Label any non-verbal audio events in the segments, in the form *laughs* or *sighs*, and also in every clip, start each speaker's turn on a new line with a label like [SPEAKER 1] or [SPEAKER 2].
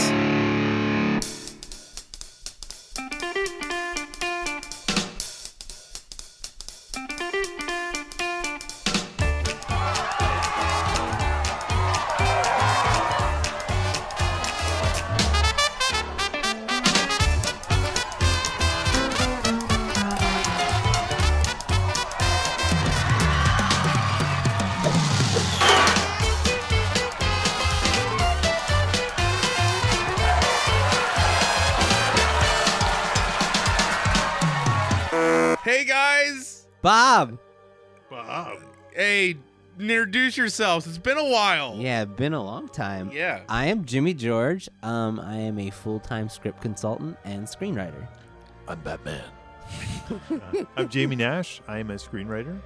[SPEAKER 1] Thundergrunt.
[SPEAKER 2] Hey guys!
[SPEAKER 3] Bob.
[SPEAKER 2] Bob. Hey, introduce yourselves. It's been a while.
[SPEAKER 3] Yeah, been a long time.
[SPEAKER 2] Yeah.
[SPEAKER 3] I am Jimmy George. Um, I am a full-time script consultant and screenwriter.
[SPEAKER 4] I'm Batman. *laughs* I'm Jamie Nash. I am a screenwriter.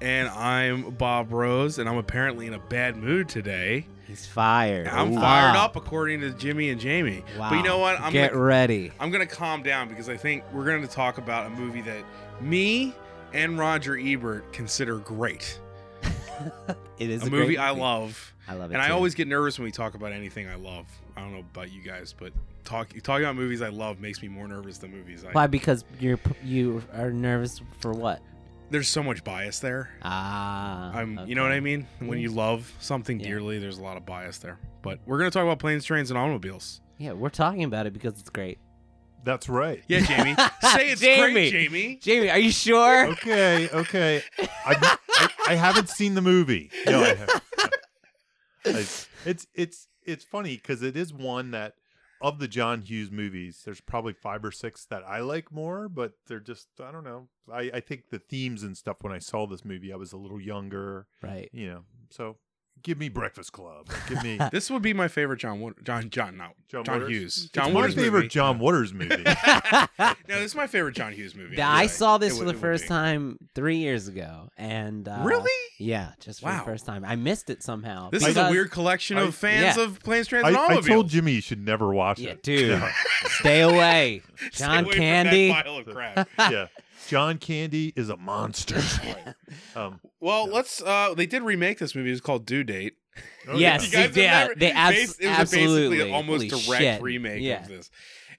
[SPEAKER 2] And I'm Bob Rose, and I'm apparently in a bad mood today.
[SPEAKER 3] He's fired.
[SPEAKER 2] I'm
[SPEAKER 3] Wow.
[SPEAKER 2] fired up according to Jimmy and Jamie.
[SPEAKER 3] Wow.
[SPEAKER 2] But you know what? I'm
[SPEAKER 3] Get
[SPEAKER 2] gonna,
[SPEAKER 3] ready.
[SPEAKER 2] I'm gonna calm down because I think we're gonna talk about a movie that me and Roger Ebert consider great.
[SPEAKER 3] It is
[SPEAKER 2] a
[SPEAKER 3] a
[SPEAKER 2] movie
[SPEAKER 3] great
[SPEAKER 2] I love.
[SPEAKER 3] I love it.
[SPEAKER 2] And I
[SPEAKER 3] too.
[SPEAKER 2] always get nervous when we talk about anything I love. I don't know about you guys, but talk, talking about movies I love makes me more nervous than movies I
[SPEAKER 3] why because you're p- you are nervous for what?
[SPEAKER 2] there's so much bias there.
[SPEAKER 3] Ah,
[SPEAKER 2] I'm, you know what I
[SPEAKER 3] okay.
[SPEAKER 2] mean. When you love something
[SPEAKER 3] Yeah.
[SPEAKER 2] dearly, there's a lot of bias there. But we're gonna talk about planes, trains, and automobiles.
[SPEAKER 3] Yeah, we're talking about it because it's great.
[SPEAKER 4] That's right.
[SPEAKER 2] Yeah,
[SPEAKER 3] *laughs*
[SPEAKER 2] Jamie, say it's
[SPEAKER 3] Jamie.
[SPEAKER 2] great, Jamie.
[SPEAKER 3] Jamie, are
[SPEAKER 2] *laughs*
[SPEAKER 3] you sure?
[SPEAKER 4] Okay, okay. I, I, I haven't seen the movie. No, I haven't. I- it's it's it's funny because it is one that of the John Hughes movies, there's probably five or six that I like more, but they're just I don't know. I, I think the themes and stuff when I saw this movie, I was a little younger,
[SPEAKER 2] *laughs*
[SPEAKER 3] right.
[SPEAKER 4] you know. So give me Breakfast Club. Give me
[SPEAKER 2] This would be my favorite John Wood- John John no, John,
[SPEAKER 4] John Waters?
[SPEAKER 2] Hughes.
[SPEAKER 4] It's
[SPEAKER 2] John
[SPEAKER 4] my
[SPEAKER 2] Waters
[SPEAKER 4] favorite
[SPEAKER 2] movie.
[SPEAKER 4] John
[SPEAKER 2] *laughs*
[SPEAKER 4] Waters movie.
[SPEAKER 2] No, this is my favorite John Hughes movie.
[SPEAKER 3] Th-
[SPEAKER 2] Really.
[SPEAKER 3] I saw
[SPEAKER 2] It
[SPEAKER 3] this for
[SPEAKER 2] would-
[SPEAKER 3] the
[SPEAKER 2] it would
[SPEAKER 3] first
[SPEAKER 2] be.
[SPEAKER 3] time three years ago, and uh,
[SPEAKER 2] Really?
[SPEAKER 3] yeah, just for
[SPEAKER 2] Wow.
[SPEAKER 3] the first time, I missed it somehow.
[SPEAKER 2] This is a
[SPEAKER 3] because-
[SPEAKER 2] weird collection
[SPEAKER 4] I-
[SPEAKER 2] of fans
[SPEAKER 3] Yeah.
[SPEAKER 2] of planes, trains,
[SPEAKER 4] I,
[SPEAKER 2] and
[SPEAKER 4] I
[SPEAKER 2] automobiles.
[SPEAKER 4] told Jimmy you should never watch
[SPEAKER 3] Yeah,
[SPEAKER 4] it.
[SPEAKER 3] dude,
[SPEAKER 4] Yeah.
[SPEAKER 3] *laughs* stay away,
[SPEAKER 2] *laughs* Stay
[SPEAKER 3] John
[SPEAKER 2] away from that
[SPEAKER 3] Candy.
[SPEAKER 2] pile of crap.
[SPEAKER 4] yeah. John Candy is
[SPEAKER 3] *laughs*
[SPEAKER 4] a monster. um,
[SPEAKER 2] Well, let's. uh They did remake this movie. It's called Due Date.
[SPEAKER 4] oh,
[SPEAKER 3] Yes.
[SPEAKER 2] *laughs* You
[SPEAKER 4] yeah.
[SPEAKER 3] they
[SPEAKER 2] guys
[SPEAKER 3] did.
[SPEAKER 2] have never-
[SPEAKER 3] They abs-
[SPEAKER 2] bas- it was
[SPEAKER 3] absolutely.
[SPEAKER 2] a basically almost
[SPEAKER 3] Holy
[SPEAKER 2] direct
[SPEAKER 3] shit.
[SPEAKER 2] remake
[SPEAKER 3] Yeah.
[SPEAKER 2] of this.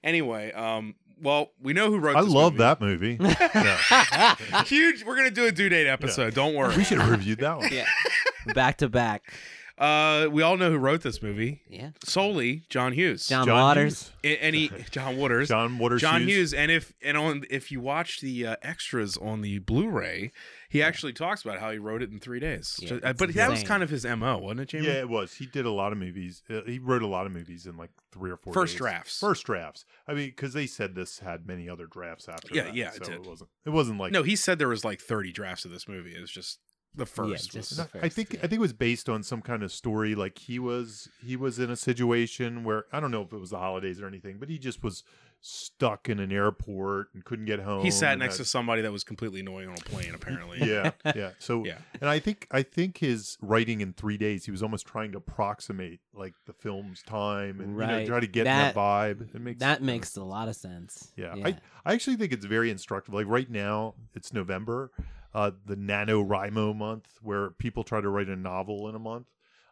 [SPEAKER 2] Anyway, um, well, we know who wrote.
[SPEAKER 4] I
[SPEAKER 2] this
[SPEAKER 4] love
[SPEAKER 2] movie.
[SPEAKER 4] that movie.
[SPEAKER 2] *laughs*
[SPEAKER 4] Yeah.
[SPEAKER 2] Huge. We're gonna do a due date episode. Don't
[SPEAKER 4] We
[SPEAKER 2] worry.
[SPEAKER 4] should have reviewed
[SPEAKER 2] *laughs*
[SPEAKER 4] that one.
[SPEAKER 3] yeah, *laughs* back to back.
[SPEAKER 2] Uh, we all know who wrote this movie.
[SPEAKER 3] Yeah,
[SPEAKER 2] Solely John Hughes.
[SPEAKER 3] John,
[SPEAKER 4] John
[SPEAKER 3] Waters.
[SPEAKER 4] Hughes.
[SPEAKER 2] I- Any
[SPEAKER 4] *laughs*
[SPEAKER 2] John Waters.
[SPEAKER 4] John Waters.
[SPEAKER 2] John Hughes. And if and on if you watch the uh, extras on the Blu-ray, he actually talks about how he wrote it in three days.
[SPEAKER 3] Yeah,
[SPEAKER 2] So-
[SPEAKER 3] it's
[SPEAKER 2] but that was
[SPEAKER 3] insane.
[SPEAKER 2] kind of his mo, wasn't it, Jamie?
[SPEAKER 4] Yeah, it was. He did a lot of movies. Uh, he wrote a lot of movies in like three or four
[SPEAKER 2] First
[SPEAKER 4] days.
[SPEAKER 2] drafts.
[SPEAKER 4] First drafts. I mean, because they said this had many other drafts after.
[SPEAKER 2] Yeah,
[SPEAKER 4] that,
[SPEAKER 2] yeah, it
[SPEAKER 4] So
[SPEAKER 2] did.
[SPEAKER 4] it wasn't. It wasn't like
[SPEAKER 2] No, he said there was like 30 drafts of this movie. It was just the first.
[SPEAKER 3] just
[SPEAKER 2] was-
[SPEAKER 3] the
[SPEAKER 4] I
[SPEAKER 3] first,
[SPEAKER 4] think
[SPEAKER 3] yeah.
[SPEAKER 4] I think it was based on some kind of story. Like he was he was in a situation where I don't know if it was the holidays or anything, but he just was stuck in an airport and couldn't get home.
[SPEAKER 2] He sat
[SPEAKER 4] and
[SPEAKER 2] next
[SPEAKER 4] that-
[SPEAKER 2] to somebody that was completely annoying on a plane, apparently.
[SPEAKER 4] *laughs* yeah, yeah.
[SPEAKER 2] *laughs*
[SPEAKER 4] So
[SPEAKER 2] Yeah.
[SPEAKER 4] and I think I think his writing in three days, he was almost trying to approximate like the film's time and you know,
[SPEAKER 3] Right.
[SPEAKER 4] try to get
[SPEAKER 3] That-
[SPEAKER 4] that, vibe. It makes
[SPEAKER 3] That makes a lot of sense.
[SPEAKER 4] yeah. I, I actually think it's very instructive. Like right now, it's November, uh, the NaNoWriMo month, where people try to write a novel in a month.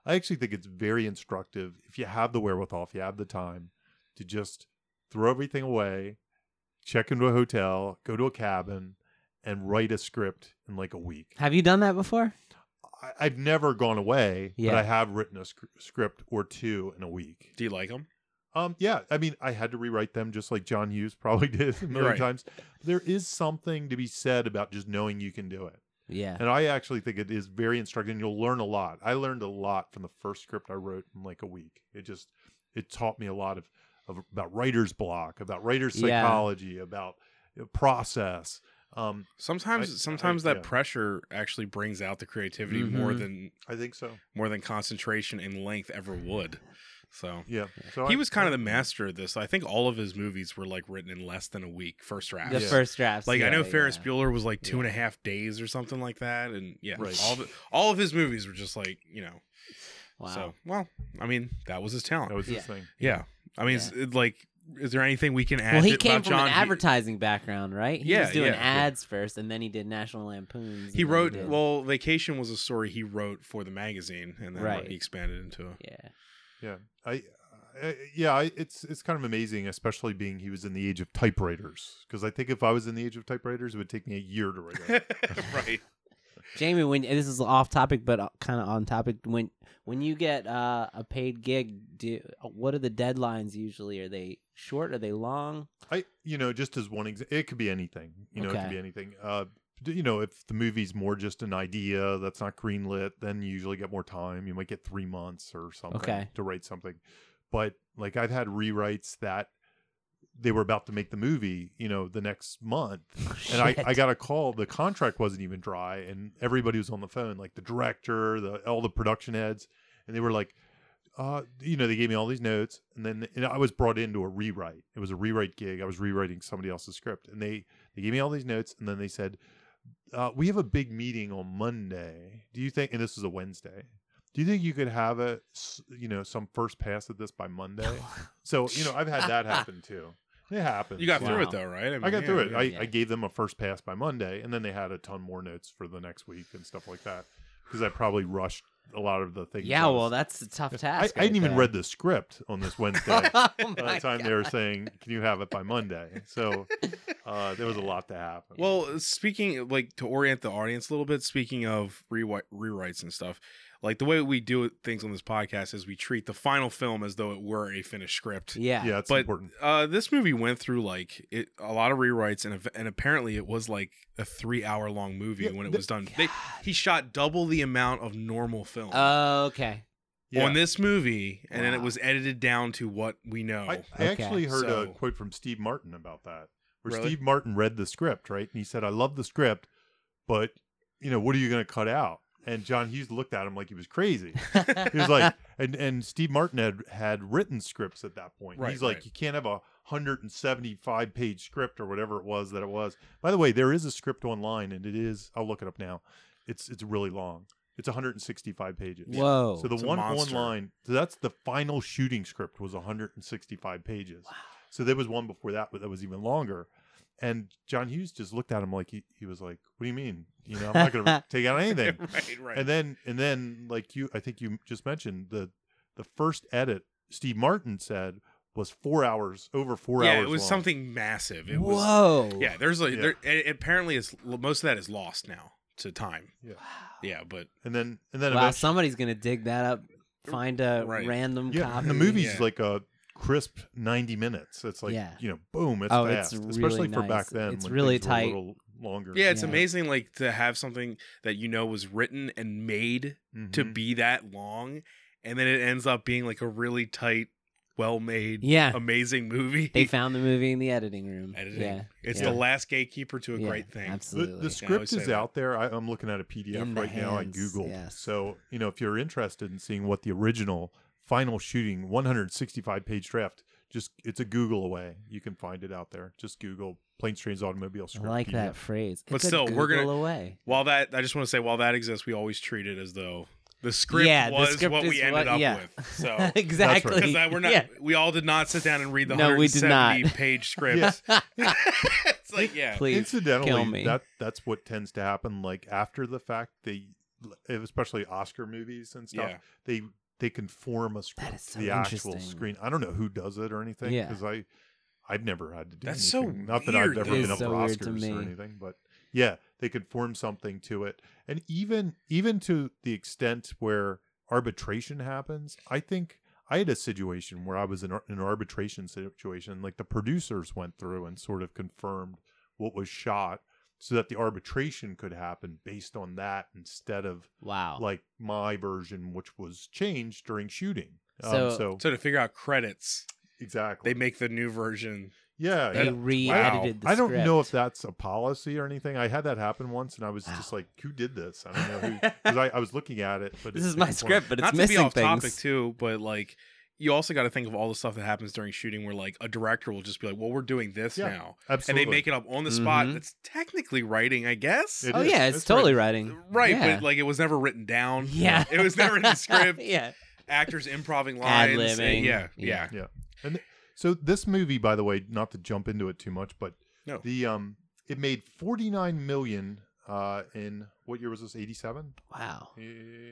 [SPEAKER 4] I actually think it's very instructive if you have the wherewithal, if you have the time, to just throw everything away, check into a hotel, go to a cabin, and write a script in like a week.
[SPEAKER 3] Have you done that before?
[SPEAKER 4] I, I've never gone away,
[SPEAKER 3] Yeah.
[SPEAKER 4] but I have written a sc- script or two in a week.
[SPEAKER 2] Do you like him?
[SPEAKER 4] Um, yeah, I mean, I had to rewrite them just like John Hughes *laughs* probably did a million
[SPEAKER 2] Right.
[SPEAKER 4] times. There is something to be said about just knowing you can do it,
[SPEAKER 3] Yeah.
[SPEAKER 4] and I actually think it is very instructive. and You'll learn a lot. I learned a lot from the first script I wrote in like a week. It just it taught me a lot of, of about writer's block, about writer's
[SPEAKER 3] Yeah.
[SPEAKER 4] psychology, about uh, process. Um,
[SPEAKER 2] Sometimes,
[SPEAKER 4] I-
[SPEAKER 2] sometimes
[SPEAKER 4] I-
[SPEAKER 2] that
[SPEAKER 4] yeah. Mm-hmm.
[SPEAKER 2] pressure actually brings out the creativity more
[SPEAKER 3] Mhm.
[SPEAKER 2] than
[SPEAKER 4] I think so.
[SPEAKER 2] more than concentration and length ever would. So
[SPEAKER 4] Yeah. So
[SPEAKER 2] he
[SPEAKER 4] I-
[SPEAKER 2] was kind of the master of this. I think all of his movies were like written in less than a week, first draft.
[SPEAKER 3] The
[SPEAKER 4] Yeah.
[SPEAKER 3] first drafts.
[SPEAKER 2] Like I
[SPEAKER 3] yeah,
[SPEAKER 2] know Ferris
[SPEAKER 3] yeah.
[SPEAKER 2] Bueller was like two and a half days or something like that, and yeah,
[SPEAKER 4] Right.
[SPEAKER 2] all the, all of his movies were just like you know.
[SPEAKER 3] Wow.
[SPEAKER 2] So well, I mean that was his talent.
[SPEAKER 4] That was
[SPEAKER 3] Yeah.
[SPEAKER 4] his thing.
[SPEAKER 2] Yeah. I mean, is, it, like, is there anything we can add?
[SPEAKER 3] well, he
[SPEAKER 2] about
[SPEAKER 3] came from
[SPEAKER 2] John
[SPEAKER 3] an
[SPEAKER 2] Hughes?
[SPEAKER 3] advertising background, right? He
[SPEAKER 2] Yeah,
[SPEAKER 3] was doing
[SPEAKER 2] yeah, yeah.
[SPEAKER 3] ads first, and then he did National Lampoons.
[SPEAKER 2] He
[SPEAKER 3] and then
[SPEAKER 2] wrote
[SPEAKER 3] did-
[SPEAKER 2] well. Vacation was a story he wrote for the magazine, and then *laughs*
[SPEAKER 4] *laughs*
[SPEAKER 3] Right.
[SPEAKER 2] he expanded into.
[SPEAKER 3] Yeah.
[SPEAKER 4] Yeah, I uh, yeah, I- it's it's kind of amazing, especially being he was in the age of typewriters. Because I think if I was in the age of typewriters, it would take me a year to write.
[SPEAKER 3] *laughs*
[SPEAKER 4] it.
[SPEAKER 2] right.
[SPEAKER 3] Jamie, when and this is off topic but kind of on topic, when when you get uh, a paid gig, do what are the deadlines usually? Are they short? Are they long?
[SPEAKER 4] I, you know, just as one example, it could be anything. You know, it
[SPEAKER 3] Okay.
[SPEAKER 4] could be anything. Uh, d- you know, if the movie's more just an idea that's not greenlit, then you usually get more time. You might get three months or something
[SPEAKER 3] Okay.
[SPEAKER 4] to write something. But like I've had rewrites that they were about to make the movie, you know, the next month, and I,
[SPEAKER 3] *laughs*
[SPEAKER 4] I got a call. The contract wasn't even dry, and everybody was on the phone, like the director, the all the production heads, and they were like, uh, you know, they gave me all these notes, and then and I was brought into a rewrite. It was a rewrite gig. I was rewriting somebody else's script, and they they gave me all these notes, and then they said, uh, "We have a big meeting on Monday. Do you think?" And this was a Wednesday. Do you think you could have a, s- you know, some first pass at this by
[SPEAKER 3] *laughs*
[SPEAKER 4] Monday? so you know, I've had that happen too. It
[SPEAKER 2] *laughs*
[SPEAKER 4] happens.
[SPEAKER 2] You got through it
[SPEAKER 3] Wow.
[SPEAKER 2] though, right? mean,
[SPEAKER 4] I got
[SPEAKER 2] yeah,
[SPEAKER 4] through it.
[SPEAKER 2] yeah.
[SPEAKER 4] I,
[SPEAKER 3] yeah.
[SPEAKER 4] I gave them a first pass by Monday, and then they had a ton more notes for the next week and stuff like that because I probably rushed a lot of the things.
[SPEAKER 3] yeah,
[SPEAKER 4] I was-
[SPEAKER 3] well, that's a tough
[SPEAKER 4] I,
[SPEAKER 3] task. uh,
[SPEAKER 4] I hadn't even read the script on
[SPEAKER 3] *laughs*
[SPEAKER 4] this Wednesday.
[SPEAKER 3] oh
[SPEAKER 4] By
[SPEAKER 3] my
[SPEAKER 4] the time
[SPEAKER 3] God.
[SPEAKER 4] they were saying, "Can you have it by Monday?" So uh, there was a lot to happen.
[SPEAKER 2] Well, speaking like to orient the audience a little bit. Speaking of rewi- rewrites and stuff, like the way we do it- things on this podcast is we treat the final film as though it were a finished script.
[SPEAKER 3] *laughs* yeah,
[SPEAKER 4] yeah, it's
[SPEAKER 2] but-
[SPEAKER 4] important.
[SPEAKER 2] Uh, this movie went through like it, a lot of rewrites, and ev- and apparently it was like a three hour long movie
[SPEAKER 4] Yeah,
[SPEAKER 2] when it
[SPEAKER 4] the-
[SPEAKER 2] was done. They, he shot double the amount of normal film
[SPEAKER 3] Oh, okay.
[SPEAKER 4] Yeah.
[SPEAKER 2] on this movie, and then it
[SPEAKER 3] Wow.
[SPEAKER 2] was edited down to what we know. *laughs*
[SPEAKER 4] I, I
[SPEAKER 3] Okay,
[SPEAKER 4] actually heard a
[SPEAKER 2] so-
[SPEAKER 4] quote from Steve Martin about that, where
[SPEAKER 2] Really?
[SPEAKER 4] Steve Martin read the script, right? And he said, "I love the script, but you know, what are you going to cut out?" And John Hughes looked at him like he was crazy. He
[SPEAKER 2] *laughs*
[SPEAKER 3] *laughs*
[SPEAKER 4] was like, and and Steve Martin had had written scripts at that point.
[SPEAKER 2] Right,
[SPEAKER 4] He's like,
[SPEAKER 2] right.
[SPEAKER 4] you can't have a hundred and seventy five page script or whatever it was that it was. By the way, there is a script online, and it is. I'll look it up now. It's it's really long. It's one hundred and sixty five pages.
[SPEAKER 3] whoa.
[SPEAKER 4] So the
[SPEAKER 2] It's a
[SPEAKER 4] one
[SPEAKER 2] monster.
[SPEAKER 4] online, so that's the final shooting script was 165 pages.
[SPEAKER 3] Wow.
[SPEAKER 4] So there was one before that, but that was even longer. And John Hughes just looked at him like he, he was like, "What do you mean? You know, I'm not
[SPEAKER 2] *laughs*
[SPEAKER 4] going to take out anything."
[SPEAKER 2] right, right.
[SPEAKER 4] And then and then like you, I think you just mentioned the the first edit Steve Martin said was four hours over four
[SPEAKER 2] yeah,
[SPEAKER 4] hours.
[SPEAKER 2] it was
[SPEAKER 4] long.
[SPEAKER 2] something massive. It was
[SPEAKER 3] whoa.
[SPEAKER 2] Yeah, there's like
[SPEAKER 4] Yeah.
[SPEAKER 2] there a apparently it's most of that is lost now to time.
[SPEAKER 3] Wow.
[SPEAKER 2] Yeah, but
[SPEAKER 4] And then and then
[SPEAKER 3] wow,
[SPEAKER 4] eventually-
[SPEAKER 3] somebody's gonna dig that up. Find a
[SPEAKER 2] Right.
[SPEAKER 3] random
[SPEAKER 4] yeah,
[SPEAKER 3] copy.
[SPEAKER 4] and the movie's
[SPEAKER 2] Yeah.
[SPEAKER 4] like a crisp 90 minutes. It's like
[SPEAKER 3] Yeah.
[SPEAKER 4] you know, boom, it's
[SPEAKER 3] Oh, it's
[SPEAKER 4] fast, especially
[SPEAKER 3] really
[SPEAKER 4] for back
[SPEAKER 3] nice.
[SPEAKER 4] then.
[SPEAKER 3] It's
[SPEAKER 4] when
[SPEAKER 3] really
[SPEAKER 4] things were a
[SPEAKER 3] tight.
[SPEAKER 4] little longer.
[SPEAKER 2] yeah, it's
[SPEAKER 3] Yeah.
[SPEAKER 2] amazing like to have something that you know was written and made to
[SPEAKER 3] Mm-hmm.
[SPEAKER 4] Mhm.
[SPEAKER 2] be that long, and then it ends up being like a really tight, well made,
[SPEAKER 3] Yeah.
[SPEAKER 2] amazing movie. *laughs*
[SPEAKER 3] They found the movie in the editing room.
[SPEAKER 2] Editing.
[SPEAKER 3] Yeah.
[SPEAKER 2] it's
[SPEAKER 4] Yeah.
[SPEAKER 2] the last gatekeeper to a
[SPEAKER 3] yeah,
[SPEAKER 2] great thing.
[SPEAKER 4] The,
[SPEAKER 3] Absolutely.
[SPEAKER 2] I
[SPEAKER 4] the
[SPEAKER 2] always
[SPEAKER 4] script
[SPEAKER 2] say
[SPEAKER 4] is
[SPEAKER 2] that.
[SPEAKER 4] out there. I, I'm looking at a PDF
[SPEAKER 3] In the
[SPEAKER 4] right now. I
[SPEAKER 3] hands,
[SPEAKER 4] googled.
[SPEAKER 3] yes.
[SPEAKER 4] So you know, if you're interested in seeing what the original final shooting 165 page draft, just it's a Google away. You can find it out there. Just Google planes, trains, automobile
[SPEAKER 3] I
[SPEAKER 4] script.
[SPEAKER 3] like that
[SPEAKER 4] PDF.
[SPEAKER 3] phrase.
[SPEAKER 2] But
[SPEAKER 3] It's a
[SPEAKER 2] still, we're gonna-
[SPEAKER 3] Google away.
[SPEAKER 2] While that, I just want to say, while that exists, we always treat it as though the script
[SPEAKER 3] yeah,
[SPEAKER 2] was
[SPEAKER 3] the script
[SPEAKER 2] what
[SPEAKER 3] is
[SPEAKER 2] we ended
[SPEAKER 3] what,
[SPEAKER 2] up
[SPEAKER 3] yeah.
[SPEAKER 2] with.
[SPEAKER 4] Oh,
[SPEAKER 3] *laughs*
[SPEAKER 2] So.
[SPEAKER 3] exactly.
[SPEAKER 2] Because we're not,
[SPEAKER 3] *laughs* Yeah.
[SPEAKER 2] we all did not sit down and read the
[SPEAKER 3] No, we did not.
[SPEAKER 2] 170
[SPEAKER 3] *laughs*
[SPEAKER 2] page script. *laughs* it's like, yeah,
[SPEAKER 3] Please.
[SPEAKER 4] Incidentally,
[SPEAKER 3] kill me.
[SPEAKER 4] that that's what tends to happen. Like after the fact, they especially Oscar movies and stuff.
[SPEAKER 2] yeah.
[SPEAKER 4] they they conform a script
[SPEAKER 3] is so
[SPEAKER 4] to the actual
[SPEAKER 3] interesting.
[SPEAKER 4] screen. I don't know who does it or anything
[SPEAKER 3] Yeah.
[SPEAKER 4] because I I've never had to do
[SPEAKER 2] That's so
[SPEAKER 4] anything. Not that I've
[SPEAKER 2] weird,
[SPEAKER 4] ever
[SPEAKER 2] though. It is
[SPEAKER 4] been up
[SPEAKER 3] so
[SPEAKER 4] for
[SPEAKER 3] weird to
[SPEAKER 4] Oscars or
[SPEAKER 3] me.
[SPEAKER 4] anything, but yeah, they conform something to it, and even even to the extent where arbitration happens. I think I had a situation where I was in ar- an arbitration situation. Like the producers went through and sort of confirmed what was shot. So that the arbitration could happen based on that instead of
[SPEAKER 3] *laughs* Wow.
[SPEAKER 4] like my version, which was changed during shooting.
[SPEAKER 3] So-
[SPEAKER 4] um, so
[SPEAKER 2] So to figure out credits,
[SPEAKER 4] exactly,
[SPEAKER 2] they make the new version.
[SPEAKER 4] yeah.
[SPEAKER 3] they
[SPEAKER 4] yeah.
[SPEAKER 3] re-edited the
[SPEAKER 4] I don't know if
[SPEAKER 3] script.
[SPEAKER 4] that's a policy or anything. I had that happen once, and I was just like, "Who did this?" I don't know who.
[SPEAKER 2] *laughs*
[SPEAKER 4] Because I, I was looking at it, but
[SPEAKER 3] This
[SPEAKER 4] it-
[SPEAKER 3] is
[SPEAKER 4] it
[SPEAKER 3] my
[SPEAKER 4] conformed.
[SPEAKER 3] script, but it's
[SPEAKER 2] Not to
[SPEAKER 3] missing
[SPEAKER 2] be off
[SPEAKER 3] things.
[SPEAKER 2] topic too, but like you also got to think of all the stuff that happens during shooting, where like a director will just be like, "Well, we're doing this
[SPEAKER 4] Yeah,
[SPEAKER 2] now," and
[SPEAKER 4] Absolutely,
[SPEAKER 2] they make it up on the spot.
[SPEAKER 3] Mhm.
[SPEAKER 2] That's technically writing, I guess.
[SPEAKER 3] *laughs*
[SPEAKER 4] It
[SPEAKER 3] oh
[SPEAKER 4] is.
[SPEAKER 3] yeah, it's
[SPEAKER 4] That's
[SPEAKER 3] totally writing.
[SPEAKER 2] right,
[SPEAKER 3] yeah.
[SPEAKER 2] but like it was never written down.
[SPEAKER 3] yeah,
[SPEAKER 2] *laughs* it was never in
[SPEAKER 3] *laughs*
[SPEAKER 2] the script.
[SPEAKER 3] yeah,
[SPEAKER 2] Actors improvising lines. uh,
[SPEAKER 3] Ad-libbing.
[SPEAKER 2] Yeah, yeah,
[SPEAKER 3] Yeah.
[SPEAKER 4] So this movie, by the way, not to jump into it too much, but
[SPEAKER 2] No.
[SPEAKER 4] the um, it made forty nine million uh in What year was this? 87?
[SPEAKER 3] Wow.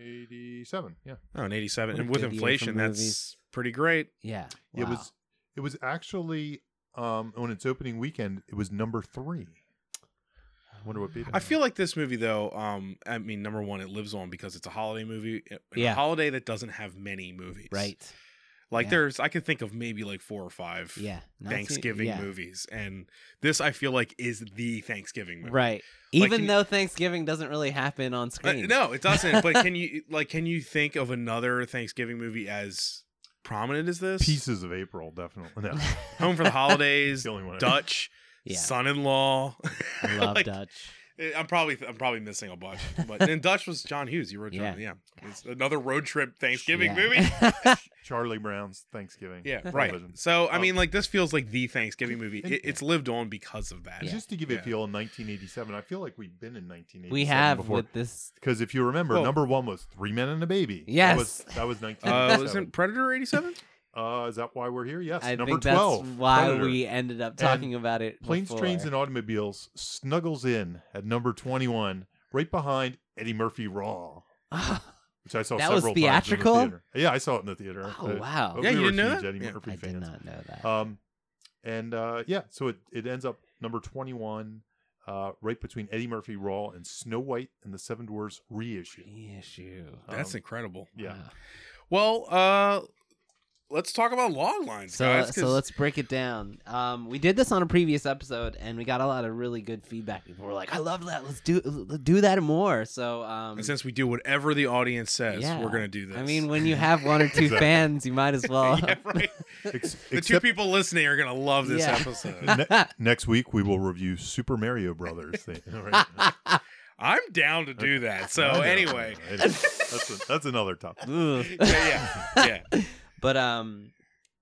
[SPEAKER 4] 87. Yeah.
[SPEAKER 2] Oh, in 87.
[SPEAKER 3] What a
[SPEAKER 2] And with
[SPEAKER 3] good year for
[SPEAKER 2] inflation, that's
[SPEAKER 3] movies.
[SPEAKER 2] pretty great.
[SPEAKER 3] Yeah.
[SPEAKER 4] It
[SPEAKER 3] Wow.
[SPEAKER 4] was it was actually um on its opening weekend, it was number 3. wonder what beat it.
[SPEAKER 2] I feel like this movie, though, um, I mean, number one, it lives on because it's a holiday movie. and
[SPEAKER 3] Yeah.
[SPEAKER 2] A holiday that doesn't have many movies.
[SPEAKER 3] right.
[SPEAKER 2] Like,
[SPEAKER 3] Yeah.
[SPEAKER 2] there's, I could think of maybe like four or five
[SPEAKER 3] Yeah. Not to-
[SPEAKER 2] Thanksgiving
[SPEAKER 3] yeah.
[SPEAKER 2] movies. And this, I feel like, is the Thanksgiving movie.
[SPEAKER 3] Right.
[SPEAKER 2] Like,
[SPEAKER 3] Even
[SPEAKER 2] you-
[SPEAKER 3] though Thanksgiving doesn't really happen on
[SPEAKER 2] Uh,
[SPEAKER 3] screen.
[SPEAKER 2] no, it doesn't. but
[SPEAKER 3] *laughs*
[SPEAKER 2] can you, like, can you think of another Thanksgiving movie as prominent as this?
[SPEAKER 4] *laughs* Pieces of April definitely. No. it's
[SPEAKER 2] Home for the Holidays,
[SPEAKER 4] *laughs* the only one. I-
[SPEAKER 2] Dutch,
[SPEAKER 3] Yeah.
[SPEAKER 2] Son-in-Law. *laughs*
[SPEAKER 3] I love
[SPEAKER 2] Like,
[SPEAKER 3] Dutch.
[SPEAKER 2] Eh, I'm probably I'm probably missing a bunch, but and Dutch was John Hughes. He wrote
[SPEAKER 3] Yeah.
[SPEAKER 2] John, yeah. It's another road trip Thanksgiving
[SPEAKER 3] Yeah. *laughs*
[SPEAKER 2] movie.
[SPEAKER 4] Charlie Brown's Thanksgiving.
[SPEAKER 2] Yeah, right.
[SPEAKER 4] television.
[SPEAKER 2] So I
[SPEAKER 4] Um,
[SPEAKER 2] mean, like this feels like the Thanksgiving movie.
[SPEAKER 4] and-
[SPEAKER 2] It, it's lived on because of that.
[SPEAKER 4] And Just to give
[SPEAKER 2] Yeah.
[SPEAKER 4] it a feel in 1987, I feel like we've been in 1987
[SPEAKER 3] we have
[SPEAKER 4] before.
[SPEAKER 3] with this.
[SPEAKER 4] Because if you remember,
[SPEAKER 2] Well-
[SPEAKER 4] number one was Three Men and a Baby.
[SPEAKER 3] Yes.
[SPEAKER 4] That was, that was
[SPEAKER 2] Uh,
[SPEAKER 4] 1987.
[SPEAKER 2] isn't Predator '87?
[SPEAKER 4] Uh, is that why we're here? Yes.
[SPEAKER 3] I
[SPEAKER 4] number
[SPEAKER 3] think
[SPEAKER 4] 12.
[SPEAKER 3] that's why
[SPEAKER 4] Predator.
[SPEAKER 3] we ended up talking about it.
[SPEAKER 4] Planes,
[SPEAKER 3] before.
[SPEAKER 4] Trains,
[SPEAKER 3] *laughs*
[SPEAKER 4] and Automobiles snuggles in at number 21, right behind Eddie Murphy Raw,
[SPEAKER 3] oh,
[SPEAKER 4] which I saw
[SPEAKER 3] That was
[SPEAKER 4] several times in the
[SPEAKER 3] theatrical? Oh,
[SPEAKER 4] theater. Yeah, I saw it in the theater. Uh,
[SPEAKER 3] wow!
[SPEAKER 4] but
[SPEAKER 2] Yeah,
[SPEAKER 4] we
[SPEAKER 2] you
[SPEAKER 4] were
[SPEAKER 2] didn't know
[SPEAKER 4] huge
[SPEAKER 2] that?
[SPEAKER 4] Eddie
[SPEAKER 2] Yeah.
[SPEAKER 4] Murphy
[SPEAKER 3] I did
[SPEAKER 4] fans.
[SPEAKER 3] not know that.
[SPEAKER 2] Uh,
[SPEAKER 4] Um, and uh, yeah, so it, it ends up number 21, uh, right between Eddie Murphy Raw and Snow White and the Seven Dwarfs
[SPEAKER 3] *laughs*
[SPEAKER 4] reissue.
[SPEAKER 3] Reissue.
[SPEAKER 2] That's
[SPEAKER 4] *laughs* Um,
[SPEAKER 2] incredible.
[SPEAKER 4] Yeah.
[SPEAKER 3] Wow.
[SPEAKER 2] Well, uh, let's talk about log lines,
[SPEAKER 3] So
[SPEAKER 2] guys. 'cause-
[SPEAKER 3] so let's break it down. Um, we did this on a previous episode, and we got a lot of really good feedback. People were like, "I love that. Let's do let's do that more." So um,
[SPEAKER 2] and since we do whatever the audience says,
[SPEAKER 3] Yeah.
[SPEAKER 2] we're gonna do this.
[SPEAKER 3] I mean, when you have one
[SPEAKER 4] *laughs*
[SPEAKER 3] or two
[SPEAKER 4] Exactly.
[SPEAKER 3] fans, you might as
[SPEAKER 4] *laughs*
[SPEAKER 3] well.
[SPEAKER 2] *laughs*
[SPEAKER 3] *laughs*
[SPEAKER 2] yeah, right.
[SPEAKER 4] Ex-
[SPEAKER 2] the two
[SPEAKER 4] except-
[SPEAKER 2] people listening are gonna love this
[SPEAKER 3] Yeah. *laughs*
[SPEAKER 2] episode.
[SPEAKER 4] Ne- next week we will review Super Mario
[SPEAKER 3] *laughs*
[SPEAKER 4] Brothers. Thing. All right.
[SPEAKER 2] I'm down to do
[SPEAKER 4] *laughs*
[SPEAKER 2] that. So
[SPEAKER 4] I know,
[SPEAKER 2] anyway,
[SPEAKER 4] I know. that's, a- that's another topic.
[SPEAKER 3] Ugh.
[SPEAKER 4] *laughs*
[SPEAKER 2] yeah, yeah. yeah.
[SPEAKER 3] But um,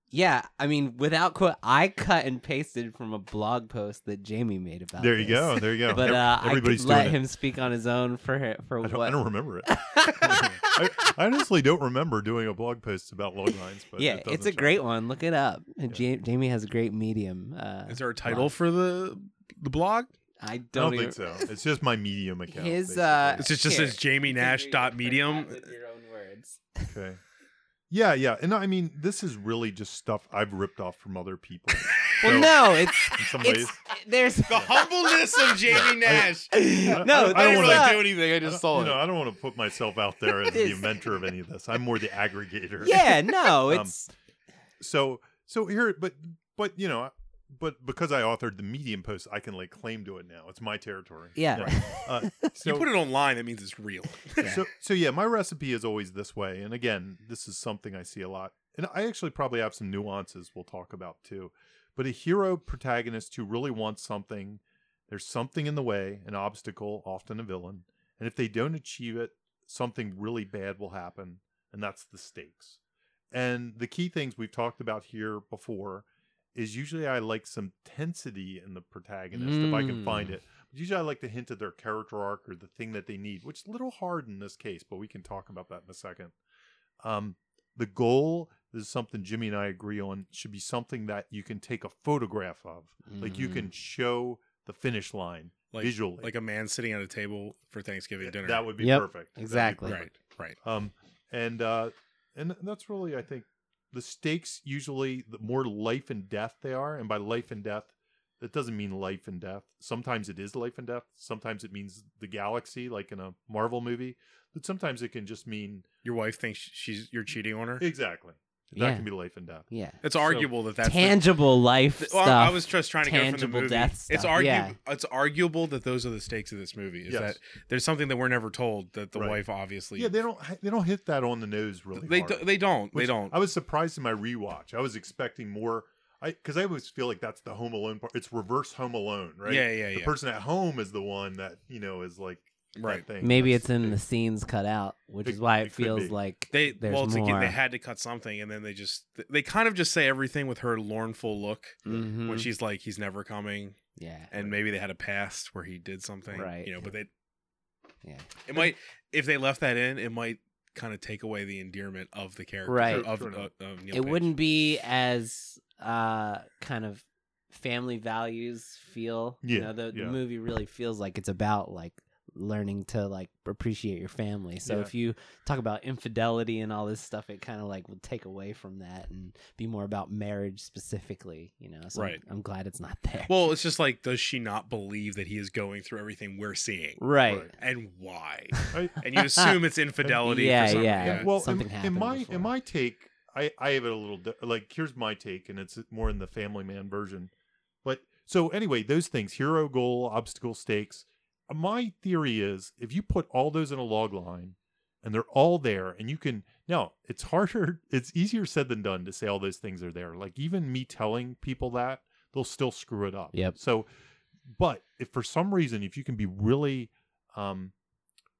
[SPEAKER 3] yeah. I mean, without quote, I cut and pasted from a blog post that Jamie made about.
[SPEAKER 4] There you
[SPEAKER 3] this.
[SPEAKER 4] go. There you go.
[SPEAKER 3] *laughs* But uh, I could
[SPEAKER 4] Everybody's
[SPEAKER 3] let
[SPEAKER 4] doing it.
[SPEAKER 3] him speak on his own for for
[SPEAKER 4] I don't,
[SPEAKER 3] what.
[SPEAKER 4] I
[SPEAKER 3] *laughs*
[SPEAKER 4] don't remember it. I, I honestly don't remember doing a blog post about log lines. But
[SPEAKER 3] yeah,
[SPEAKER 4] it
[SPEAKER 3] it's
[SPEAKER 4] doesn't
[SPEAKER 3] a
[SPEAKER 4] shock
[SPEAKER 3] great
[SPEAKER 4] me.
[SPEAKER 3] one. Look it up. And Ja- Jamie has a great medium. Uh,
[SPEAKER 2] Is there a title for the the blog?
[SPEAKER 3] I
[SPEAKER 4] I
[SPEAKER 3] don't, e-
[SPEAKER 4] don't
[SPEAKER 3] even...
[SPEAKER 4] think
[SPEAKER 3] *laughs*
[SPEAKER 4] so. It's just my Medium account.
[SPEAKER 3] His
[SPEAKER 4] basically.
[SPEAKER 3] uh,
[SPEAKER 2] It's just just
[SPEAKER 3] here.
[SPEAKER 2] says Jamie Nash dot medium.
[SPEAKER 4] okay. Yeah, yeah, and I mean, this is really just stuff I've ripped off from
[SPEAKER 3] *laughs*
[SPEAKER 4] other people.
[SPEAKER 3] Well,
[SPEAKER 4] So,
[SPEAKER 3] no,
[SPEAKER 2] *laughs*
[SPEAKER 3] it's
[SPEAKER 4] in some ways,
[SPEAKER 3] it's there's *laughs*
[SPEAKER 2] The humbleness
[SPEAKER 4] *laughs*
[SPEAKER 2] of Jamie
[SPEAKER 4] Yeah, I-
[SPEAKER 2] Nash.
[SPEAKER 4] don't-
[SPEAKER 3] no.
[SPEAKER 4] I
[SPEAKER 2] I
[SPEAKER 3] there's uh,
[SPEAKER 4] don't
[SPEAKER 2] didn't
[SPEAKER 4] wanna-
[SPEAKER 2] really
[SPEAKER 3] not-
[SPEAKER 2] do anything. I just saw *laughs*
[SPEAKER 4] you know,
[SPEAKER 2] it.
[SPEAKER 4] I don't want to put myself out there as the
[SPEAKER 3] It's-
[SPEAKER 4] inventor of any of this. I'm more the aggregator.
[SPEAKER 3] Yeah, no,
[SPEAKER 4] Um,
[SPEAKER 3] it's
[SPEAKER 4] So so here, but but you know, but because I authored the Medium post, I can lay claim to it now. It's my territory.
[SPEAKER 3] Yeah. *laughs*
[SPEAKER 4] Uh, so,
[SPEAKER 2] you put it online. That means it's real.
[SPEAKER 4] so so yeah, my recipe is always this way, and again, this is something I see a lot, and I actually probably have some nuances we'll talk about too. But a hero protagonist who really wants something, there's something in the way, an obstacle, often a villain, and if they don't achieve it, something really bad will happen, and that's the stakes. And the key things we've talked about here before is usually I like some tensity in the protagonist if I can find
[SPEAKER 3] Mm.
[SPEAKER 4] it. Usually I like to hint at their character arc or the thing that they need, which is a little hard in this case, but we can talk about that in a second. Um, the goal this is something Jimmy and I agree on should be something that you can take a photograph of. Like you
[SPEAKER 3] Mm.
[SPEAKER 4] can show the finish line
[SPEAKER 2] *laughs* Like,
[SPEAKER 4] visually.
[SPEAKER 2] like a man sitting at a table for Thanksgiving dinner.
[SPEAKER 4] that would be
[SPEAKER 3] Yep,
[SPEAKER 4] perfect. That'd be
[SPEAKER 3] Mm, exactly.
[SPEAKER 2] right, right.
[SPEAKER 4] um, and uh, and that's really I think the stakes usually the more life and death they are, and by life and death, that doesn't mean life and death. Sometimes it is life and death. Sometimes it means the galaxy, like in a Marvel movie. But sometimes it can just mean
[SPEAKER 2] Your wife thinks she's you're cheating on her.
[SPEAKER 4] exactly that
[SPEAKER 3] Yeah.
[SPEAKER 4] can be life and death.
[SPEAKER 3] yeah,
[SPEAKER 2] It's arguable that that's the-
[SPEAKER 3] tangible life
[SPEAKER 2] th-
[SPEAKER 3] stuff.
[SPEAKER 2] well, I was just trying to go from the
[SPEAKER 3] tangible
[SPEAKER 2] movie.
[SPEAKER 3] death
[SPEAKER 2] It's
[SPEAKER 3] stuff,
[SPEAKER 2] argu-
[SPEAKER 3] yeah.
[SPEAKER 2] It's arguable that those are the stakes of this movie. Is
[SPEAKER 4] Yes.
[SPEAKER 2] that there's something that we're never told that the
[SPEAKER 4] Right.
[SPEAKER 2] wife obviously.
[SPEAKER 4] Yeah, they don't they don't hit that on the nose really.
[SPEAKER 2] they
[SPEAKER 4] hard.
[SPEAKER 2] do, they don't they
[SPEAKER 4] Which
[SPEAKER 2] don't.
[SPEAKER 4] I was surprised in my rewatch. I was expecting more. I because I always feel like that's the Home Alone part. It's reverse Home Alone, right?
[SPEAKER 2] Yeah, yeah,
[SPEAKER 4] The
[SPEAKER 2] yeah.
[SPEAKER 4] person at home is the one that you know is like that
[SPEAKER 2] Right.
[SPEAKER 4] Thing.
[SPEAKER 3] Maybe
[SPEAKER 4] That's
[SPEAKER 3] it's in the
[SPEAKER 4] big.
[SPEAKER 3] scenes cut out, which
[SPEAKER 4] It-
[SPEAKER 3] is why
[SPEAKER 4] it
[SPEAKER 3] it,
[SPEAKER 4] could
[SPEAKER 3] feels
[SPEAKER 4] be.
[SPEAKER 3] like
[SPEAKER 2] They
[SPEAKER 3] there's
[SPEAKER 2] well, to
[SPEAKER 3] more.
[SPEAKER 2] get, they had to cut something, and then they just they kind of just say everything with her mournful look
[SPEAKER 3] Mhm.
[SPEAKER 2] when she's like, "He's never coming,"
[SPEAKER 3] yeah,
[SPEAKER 2] and maybe they had a past where he did something,
[SPEAKER 3] Right.
[SPEAKER 2] You know, but they
[SPEAKER 3] yeah.
[SPEAKER 2] it might if they left that in, it might kind of take away the endearment of the character,
[SPEAKER 3] Right.
[SPEAKER 2] Of,
[SPEAKER 4] Sure.
[SPEAKER 2] of, of Neil
[SPEAKER 3] it
[SPEAKER 2] Page.
[SPEAKER 3] wouldn't be as uh kind of family values feel you
[SPEAKER 4] Yeah,
[SPEAKER 3] know the,
[SPEAKER 4] yeah.
[SPEAKER 3] the movie really feels like it's about like learning to like appreciate your family. So
[SPEAKER 4] Yeah.
[SPEAKER 3] if you talk about infidelity and all this stuff, it kind of like will take away from that and be more about marriage specifically. You know, so I'm-
[SPEAKER 2] Right.
[SPEAKER 3] I'm, glad it's not there.
[SPEAKER 2] Well, it's just like, does she not believe that he is going through everything we're seeing,
[SPEAKER 3] right.
[SPEAKER 4] Right.
[SPEAKER 2] and why?
[SPEAKER 4] I,
[SPEAKER 2] And you assume
[SPEAKER 3] *laughs*
[SPEAKER 2] it's infidelity.
[SPEAKER 3] Yeah,
[SPEAKER 2] for some
[SPEAKER 3] yeah.
[SPEAKER 2] reason.
[SPEAKER 4] well,
[SPEAKER 3] something
[SPEAKER 4] in, in
[SPEAKER 3] happened
[SPEAKER 4] my
[SPEAKER 3] before.
[SPEAKER 4] in my take, I I have it a little di- like here's my take, and it's more in the Family Man version. But so anyway, those things: hero, goal, obstacle, stakes. My theory is if you put all those in a log line, and they're all there, and you can now it's harder, *laughs* it's easier said than done to say all those things are there. Like even me telling people that they'll still screw it up.
[SPEAKER 3] Yep.
[SPEAKER 4] So, but if for some reason if you can be really um,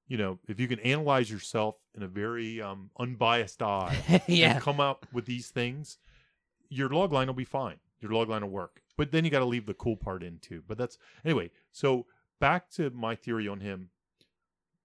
[SPEAKER 4] you know, if you can analyze yourself in a very um, unbiased eye
[SPEAKER 3] *laughs* yeah.
[SPEAKER 4] and come up with these things, your log line will be fine. Your log line will work. But then you got to leave the cool part in too. But that's anyway. So back to my theory on him.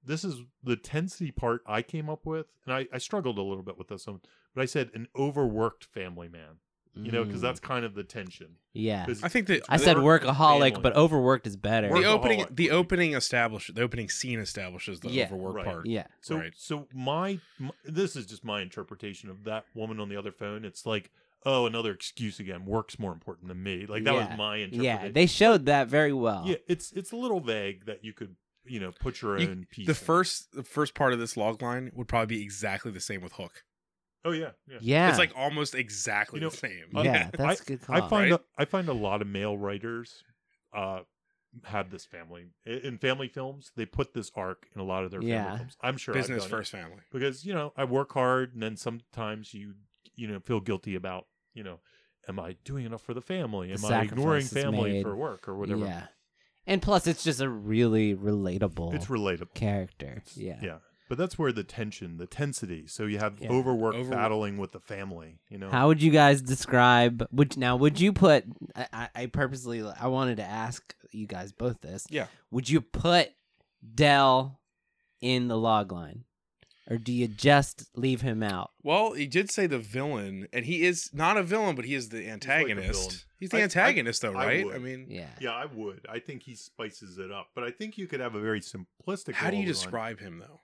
[SPEAKER 4] This is the tensity part I came up with, and I, I struggled a little bit with this one. But I said an overworked family man, you know, because
[SPEAKER 3] Mm.
[SPEAKER 4] that's kind of the tension.
[SPEAKER 3] yeah.
[SPEAKER 4] 'Cause
[SPEAKER 2] I think that
[SPEAKER 3] I said workaholic,
[SPEAKER 4] family.
[SPEAKER 3] but overworked is better.
[SPEAKER 2] the opening,
[SPEAKER 4] workaholic.
[SPEAKER 2] the opening establishes, the opening scene establishes the
[SPEAKER 3] Yeah.
[SPEAKER 2] overwork
[SPEAKER 4] Right.
[SPEAKER 2] part.
[SPEAKER 3] yeah.
[SPEAKER 4] So,
[SPEAKER 2] Right.
[SPEAKER 4] so my, m this is just my interpretation of that woman on the other phone. It's like, oh, another excuse again. Work's more important than me. Like that
[SPEAKER 3] Yeah.
[SPEAKER 4] was my interpretation.
[SPEAKER 3] Yeah. They showed that very well.
[SPEAKER 4] yeah, it's it's a little vague that you could you know put your
[SPEAKER 2] You-
[SPEAKER 4] own piece.
[SPEAKER 2] The
[SPEAKER 4] in.
[SPEAKER 2] first, the first part of this log line would probably be exactly the same with Hook.
[SPEAKER 4] oh yeah, yeah.
[SPEAKER 3] Yeah.
[SPEAKER 2] It's like almost exactly
[SPEAKER 4] You know,
[SPEAKER 2] the same.
[SPEAKER 4] uh,
[SPEAKER 3] yeah, that's a good call.
[SPEAKER 4] I find
[SPEAKER 2] Right.
[SPEAKER 4] a, I find a lot of male writers uh have this family in in family films. They put this arc in a lot of their
[SPEAKER 3] Yeah.
[SPEAKER 4] family films. I'm sure I've
[SPEAKER 2] Business
[SPEAKER 4] done it.
[SPEAKER 2] first, family.
[SPEAKER 4] because you know I work hard, and then sometimes you you know feel guilty about you know, am I doing enough for the family?
[SPEAKER 3] The
[SPEAKER 4] Am I ignoring
[SPEAKER 3] sacrifices
[SPEAKER 4] family
[SPEAKER 3] made.
[SPEAKER 4] for work or whatever?
[SPEAKER 3] Yeah. And plus, it's just a really relatable
[SPEAKER 4] It's relatable.
[SPEAKER 3] character.
[SPEAKER 4] It's-
[SPEAKER 3] yeah.
[SPEAKER 4] yeah. But that's where the tension, the tensity. So you have
[SPEAKER 3] Yeah.
[SPEAKER 4] overwork
[SPEAKER 2] Overwork.
[SPEAKER 4] battling with the family. You know,
[SPEAKER 3] How would you guys describe? Would now? Would you put? I- I, I purposely I wanted to ask you guys both this.
[SPEAKER 2] Yeah.
[SPEAKER 3] Would you put Dell in the log line, or do you just leave him out?
[SPEAKER 2] Well, he did say the villain, and he is not a villain, but he is the
[SPEAKER 4] the villain.
[SPEAKER 2] antagonist. He's, the
[SPEAKER 4] I- I-
[SPEAKER 2] antagonist, though,
[SPEAKER 4] I
[SPEAKER 2] right? I,
[SPEAKER 4] would.
[SPEAKER 2] mean,
[SPEAKER 3] Yeah.
[SPEAKER 4] Mm, Yeah, I would. I think he spices it up, but I think you could have a very simplistic.
[SPEAKER 2] how do you
[SPEAKER 4] log line.
[SPEAKER 2] describe him though?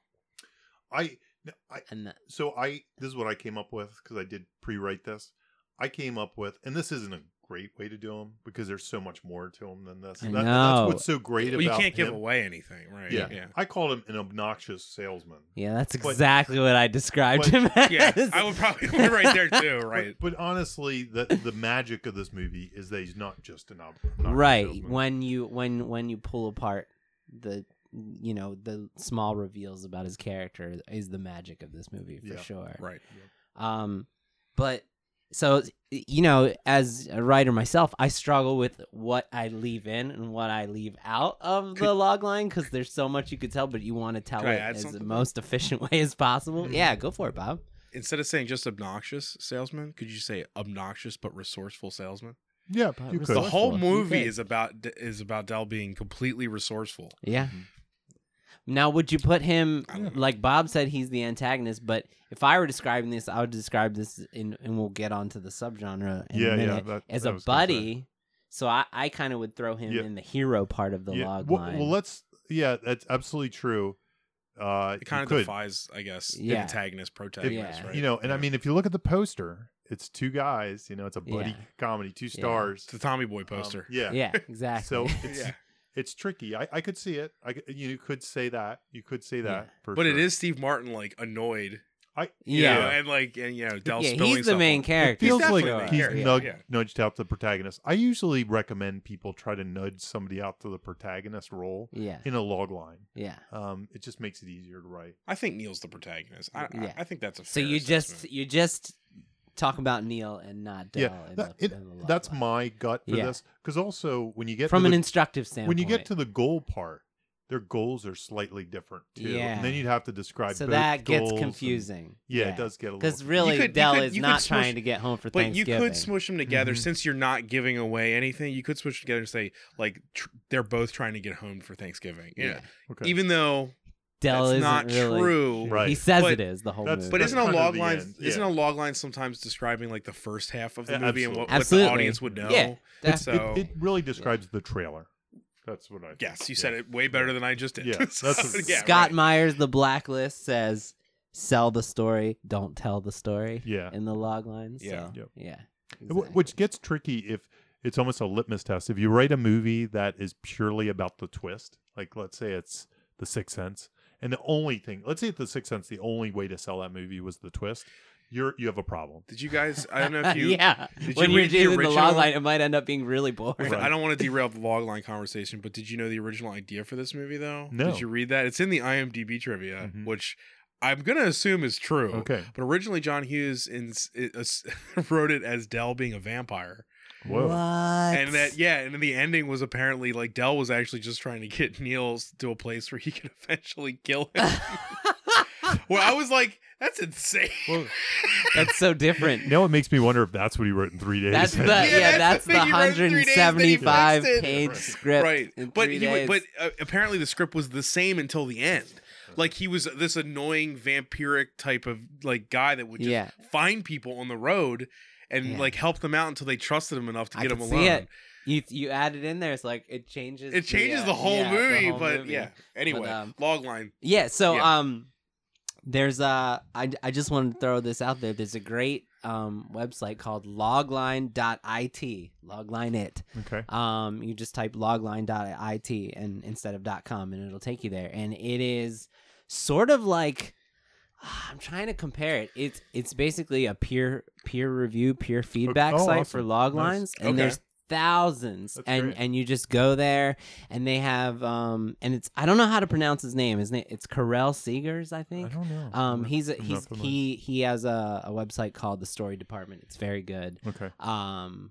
[SPEAKER 4] I, no, I
[SPEAKER 3] And the-
[SPEAKER 4] so I this is what I came up with because I did pre-write this. I came up with, and this isn't a great way to do him because there's so much more to him than this.
[SPEAKER 3] I
[SPEAKER 4] And that-
[SPEAKER 3] know.
[SPEAKER 4] That's what's so great
[SPEAKER 2] Well, you
[SPEAKER 4] about
[SPEAKER 2] can't give
[SPEAKER 4] him.
[SPEAKER 2] away anything, right?
[SPEAKER 4] Yeah.
[SPEAKER 2] yeah.
[SPEAKER 4] I called him an obnoxious salesman.
[SPEAKER 3] yeah, that's
[SPEAKER 4] But-
[SPEAKER 3] exactly what I described
[SPEAKER 4] but-
[SPEAKER 3] him as.
[SPEAKER 2] Yeah,
[SPEAKER 3] *laughs*
[SPEAKER 2] I would probably *laughs*
[SPEAKER 4] *laughs*
[SPEAKER 2] be right there too,
[SPEAKER 4] But-
[SPEAKER 2] right?
[SPEAKER 4] But, honestly, the the magic of this movie is that he's not just an ob- obnoxious
[SPEAKER 3] right
[SPEAKER 4] salesman.
[SPEAKER 3] when you when when you pull apart the you know the small reveals about his character is the magic of this movie for
[SPEAKER 4] Yeah.
[SPEAKER 3] sure
[SPEAKER 2] Right.
[SPEAKER 3] um but so you know as a writer myself i struggle with what i leave in and what i leave out of the
[SPEAKER 2] Could-
[SPEAKER 3] log line because there's so much you could tell but you want to tell
[SPEAKER 2] Could I
[SPEAKER 3] it
[SPEAKER 2] add
[SPEAKER 3] as the
[SPEAKER 2] something? Mm-hmm.
[SPEAKER 3] most efficient *laughs* way as possible
[SPEAKER 4] Mhm.
[SPEAKER 3] yeah go for it bob
[SPEAKER 2] Instead of saying just obnoxious salesman, could you say obnoxious but resourceful salesman?
[SPEAKER 4] Yeah,
[SPEAKER 3] But
[SPEAKER 4] you
[SPEAKER 3] it was
[SPEAKER 4] could.
[SPEAKER 2] The whole
[SPEAKER 3] Resourceful, you
[SPEAKER 2] movie
[SPEAKER 3] could.
[SPEAKER 2] is about is about Dell being completely resourceful.
[SPEAKER 3] yeah
[SPEAKER 4] Mhm.
[SPEAKER 3] Now, would you put him
[SPEAKER 2] I don't know.
[SPEAKER 3] like Bob said? He's the antagonist, but if I were describing this, I would describe this, in, and we'll get onto the subgenre in
[SPEAKER 4] yeah,
[SPEAKER 3] a
[SPEAKER 4] yeah.
[SPEAKER 3] minute
[SPEAKER 4] That,
[SPEAKER 3] as
[SPEAKER 4] that
[SPEAKER 3] a
[SPEAKER 4] was gonna say.
[SPEAKER 3] buddy. So I, I kind of would throw him
[SPEAKER 4] Yeah.
[SPEAKER 3] in the hero part of the
[SPEAKER 4] yeah.
[SPEAKER 3] log
[SPEAKER 4] well,
[SPEAKER 3] line.
[SPEAKER 4] well, let's. Yeah, that's absolutely true. Uh,
[SPEAKER 2] It kind of
[SPEAKER 4] you could.
[SPEAKER 2] defies, I guess,
[SPEAKER 3] Yeah.
[SPEAKER 2] antagonist protagonist,
[SPEAKER 3] Yeah.
[SPEAKER 2] right?
[SPEAKER 4] You know, and I
[SPEAKER 2] Yeah.
[SPEAKER 4] mean, if you look at the poster, it's two guys. You know, it's a buddy
[SPEAKER 3] Yeah.
[SPEAKER 4] comedy, two
[SPEAKER 3] Yeah.
[SPEAKER 4] stars.
[SPEAKER 2] it's the Tommy Boy
[SPEAKER 4] Um,
[SPEAKER 2] poster.
[SPEAKER 4] yeah.
[SPEAKER 3] yeah, exactly.
[SPEAKER 4] *laughs* So
[SPEAKER 2] *laughs*
[SPEAKER 4] it's
[SPEAKER 2] Yeah.
[SPEAKER 4] it's tricky. I, I could see it. I c- you could say that. You could say that.
[SPEAKER 3] Yeah.
[SPEAKER 4] for
[SPEAKER 2] But it
[SPEAKER 4] sure.
[SPEAKER 2] is Steve Martin like annoyed.
[SPEAKER 4] I
[SPEAKER 2] you
[SPEAKER 3] *laughs* Yeah.
[SPEAKER 2] know, and like and you know, Dell
[SPEAKER 3] yeah,
[SPEAKER 2] spilling
[SPEAKER 3] he's the
[SPEAKER 2] stuff
[SPEAKER 3] main
[SPEAKER 2] on-
[SPEAKER 3] character.
[SPEAKER 4] feels
[SPEAKER 2] He's
[SPEAKER 4] like
[SPEAKER 2] definitely the
[SPEAKER 4] he's
[SPEAKER 2] main
[SPEAKER 4] nudged,
[SPEAKER 2] character,
[SPEAKER 4] nudged out to the protagonist. I usually recommend people try to nudge somebody out to the protagonist role
[SPEAKER 3] yeah,
[SPEAKER 4] in a log line.
[SPEAKER 3] yeah.
[SPEAKER 4] Um, it just makes it easier to write.
[SPEAKER 2] I think Neil's the protagonist. I, I-
[SPEAKER 3] Yeah.
[SPEAKER 2] I, think that's a.
[SPEAKER 3] So
[SPEAKER 2] fair
[SPEAKER 3] you just
[SPEAKER 2] assessment.
[SPEAKER 3] you just talk about Neil and not Dell.
[SPEAKER 4] Yeah,
[SPEAKER 3] in
[SPEAKER 4] that-
[SPEAKER 3] the-
[SPEAKER 4] it-
[SPEAKER 3] in the log
[SPEAKER 4] That's
[SPEAKER 3] line.
[SPEAKER 4] my gut for
[SPEAKER 3] Yeah.
[SPEAKER 4] this. Because also when you get
[SPEAKER 3] from
[SPEAKER 4] to
[SPEAKER 3] an
[SPEAKER 4] the,
[SPEAKER 3] instructive standpoint.
[SPEAKER 4] when you get to the goal part, their goals are slightly different too.
[SPEAKER 3] Yeah.
[SPEAKER 4] And then you'd have to describe
[SPEAKER 3] so
[SPEAKER 4] both
[SPEAKER 3] that gets
[SPEAKER 4] goals and-
[SPEAKER 3] confusing.
[SPEAKER 4] yeah, it does get a little
[SPEAKER 3] Because really,
[SPEAKER 2] You could- you
[SPEAKER 3] Dell
[SPEAKER 2] could-
[SPEAKER 3] is
[SPEAKER 2] you could
[SPEAKER 3] not
[SPEAKER 2] smush-
[SPEAKER 3] trying to get home for
[SPEAKER 2] But you
[SPEAKER 3] Thanksgiving. Mm-hmm.
[SPEAKER 2] could smush them together
[SPEAKER 4] Mhm.
[SPEAKER 2] since you're not giving away anything. You could smush them together and say like tr- they're both trying to get home for Thanksgiving. Yeah.
[SPEAKER 4] okay.
[SPEAKER 2] Even though
[SPEAKER 3] Dell
[SPEAKER 2] that's
[SPEAKER 3] isn't
[SPEAKER 2] not
[SPEAKER 3] really.
[SPEAKER 2] true.
[SPEAKER 4] Right.
[SPEAKER 3] He says
[SPEAKER 2] But-
[SPEAKER 3] it is the whole
[SPEAKER 4] That's-
[SPEAKER 3] movie.
[SPEAKER 2] But isn't a
[SPEAKER 4] kind of
[SPEAKER 2] log
[SPEAKER 4] the
[SPEAKER 2] line
[SPEAKER 4] end,
[SPEAKER 2] isn't a
[SPEAKER 4] yeah.
[SPEAKER 2] log line sometimes describing like the first half of the
[SPEAKER 4] Yeah,
[SPEAKER 2] movie and what, what the
[SPEAKER 3] absolutely.
[SPEAKER 2] audience would know? *laughs*
[SPEAKER 3] Yeah, that's
[SPEAKER 2] So
[SPEAKER 4] it, it really describes the trailer. That's what I think.
[SPEAKER 2] Yes, you
[SPEAKER 4] Yeah.
[SPEAKER 2] said it way better than I just did. *laughs*
[SPEAKER 4] Yeah, that's what- Yeah,
[SPEAKER 3] Scott
[SPEAKER 2] right.
[SPEAKER 3] Myers, the blacklist, says, "Sell the story, don't tell the story."
[SPEAKER 4] Yeah.
[SPEAKER 3] in the log lines.
[SPEAKER 2] Yeah.
[SPEAKER 3] so,
[SPEAKER 4] Yep.
[SPEAKER 3] yeah.
[SPEAKER 4] Wh- Which gets tricky if it's almost a litmus test. If you write a movie that is purely about the twist, like let's say it's The Sixth Sense, and the only thing, let's say The Sixth Sense, the only way to sell that movie was the twist, you're you have a problem.
[SPEAKER 2] Did you guys? I don't
[SPEAKER 3] *laughs*
[SPEAKER 2] know if you.
[SPEAKER 3] yeah,
[SPEAKER 2] did you
[SPEAKER 3] when you're
[SPEAKER 2] read the
[SPEAKER 3] doing the log
[SPEAKER 2] original?
[SPEAKER 3] line, it might end up being really boring.
[SPEAKER 2] Wait, I don't want to derail the log line conversation, but did you know the original idea for this movie though?
[SPEAKER 4] No.
[SPEAKER 2] Did you read that? It's in the IMDb trivia,
[SPEAKER 4] Mhm.
[SPEAKER 2] which I'm gonna assume is true.
[SPEAKER 4] Okay.
[SPEAKER 2] But originally, John Hughes in, it, uh, *laughs* wrote it as Dell being a vampire,
[SPEAKER 4] Whoa.
[SPEAKER 3] What?
[SPEAKER 2] and that yeah, and then the ending was apparently like Dell was actually just trying to get *laughs* Niels to a place where he could *laughs* eventually kill
[SPEAKER 3] *laughs*
[SPEAKER 2] him. well, I was like, that's insane. *laughs*
[SPEAKER 4] Well,
[SPEAKER 3] That's so *laughs* different.
[SPEAKER 4] now it makes me wonder if that's what he wrote in three days.
[SPEAKER 3] That's the
[SPEAKER 4] *laughs*
[SPEAKER 3] yeah,
[SPEAKER 2] that's
[SPEAKER 3] that's,
[SPEAKER 2] the
[SPEAKER 3] the,
[SPEAKER 2] thing, you wrote it in three days, then you fixed
[SPEAKER 3] 175
[SPEAKER 2] it.
[SPEAKER 3] page
[SPEAKER 4] Right.
[SPEAKER 3] script.
[SPEAKER 2] right
[SPEAKER 3] in
[SPEAKER 2] but
[SPEAKER 3] three
[SPEAKER 2] he wa-
[SPEAKER 3] days.
[SPEAKER 2] but uh, apparently the script was the same until the end like he was this annoying vampiric type of like guy that would just
[SPEAKER 3] Yeah.
[SPEAKER 2] find people on the road and
[SPEAKER 3] Yeah.
[SPEAKER 2] like help them out until they trusted him enough to
[SPEAKER 3] I
[SPEAKER 2] get him
[SPEAKER 3] can
[SPEAKER 2] alone
[SPEAKER 3] see it. You you add it in there, it's like it changes.
[SPEAKER 2] It changes
[SPEAKER 3] uh,
[SPEAKER 2] the whole
[SPEAKER 3] yeah, the
[SPEAKER 2] movie
[SPEAKER 3] whole
[SPEAKER 2] but
[SPEAKER 3] movie.
[SPEAKER 2] yeah anyway
[SPEAKER 3] um,
[SPEAKER 2] log line
[SPEAKER 3] Yeah, so
[SPEAKER 2] Yeah.
[SPEAKER 3] um there's uh I I just wanted to throw this out there. There's a great um website called logline.it. Logline it.
[SPEAKER 4] okay.
[SPEAKER 3] Um you just type logline.it and instead of .com and it'll take you there. And it is sort of like *sighs* ah, I'm trying to compare it. It's it's basically a peer peer review, peer feedback
[SPEAKER 4] oh,
[SPEAKER 3] site for
[SPEAKER 4] awesome.
[SPEAKER 3] log
[SPEAKER 4] Nice.
[SPEAKER 3] lines, and
[SPEAKER 2] Okay.
[SPEAKER 3] there's thousands,
[SPEAKER 4] That's
[SPEAKER 3] and
[SPEAKER 4] great.
[SPEAKER 3] and you just go there, and they have um, and it's I don't know how to pronounce his name. His name it's Carell Seegers, I
[SPEAKER 4] I
[SPEAKER 3] think.
[SPEAKER 4] don't know.
[SPEAKER 3] Um, he's a,
[SPEAKER 4] I'm not
[SPEAKER 3] he's
[SPEAKER 4] familiar.
[SPEAKER 3] he he has a, a website called the Story Department. It's very good.
[SPEAKER 4] Okay.
[SPEAKER 3] Um,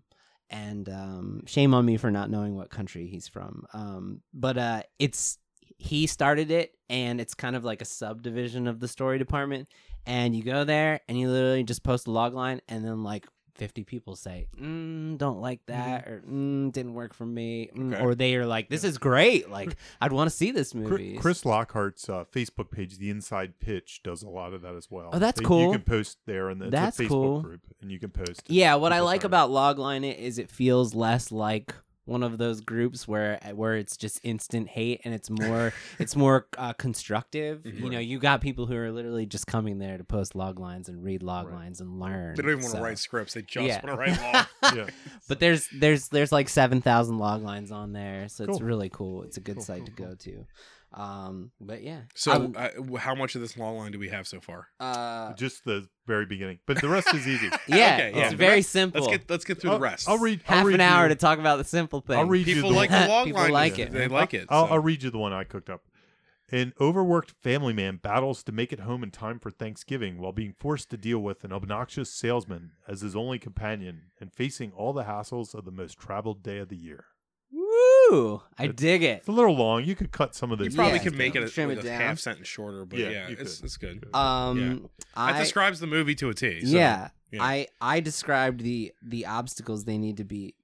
[SPEAKER 3] and um, shame on me for not knowing what country he's from. Um, but uh, it's he started it, and it's kind of like a subdivision of the story department. And you go there, and you literally just post a log line, and then like. 50 people say, mm, don't like
[SPEAKER 4] Mm-hmm.
[SPEAKER 3] that, or mm, didn't work for me. mm,"
[SPEAKER 2] Okay.
[SPEAKER 3] Or they are like, this is great. Like, I'd want to see this movie.
[SPEAKER 4] Chri- Chris Lockhart's uh, Facebook page, The Inside Pitch, does a lot of that as well.
[SPEAKER 3] Oh, that's
[SPEAKER 4] You
[SPEAKER 3] cool.
[SPEAKER 4] can post there, and it's
[SPEAKER 3] That's
[SPEAKER 4] a Facebook
[SPEAKER 3] cool.
[SPEAKER 4] group, and you can post.
[SPEAKER 3] Yeah, what I
[SPEAKER 4] people
[SPEAKER 3] like
[SPEAKER 4] started.
[SPEAKER 3] about Logline it is it feels less like one of those groups where eh, where it's just instant hate and it's
[SPEAKER 4] *laughs*
[SPEAKER 3] more it's more uh, constructive. You
[SPEAKER 4] Mm-hmm.
[SPEAKER 2] Mhm.
[SPEAKER 3] know, you got people who are literally just coming there to post log lines and read log
[SPEAKER 4] Right.
[SPEAKER 3] lines and learn.
[SPEAKER 2] they don't even want
[SPEAKER 3] so-
[SPEAKER 2] to write scripts they just
[SPEAKER 3] Yeah.
[SPEAKER 2] want to write
[SPEAKER 3] *laughs*
[SPEAKER 2] log
[SPEAKER 4] yeah.
[SPEAKER 3] But there's there's there's like seven thousand log lines on there, so it's
[SPEAKER 4] Cool.
[SPEAKER 3] really cool. It's a good
[SPEAKER 4] Cool,
[SPEAKER 3] site
[SPEAKER 4] cool,
[SPEAKER 3] to go to. Um, but yeah,
[SPEAKER 2] so
[SPEAKER 3] I'm-
[SPEAKER 2] uh, w- how much of this log line do we have so far
[SPEAKER 3] uh,
[SPEAKER 4] just the very beginning, but the rest is easy.
[SPEAKER 3] *laughs* yeah,
[SPEAKER 2] okay,
[SPEAKER 3] it's
[SPEAKER 2] yeah.
[SPEAKER 3] very
[SPEAKER 2] Let's
[SPEAKER 3] simple.
[SPEAKER 2] let's get let's get through
[SPEAKER 4] I'll,
[SPEAKER 2] the rest
[SPEAKER 4] I'll read I'll
[SPEAKER 3] Half
[SPEAKER 4] read
[SPEAKER 3] an hour
[SPEAKER 4] you-
[SPEAKER 3] to talk about the simple thing.
[SPEAKER 4] I'll read you
[SPEAKER 2] people
[SPEAKER 4] the
[SPEAKER 2] like
[SPEAKER 3] *laughs*
[SPEAKER 4] one-
[SPEAKER 2] the log
[SPEAKER 3] People
[SPEAKER 2] line
[SPEAKER 3] like
[SPEAKER 2] just-
[SPEAKER 3] it.
[SPEAKER 2] they like it
[SPEAKER 4] I'll,
[SPEAKER 2] so-
[SPEAKER 4] I'll read you the one I cooked up. An overworked family man battles to make it home in time for Thanksgiving while being forced to deal with an obnoxious salesman as his only companion and facing all the hassles of the most traveled day of the year.
[SPEAKER 3] Woo! I
[SPEAKER 4] It's-
[SPEAKER 3] dig it.
[SPEAKER 4] It's a little long. You could cut some of
[SPEAKER 2] you
[SPEAKER 4] this.
[SPEAKER 2] probably
[SPEAKER 3] Yeah.
[SPEAKER 2] could make it a,
[SPEAKER 3] Trim
[SPEAKER 2] like
[SPEAKER 3] it
[SPEAKER 2] a
[SPEAKER 3] down.
[SPEAKER 2] half sentence shorter but
[SPEAKER 4] Yeah,
[SPEAKER 2] yeah,
[SPEAKER 4] you
[SPEAKER 2] it's,
[SPEAKER 4] could.
[SPEAKER 2] it's good
[SPEAKER 3] Um,
[SPEAKER 2] That
[SPEAKER 3] I
[SPEAKER 2] describes the movie to a T. so,
[SPEAKER 3] yeah,
[SPEAKER 2] yeah.
[SPEAKER 3] I I described the the obstacles they need to be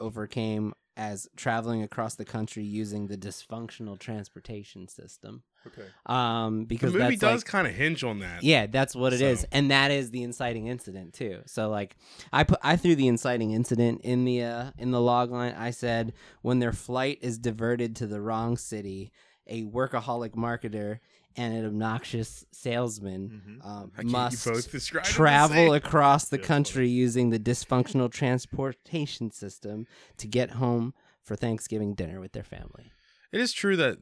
[SPEAKER 3] overcame as traveling across the country using the dysfunctional transportation system.
[SPEAKER 4] Okay.
[SPEAKER 3] Um,
[SPEAKER 2] the
[SPEAKER 3] because
[SPEAKER 2] movie
[SPEAKER 3] that's
[SPEAKER 2] does
[SPEAKER 3] like,
[SPEAKER 2] kind of hinge on that.
[SPEAKER 3] yeah, that's what it is,
[SPEAKER 2] So-
[SPEAKER 3] and that is the inciting incident too. So like, I put I threw the inciting incident in the uh, in the log line. I said when their flight is diverted to the wrong city, a workaholic marketer and an obnoxious salesman
[SPEAKER 4] Mhm.
[SPEAKER 3] um,
[SPEAKER 2] Mm-hmm. I can't
[SPEAKER 3] must
[SPEAKER 2] you both describe it the
[SPEAKER 3] travel
[SPEAKER 2] same.
[SPEAKER 3] across the
[SPEAKER 4] Yeah,
[SPEAKER 3] country using the dysfunctional transportation system to get home for Thanksgiving dinner with their family.
[SPEAKER 2] It is true that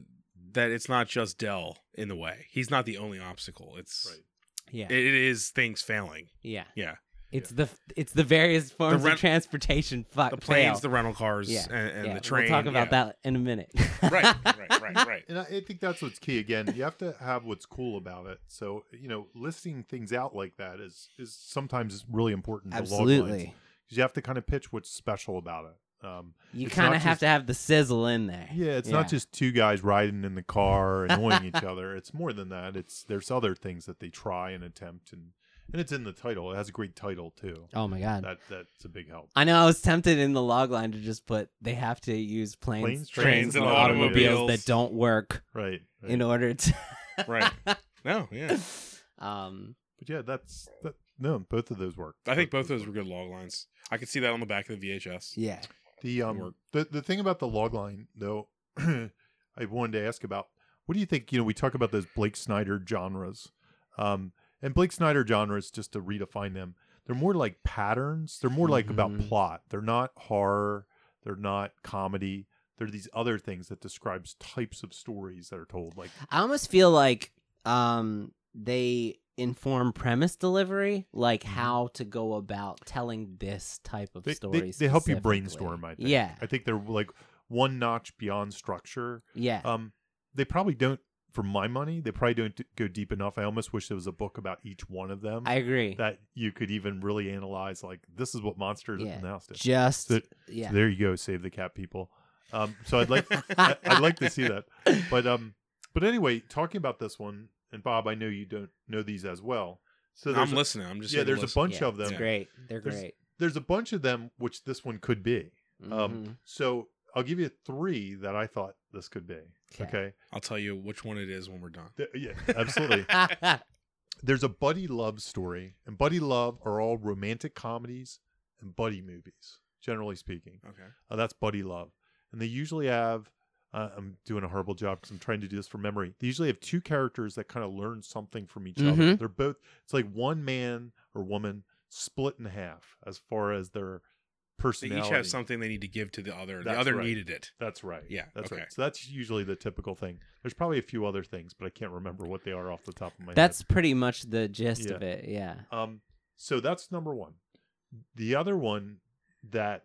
[SPEAKER 2] that it's not just Dell in the way. He's not the only obstacle. It's
[SPEAKER 4] Right.
[SPEAKER 3] Yeah,
[SPEAKER 2] it it is things failing.
[SPEAKER 3] yeah,
[SPEAKER 2] Yeah,
[SPEAKER 3] It's the it's the various forms
[SPEAKER 2] rent-
[SPEAKER 3] of transportation. Fuck,
[SPEAKER 2] the planes,
[SPEAKER 3] Uh, fail.
[SPEAKER 2] the rental cars,
[SPEAKER 3] Yeah,
[SPEAKER 2] and, and
[SPEAKER 3] Yeah,
[SPEAKER 2] the train.
[SPEAKER 3] We'll talk about
[SPEAKER 2] yeah.
[SPEAKER 3] that in a
[SPEAKER 4] *laughs*
[SPEAKER 3] minute.
[SPEAKER 2] right, right,
[SPEAKER 3] *laughs*
[SPEAKER 2] right, right.
[SPEAKER 4] And I, I think that's what's key. Again, you have to have what's cool about it. So you know, listing things out like that is is sometimes really important. to log lines.
[SPEAKER 3] Absolutely.
[SPEAKER 4] 'Cause you have to kind of pitch what's special about it. Um,
[SPEAKER 3] You
[SPEAKER 4] It's
[SPEAKER 3] kind
[SPEAKER 4] not
[SPEAKER 3] of have
[SPEAKER 4] just-
[SPEAKER 3] to have the sizzle in there.
[SPEAKER 4] yeah, it's not just two guys riding in the car annoying each other. It's more than that. It's there's other things that they try and attempt, and and it's in the title. It has a great title too.
[SPEAKER 3] Oh my god.
[SPEAKER 4] That that's a big help.
[SPEAKER 3] I know I was tempted in the log line to just put they have to use planes,
[SPEAKER 4] Planes,
[SPEAKER 3] trains,
[SPEAKER 4] trains,
[SPEAKER 3] and
[SPEAKER 4] and
[SPEAKER 3] automobiles
[SPEAKER 2] automobiles.
[SPEAKER 3] that don't work
[SPEAKER 4] Right. right.
[SPEAKER 3] in order to *laughs*
[SPEAKER 2] Right. No, yeah.
[SPEAKER 3] um
[SPEAKER 4] But yeah, that's that. No, both of those work.
[SPEAKER 2] I think both of those were good log lines. I could see that on the back of the VHS.
[SPEAKER 3] yeah.
[SPEAKER 4] The um
[SPEAKER 2] work.
[SPEAKER 4] the the thing about the log line though *clears throat* I wanted to ask about. What do you think? You know, we talk about those Blake Snyder genres, um, and Blake Snyder genres. Just to redefine them, they're more like patterns. They're more like about
[SPEAKER 3] Mhm.
[SPEAKER 4] plot. They're not horror. They're not comedy. They're these other things that describes types of stories that are told. Like,
[SPEAKER 3] I almost feel like um they inform premise delivery, like how to go about telling this type of
[SPEAKER 4] Mm-hmm. they,
[SPEAKER 3] story.
[SPEAKER 4] they, they help you
[SPEAKER 3] specifically.
[SPEAKER 4] brainstorm. I think.
[SPEAKER 3] Yeah,
[SPEAKER 4] I think they're like one notch beyond structure.
[SPEAKER 3] yeah.
[SPEAKER 4] Um, they probably don't. For my money, they probably don't d- go deep enough. I almost wish there was a book about each one of them
[SPEAKER 3] I agree.
[SPEAKER 4] that you could even really analyze. Like, this is what monsters
[SPEAKER 3] Yeah.
[SPEAKER 4] in the house do.
[SPEAKER 3] Just
[SPEAKER 4] So-
[SPEAKER 3] yeah.
[SPEAKER 4] There you go, save the cat people. Um, so
[SPEAKER 3] *laughs*
[SPEAKER 4] I'd like I, I'd like to see that. But um, but anyway, talking about this one, and Bob, I know you don't know these as well. So there's
[SPEAKER 2] I'm
[SPEAKER 4] a-
[SPEAKER 2] listening. I'm just here
[SPEAKER 4] yeah,
[SPEAKER 2] to
[SPEAKER 4] there's a
[SPEAKER 2] listen.
[SPEAKER 4] bunch
[SPEAKER 3] Yeah,
[SPEAKER 4] of them.
[SPEAKER 3] It's great. They're
[SPEAKER 4] There's-
[SPEAKER 3] great.
[SPEAKER 4] There's a bunch of them, which this one could be.
[SPEAKER 3] Mm-hmm.
[SPEAKER 4] Um, so I'll give you three that I thought this could be.
[SPEAKER 3] Okay.
[SPEAKER 2] *laughs*
[SPEAKER 4] okay?
[SPEAKER 2] I'll tell you which one it is when we're done.
[SPEAKER 4] Th- yeah, absolutely.
[SPEAKER 3] Mhm.
[SPEAKER 4] There's a buddy love story, and buddy love are all romantic comedies and buddy movies, generally speaking.
[SPEAKER 2] Okay.
[SPEAKER 4] Uh, that's buddy love, and they usually have. Uh, I'm doing a horrible job because I'm trying to do this from memory. They usually have two characters that kind of learn something from each other.
[SPEAKER 2] Mm-hmm.
[SPEAKER 3] Mhm.
[SPEAKER 4] They're both. It's like one man or woman split in half as far as their
[SPEAKER 2] They
[SPEAKER 4] personality.
[SPEAKER 2] each have something they need to give to the other.
[SPEAKER 4] That's
[SPEAKER 2] the other
[SPEAKER 4] right.
[SPEAKER 2] needed
[SPEAKER 3] *laughs*
[SPEAKER 2] it.
[SPEAKER 4] That's right.
[SPEAKER 2] Yeah,
[SPEAKER 4] That's
[SPEAKER 2] okay.
[SPEAKER 4] right. So that's usually the typical thing. There's probably a few other things, but I can't remember what they are off the top of my
[SPEAKER 3] That's pretty much the gist
[SPEAKER 4] Yeah.
[SPEAKER 3] of it. Yeah.
[SPEAKER 4] head. Um so that's number 1. The other one that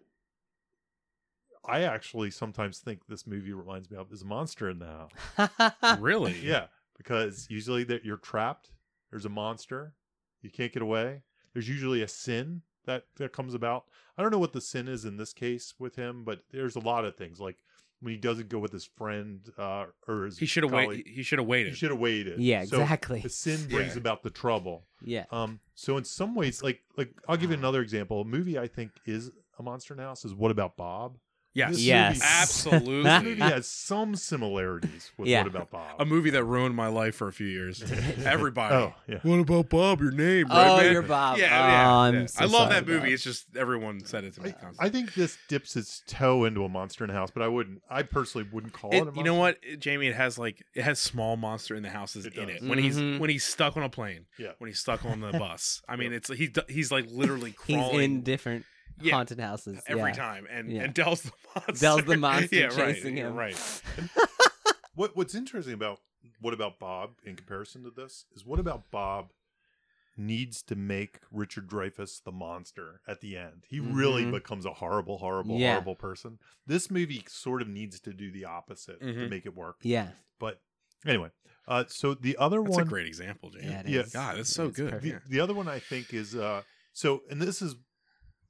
[SPEAKER 4] I actually sometimes think this movie reminds me of is Monster in the House.
[SPEAKER 2] really?
[SPEAKER 4] Yeah, because usually that you're trapped, there's a monster, you can't get away. There's usually a sin that that comes about. I don't know what the sin is in this case with him, but there's a lot of things like when he doesn't go with his friend uh, or his
[SPEAKER 2] He should have
[SPEAKER 4] colleague.
[SPEAKER 2] waited. He should have
[SPEAKER 4] You
[SPEAKER 2] waited.
[SPEAKER 4] should have
[SPEAKER 3] *laughs*
[SPEAKER 4] waited.
[SPEAKER 3] yeah.
[SPEAKER 4] So
[SPEAKER 3] Exactly.
[SPEAKER 4] The
[SPEAKER 2] *laughs*
[SPEAKER 4] sin brings
[SPEAKER 2] Yeah.
[SPEAKER 4] about the trouble.
[SPEAKER 3] Yeah.
[SPEAKER 4] Um, so in some ways, like like I'll give you another example. A movie I think is a monster in the house is What About Bob?
[SPEAKER 3] *laughs*
[SPEAKER 2] Yes.
[SPEAKER 4] This-
[SPEAKER 3] Yes.
[SPEAKER 4] *laughs* This
[SPEAKER 2] *laughs*
[SPEAKER 4] movie
[SPEAKER 2] Absolutely.
[SPEAKER 4] has some similarities with
[SPEAKER 3] Yeah.
[SPEAKER 4] What About Bob.
[SPEAKER 2] a movie that ruined my life for a few
[SPEAKER 4] *laughs*
[SPEAKER 2] years. Everybody.
[SPEAKER 4] Oh yeah.
[SPEAKER 2] What about Bob? Your name, right,
[SPEAKER 3] oh,
[SPEAKER 2] man?
[SPEAKER 3] you're Bob.
[SPEAKER 2] Yeah,
[SPEAKER 3] Oh,
[SPEAKER 2] yeah,
[SPEAKER 3] I'm
[SPEAKER 2] yeah.
[SPEAKER 3] so
[SPEAKER 2] I love
[SPEAKER 3] sorry,
[SPEAKER 2] that movie.
[SPEAKER 3] Bob.
[SPEAKER 2] It's just everyone said it to me.
[SPEAKER 4] I,
[SPEAKER 2] constantly.
[SPEAKER 4] I think this dips its toe into a monster in the house, but I wouldn't. I personally wouldn't call it.
[SPEAKER 2] It-
[SPEAKER 4] a monster.
[SPEAKER 2] you know what, it- Jamie? It has like it has small monster in the houses
[SPEAKER 4] It
[SPEAKER 2] in
[SPEAKER 4] does.
[SPEAKER 2] it. When he's
[SPEAKER 3] Mhm.
[SPEAKER 2] when he's stuck on a plane.
[SPEAKER 4] Yeah.
[SPEAKER 2] When he's stuck
[SPEAKER 4] *laughs*
[SPEAKER 2] on the bus. I mean, it's he do- he's like literally
[SPEAKER 3] *laughs* He's
[SPEAKER 2] crawling
[SPEAKER 3] in different
[SPEAKER 2] Yeah,
[SPEAKER 3] haunted houses
[SPEAKER 2] every
[SPEAKER 3] yeah.
[SPEAKER 2] time, and
[SPEAKER 3] Yeah.
[SPEAKER 2] and Dell's the monster.
[SPEAKER 3] Dell's
[SPEAKER 2] *laughs*
[SPEAKER 3] the monster
[SPEAKER 2] yeah,
[SPEAKER 3] chasing
[SPEAKER 2] right,
[SPEAKER 3] him.
[SPEAKER 2] Right.
[SPEAKER 4] What What's interesting about What About Bob in comparison to this is What About Bob needs to make Richard Dreyfuss the monster at the end. He really
[SPEAKER 2] Mm-hmm.
[SPEAKER 3] Mhm.
[SPEAKER 4] becomes a horrible, horrible,
[SPEAKER 3] Yeah.
[SPEAKER 4] horrible person. This movie sort of needs to do the opposite to
[SPEAKER 2] Mhm.
[SPEAKER 4] make it work.
[SPEAKER 3] Yeah.
[SPEAKER 4] But anyway, uh, so the other
[SPEAKER 2] That's a
[SPEAKER 4] one,
[SPEAKER 2] great example, Jamie.
[SPEAKER 3] Yeah. it
[SPEAKER 4] Yeah.
[SPEAKER 3] is.
[SPEAKER 2] God, that's
[SPEAKER 3] It
[SPEAKER 2] so
[SPEAKER 3] is
[SPEAKER 2] good.
[SPEAKER 3] perfect.
[SPEAKER 4] the, the other one I think is uh, so, and this is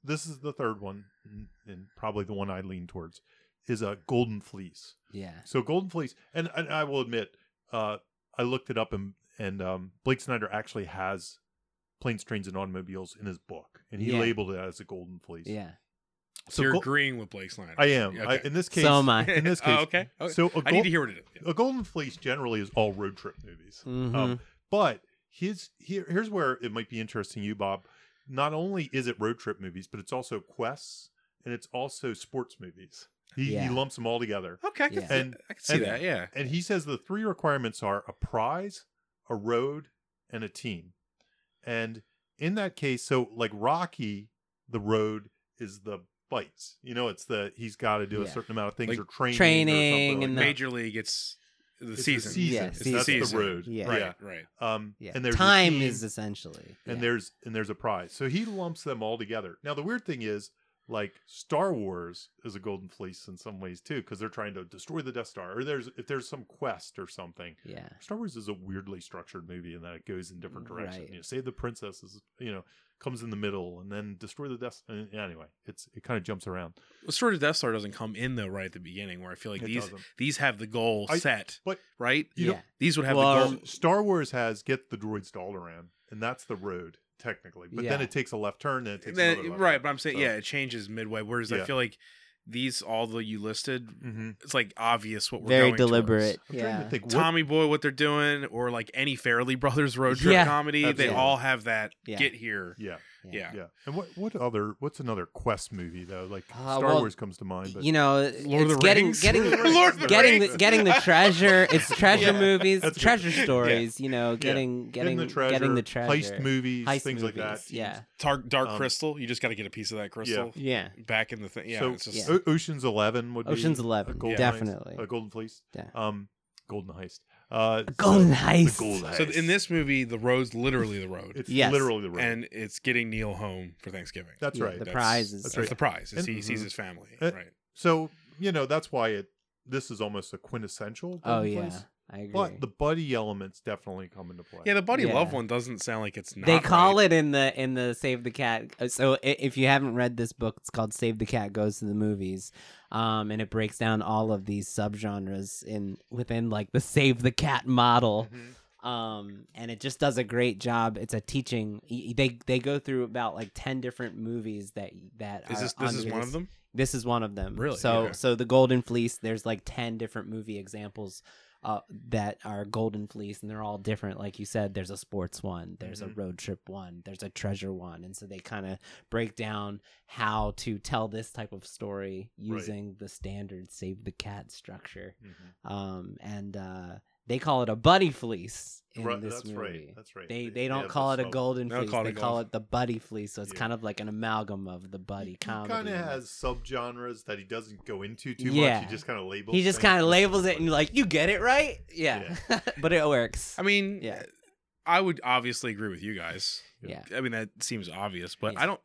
[SPEAKER 4] this is the third one, and- and probably the one I lean towards is a Golden Fleece.
[SPEAKER 3] Yeah.
[SPEAKER 4] So Golden Fleece, and, and I will admit, uh, I looked it up, and and um, Blake Snyder actually has planes, trains, and automobiles in his book, and he
[SPEAKER 3] Yeah.
[SPEAKER 4] labeled it as a Golden Fleece.
[SPEAKER 3] Yeah.
[SPEAKER 2] So you're
[SPEAKER 4] go-
[SPEAKER 2] agreeing with Blake Snyder.
[SPEAKER 4] I am. I,
[SPEAKER 2] Okay.
[SPEAKER 4] in this case,
[SPEAKER 3] so am I.
[SPEAKER 2] *laughs*
[SPEAKER 4] in this
[SPEAKER 2] Oh,
[SPEAKER 4] case,
[SPEAKER 2] okay. okay.
[SPEAKER 4] So a,
[SPEAKER 2] I need
[SPEAKER 4] Gol-
[SPEAKER 2] to hear what it is.
[SPEAKER 4] a Golden Fleece generally is all road trip movies.
[SPEAKER 3] Mhm.
[SPEAKER 4] Um, But his here, here's where it might be interesting, to you Bob. Not only is it road trip movies, but it's also quests and it's also sports movies. He,
[SPEAKER 3] Yeah.
[SPEAKER 4] he lumps them all together,
[SPEAKER 2] Okay, I can,
[SPEAKER 3] Yeah.
[SPEAKER 2] see-
[SPEAKER 4] And-
[SPEAKER 2] I can see
[SPEAKER 4] and-
[SPEAKER 2] that. Yeah,
[SPEAKER 4] and he says the three requirements are a prize, a road, and a team. And in that case, so like Rocky, the road is the bites. You know, it's the he's got to do a
[SPEAKER 3] Yeah.
[SPEAKER 4] certain amount of things
[SPEAKER 2] Like
[SPEAKER 4] or training,
[SPEAKER 3] training
[SPEAKER 4] or something
[SPEAKER 3] and
[SPEAKER 4] like that.
[SPEAKER 2] Major League. It's the
[SPEAKER 4] It's the
[SPEAKER 2] season.
[SPEAKER 4] season.
[SPEAKER 3] Yeah,
[SPEAKER 4] It's-
[SPEAKER 3] season.
[SPEAKER 4] That's
[SPEAKER 2] Season.
[SPEAKER 4] the road.
[SPEAKER 3] Yeah.
[SPEAKER 2] Right, right.
[SPEAKER 4] Um,
[SPEAKER 3] yeah.
[SPEAKER 4] And there's a
[SPEAKER 3] time
[SPEAKER 4] team.
[SPEAKER 3] is essentially.
[SPEAKER 4] and
[SPEAKER 3] yeah.
[SPEAKER 4] there's and there's a prize. So he lumps them all together. Now the weird thing is, like Star Wars is a golden fleece in some ways too, because they're trying to destroy the Death Star, or there's if there's some quest or something.
[SPEAKER 3] Yeah.
[SPEAKER 4] Star Wars is a weirdly structured movie in that it goes in different directions.
[SPEAKER 3] Right.
[SPEAKER 4] You know, save the princess is you know comes in the middle, and then destroy the Death. and Anyway, it's it kind of jumps around.
[SPEAKER 2] Well, sort of Death Star doesn't come in though right at the beginning, where I feel like
[SPEAKER 4] It
[SPEAKER 2] these
[SPEAKER 4] doesn't.
[SPEAKER 2] these have the goal
[SPEAKER 4] I-
[SPEAKER 2] set,
[SPEAKER 4] but-
[SPEAKER 2] right?
[SPEAKER 4] you
[SPEAKER 3] yeah.
[SPEAKER 2] These would have
[SPEAKER 3] Well, um,
[SPEAKER 2] the
[SPEAKER 4] Star,
[SPEAKER 2] goal.
[SPEAKER 4] Star Wars has get the droids to Alderaan, and that's the road technically. But then
[SPEAKER 3] Yeah.
[SPEAKER 4] it takes a left turn, and it takes
[SPEAKER 2] Then-
[SPEAKER 4] another left
[SPEAKER 2] right,
[SPEAKER 4] turn.
[SPEAKER 2] but I'm saying
[SPEAKER 4] So-
[SPEAKER 2] yeah, it changes midway. Whereas
[SPEAKER 4] Yeah.
[SPEAKER 2] I feel like these all the you listed,
[SPEAKER 4] Mm-hmm.
[SPEAKER 2] it's like obvious what we're
[SPEAKER 3] Very
[SPEAKER 2] going towards.
[SPEAKER 3] deliberate.
[SPEAKER 4] I'm trying
[SPEAKER 3] Yeah.
[SPEAKER 4] to think. What,
[SPEAKER 2] Tommy Boy, what they're doing, or like any Fairley Brothers road trip
[SPEAKER 3] Yeah.
[SPEAKER 2] comedy, they
[SPEAKER 4] Absolutely.
[SPEAKER 2] all have that
[SPEAKER 3] Yeah.
[SPEAKER 2] get here.
[SPEAKER 4] yeah,
[SPEAKER 2] Yeah.
[SPEAKER 4] yeah. And what what other what's another quest movie though? Like
[SPEAKER 3] Uh,
[SPEAKER 4] Star
[SPEAKER 3] well,
[SPEAKER 4] Wars comes to mind, but
[SPEAKER 3] you know,
[SPEAKER 2] Lord of
[SPEAKER 3] it's
[SPEAKER 2] the
[SPEAKER 3] getting
[SPEAKER 2] Rings.
[SPEAKER 3] getting
[SPEAKER 4] Lord of the
[SPEAKER 2] *laughs* Lord of
[SPEAKER 4] *laughs*
[SPEAKER 2] the
[SPEAKER 3] getting
[SPEAKER 2] Rings.
[SPEAKER 3] the, getting the treasure. It's treasure
[SPEAKER 4] Yeah.
[SPEAKER 3] movies,
[SPEAKER 4] That's good.
[SPEAKER 3] treasure
[SPEAKER 4] Yeah.
[SPEAKER 3] stories. You know, getting
[SPEAKER 4] Hidden
[SPEAKER 3] getting getting the treasure,
[SPEAKER 4] heist movies,
[SPEAKER 3] Heist
[SPEAKER 4] things like that.
[SPEAKER 3] movies, Yeah,
[SPEAKER 2] Dark, Dark
[SPEAKER 4] Um,
[SPEAKER 2] Crystal, you just got to get a piece of that crystal
[SPEAKER 3] yeah,
[SPEAKER 2] back in the thing. Yeah,
[SPEAKER 4] so
[SPEAKER 2] it's just,
[SPEAKER 3] Yeah.
[SPEAKER 4] O- Ocean's Eleven would
[SPEAKER 3] Ocean's
[SPEAKER 4] be
[SPEAKER 3] Eleven,
[SPEAKER 4] a golden
[SPEAKER 3] definitely.
[SPEAKER 4] heist, a golden fleece,
[SPEAKER 3] Yeah.
[SPEAKER 4] um, golden heist, uh, so-
[SPEAKER 3] golden
[SPEAKER 4] the
[SPEAKER 3] heist.
[SPEAKER 4] golden
[SPEAKER 2] so
[SPEAKER 4] heist.
[SPEAKER 2] in this movie, the road's literally the road,
[SPEAKER 4] it's
[SPEAKER 3] Yes.
[SPEAKER 4] literally the road.
[SPEAKER 2] and it's getting Neil home for Thanksgiving.
[SPEAKER 4] that's
[SPEAKER 3] Yeah,
[SPEAKER 4] right.
[SPEAKER 3] The
[SPEAKER 2] That's-
[SPEAKER 3] prize is
[SPEAKER 2] That's
[SPEAKER 4] right.
[SPEAKER 2] the prize. is
[SPEAKER 4] And-
[SPEAKER 2] he sees
[SPEAKER 4] Mhm.
[SPEAKER 2] his family,
[SPEAKER 4] Uh,
[SPEAKER 2] right?
[SPEAKER 4] so you know that's why it. This is almost a quintessential.
[SPEAKER 3] Oh
[SPEAKER 4] golden
[SPEAKER 3] yeah,
[SPEAKER 4] fleece,
[SPEAKER 3] I agree.
[SPEAKER 4] but the buddy elements definitely come into play.
[SPEAKER 2] Yeah, the buddy
[SPEAKER 3] Yeah.
[SPEAKER 2] love one doesn't sound like it's not.
[SPEAKER 3] they call
[SPEAKER 2] right.
[SPEAKER 3] it in the in the Save the Cat. uh, So i- if you haven't read this book, it's called Save the Cat Goes to the Movies, um, and it breaks down all of these subgenres in within like the Save the Cat model.
[SPEAKER 4] Mhm.
[SPEAKER 3] um and it just does a great job it's a teaching y- they they go through about like 10 different movies that that
[SPEAKER 2] Is
[SPEAKER 3] are
[SPEAKER 2] this this
[SPEAKER 3] on
[SPEAKER 2] is
[SPEAKER 3] the
[SPEAKER 2] one of
[SPEAKER 3] list.
[SPEAKER 2] them?
[SPEAKER 3] this is one of them
[SPEAKER 2] Really?
[SPEAKER 3] so
[SPEAKER 2] Okay.
[SPEAKER 3] so the golden fleece there's like 10 different movie examples uh, that are golden fleece and they're all different like you said there's a sports one there's a
[SPEAKER 2] Mm-hmm.
[SPEAKER 4] Mhm.
[SPEAKER 3] road trip one there's a treasure one and so they kind of break down how to tell this type of story
[SPEAKER 4] Right.
[SPEAKER 3] using the standard save the cat structure
[SPEAKER 4] Mhm.
[SPEAKER 3] um, and uh, they call it a buddy fleece in
[SPEAKER 4] Right,
[SPEAKER 3] this
[SPEAKER 4] that's
[SPEAKER 3] movie.
[SPEAKER 4] right. That's right.
[SPEAKER 3] They they
[SPEAKER 4] yeah,
[SPEAKER 3] don't
[SPEAKER 4] that's
[SPEAKER 3] call it a
[SPEAKER 4] how-
[SPEAKER 3] golden
[SPEAKER 2] They don't
[SPEAKER 3] fleece.
[SPEAKER 2] call it
[SPEAKER 3] they
[SPEAKER 2] a
[SPEAKER 3] call
[SPEAKER 2] golden-
[SPEAKER 3] it the buddy fleece. So it's
[SPEAKER 4] Yeah.
[SPEAKER 3] kind of like an amalgam of the buddy comedy.
[SPEAKER 4] kind of
[SPEAKER 3] and-
[SPEAKER 4] has subgenres that he doesn't go into too much.
[SPEAKER 3] Yeah.
[SPEAKER 4] He just kind of labels.
[SPEAKER 3] He just
[SPEAKER 4] things.
[SPEAKER 3] kind of labels it and you're like you get it right. Yeah, *laughs* but it works.
[SPEAKER 2] I mean,
[SPEAKER 3] Yeah.
[SPEAKER 2] I would obviously agree with you guys.
[SPEAKER 3] Yeah.
[SPEAKER 2] I mean that seems obvious, but
[SPEAKER 3] Yeah.
[SPEAKER 2] I don't.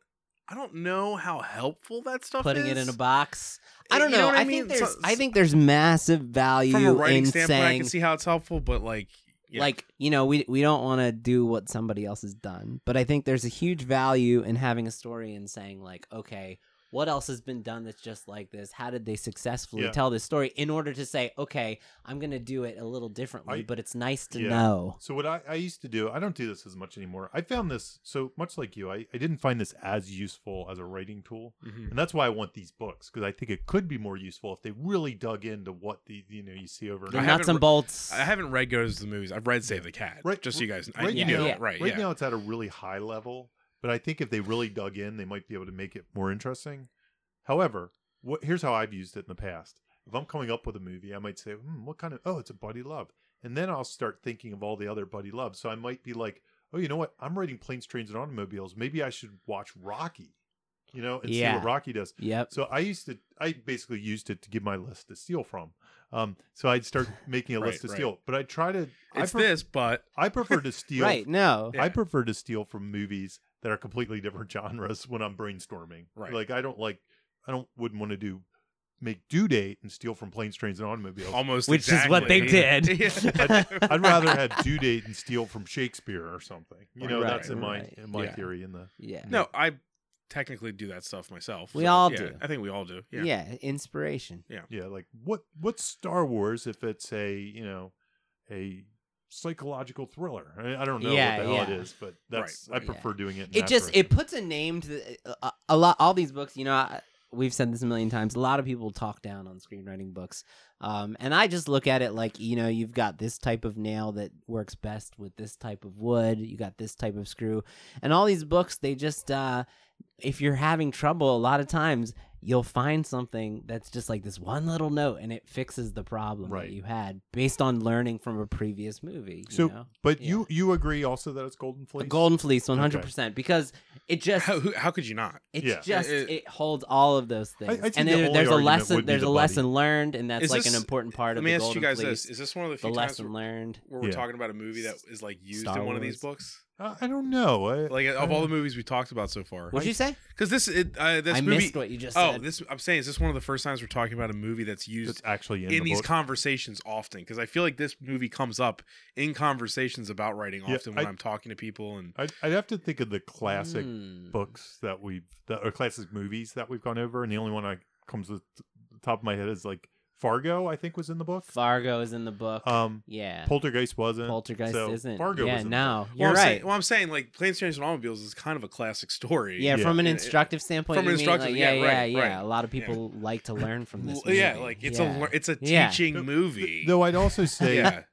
[SPEAKER 2] I don't know how helpful that stuff
[SPEAKER 3] Putting
[SPEAKER 2] is. Eh,
[SPEAKER 3] it in a box. I don't
[SPEAKER 2] You
[SPEAKER 3] know.
[SPEAKER 2] know what I
[SPEAKER 3] I,
[SPEAKER 2] mean?
[SPEAKER 3] think there's
[SPEAKER 2] So-
[SPEAKER 3] I think there's massive value
[SPEAKER 2] from a writing
[SPEAKER 3] in
[SPEAKER 2] standpoint. I
[SPEAKER 3] saying
[SPEAKER 2] can see how it's helpful, but like, yeah.
[SPEAKER 3] like you know we we don't want to do what somebody else has done but i think there's a huge value in having a story and saying like okay what else has been done that's just like this how did they successfully
[SPEAKER 4] Yeah.
[SPEAKER 3] tell this story in order to say okay i'm gonna do it a little differently
[SPEAKER 4] I-
[SPEAKER 3] but it's nice to
[SPEAKER 4] yeah.
[SPEAKER 3] know
[SPEAKER 4] So what I, I used to do, I don't do this as much anymore. I found this so much like you. I, I didn't find this as useful as a writing tool,
[SPEAKER 2] Mhm.
[SPEAKER 4] and that's why I want these books because I think it could be more useful if they really dug into what the you know you see over and
[SPEAKER 3] the
[SPEAKER 2] I
[SPEAKER 4] over.
[SPEAKER 2] haven't
[SPEAKER 3] nuts and
[SPEAKER 2] re-
[SPEAKER 3] bolts
[SPEAKER 2] I haven't read Goes to the Movies. I've read Save the Cat.
[SPEAKER 4] Right-
[SPEAKER 2] Just so you guys. I,
[SPEAKER 4] right
[SPEAKER 2] you
[SPEAKER 3] now-
[SPEAKER 2] know,
[SPEAKER 3] yeah.
[SPEAKER 2] right.
[SPEAKER 4] Right
[SPEAKER 2] yeah.
[SPEAKER 4] now, it's at a really high level, but I think if they really dug in, they might be able to make it more interesting. However, what, here's how I've used it in the past. If I'm coming up with a movie, I might say, hmm, "What kind of? Oh, it's a buddy love," and then I'll start thinking of all the other buddy loves. So I might be like, "Oh, you know what? I'm writing planes, trains, and automobiles. Maybe I should watch Rocky, you know, and see
[SPEAKER 3] Yeah.
[SPEAKER 4] what Rocky does."
[SPEAKER 3] yep
[SPEAKER 4] So I used to, I basically used it to give my list to steal from. Um, so I'd start making a
[SPEAKER 2] Right,
[SPEAKER 4] list to
[SPEAKER 2] right.
[SPEAKER 4] steal, but I try to. I,
[SPEAKER 2] It's
[SPEAKER 4] pref-
[SPEAKER 2] this, but
[SPEAKER 4] I prefer
[SPEAKER 3] *laughs*
[SPEAKER 4] to steal
[SPEAKER 3] right no
[SPEAKER 2] *laughs* Yeah.
[SPEAKER 4] I prefer to steal from movies that are completely different *laughs* genres when I'm brainstorming.
[SPEAKER 2] Right.
[SPEAKER 4] Like I don't like I don't wouldn't want to do make due date and steal from planes, trains, and automobiles.
[SPEAKER 2] almost
[SPEAKER 3] which is what they
[SPEAKER 2] exactly.
[SPEAKER 3] did
[SPEAKER 2] *laughs* Yeah.
[SPEAKER 3] *laughs*
[SPEAKER 4] I'd rather
[SPEAKER 2] *laughs*
[SPEAKER 4] have due date and steal from Shakespeare or something. You know,
[SPEAKER 3] Right,
[SPEAKER 4] that's in my
[SPEAKER 3] right.
[SPEAKER 4] in my
[SPEAKER 2] Yeah.
[SPEAKER 4] theory in the
[SPEAKER 3] yeah
[SPEAKER 2] no, I technically do that stuff myself.
[SPEAKER 3] We
[SPEAKER 2] so,
[SPEAKER 3] all
[SPEAKER 2] yeah,
[SPEAKER 3] do.
[SPEAKER 2] I think we all do. *laughs*
[SPEAKER 3] yeah.
[SPEAKER 2] Yeah.
[SPEAKER 3] inspiration
[SPEAKER 4] yeah, like what what's Star Wars if it's a, you know, a psychological thriller. I, I don't know
[SPEAKER 3] Yeah,
[SPEAKER 4] what the hell
[SPEAKER 3] yeah.
[SPEAKER 4] it is, but that's
[SPEAKER 2] right,
[SPEAKER 4] I
[SPEAKER 3] yeah.
[SPEAKER 4] prefer doing it. in
[SPEAKER 3] it
[SPEAKER 4] that
[SPEAKER 3] just
[SPEAKER 4] direction.
[SPEAKER 3] it puts a name to the, a, a lot all these books you know I, we've said this a million times a lot of people talk down on screenwriting books um, and i just look at it like you know you've got this type of nail that works best with this type of wood you got this type of screw and all these books they just uh, if you're having trouble a lot of times you'll find something that's just like this one little note and it fixes the problem
[SPEAKER 4] Right.
[SPEAKER 3] that you had based on learning from a previous movie you
[SPEAKER 4] So,
[SPEAKER 3] know?
[SPEAKER 4] but
[SPEAKER 3] yeah.
[SPEAKER 4] you you agree also that it's Golden
[SPEAKER 3] the
[SPEAKER 4] Fleece?
[SPEAKER 3] golden fleece 100% because it just
[SPEAKER 2] How, who- how could you not?
[SPEAKER 3] it's
[SPEAKER 4] Yeah.
[SPEAKER 3] just
[SPEAKER 2] It-
[SPEAKER 3] it, holds all of those things,
[SPEAKER 4] I think
[SPEAKER 3] and
[SPEAKER 4] the
[SPEAKER 3] there,
[SPEAKER 4] only
[SPEAKER 3] there's a
[SPEAKER 4] argument
[SPEAKER 3] lesson.
[SPEAKER 4] would be
[SPEAKER 3] There's
[SPEAKER 4] the
[SPEAKER 3] a
[SPEAKER 4] buddy.
[SPEAKER 3] lesson learned, and that's
[SPEAKER 2] Is
[SPEAKER 3] like
[SPEAKER 2] this-
[SPEAKER 3] an important
[SPEAKER 2] Let
[SPEAKER 3] part of
[SPEAKER 2] me
[SPEAKER 3] the
[SPEAKER 2] ask
[SPEAKER 3] golden
[SPEAKER 2] you guys
[SPEAKER 3] fleece.
[SPEAKER 2] this: Is this one of the
[SPEAKER 3] the
[SPEAKER 2] few times
[SPEAKER 3] lesson
[SPEAKER 2] where
[SPEAKER 3] learned.
[SPEAKER 2] where we're
[SPEAKER 4] Yeah.
[SPEAKER 2] talking about a movie that is like used
[SPEAKER 3] Star
[SPEAKER 2] in one of these
[SPEAKER 3] Wars.
[SPEAKER 2] books?
[SPEAKER 4] Uh, I don't know. I,
[SPEAKER 2] Like of all the movies we talked about so far,
[SPEAKER 3] What'd you say?
[SPEAKER 2] because this it, uh, this
[SPEAKER 3] I
[SPEAKER 2] movie.
[SPEAKER 3] missed what you just
[SPEAKER 2] oh,
[SPEAKER 3] said.
[SPEAKER 2] this I'm saying is this one of the first times we're talking about a movie that's used
[SPEAKER 4] it's actually in,
[SPEAKER 2] in
[SPEAKER 4] the
[SPEAKER 2] these
[SPEAKER 4] book.
[SPEAKER 2] conversations often because I feel like this movie comes up in conversations about writing
[SPEAKER 4] Yeah,
[SPEAKER 2] often when I,
[SPEAKER 4] I-
[SPEAKER 2] am talking to people and
[SPEAKER 4] I'd, I'd have to think of the classic
[SPEAKER 3] Hmm.
[SPEAKER 4] books that we've that or classic movies that we've gone over, and the only one I comes to the top of my head is like Fargo, I think, was in the book.
[SPEAKER 3] Fargo is in the book.
[SPEAKER 4] Um,
[SPEAKER 3] yeah.
[SPEAKER 4] Poltergeist wasn't.
[SPEAKER 3] Poltergeist
[SPEAKER 4] so
[SPEAKER 3] isn't.
[SPEAKER 4] Fargo
[SPEAKER 3] yeah,
[SPEAKER 4] was in the
[SPEAKER 3] no.
[SPEAKER 2] Well,
[SPEAKER 3] You're
[SPEAKER 2] I'm
[SPEAKER 3] right.
[SPEAKER 2] Saying, well, I'm saying like Planes, Trains, and Automobiles is kind of a classic story.
[SPEAKER 3] yeah,
[SPEAKER 4] Yeah.
[SPEAKER 3] from an
[SPEAKER 2] Yeah,
[SPEAKER 3] instructive standpoint.
[SPEAKER 2] From an
[SPEAKER 3] you mean, like,
[SPEAKER 2] instructive-
[SPEAKER 3] yeah,
[SPEAKER 2] yeah,
[SPEAKER 3] yeah,
[SPEAKER 2] right,
[SPEAKER 3] yeah.
[SPEAKER 2] right.
[SPEAKER 3] A lot of people like to learn from this.
[SPEAKER 2] Well, yeah,
[SPEAKER 3] movie.
[SPEAKER 2] like it's
[SPEAKER 3] Yeah.
[SPEAKER 2] a lear- it's a
[SPEAKER 3] Yeah.
[SPEAKER 2] teaching movie.
[SPEAKER 4] Though I'd also say,
[SPEAKER 2] yeah,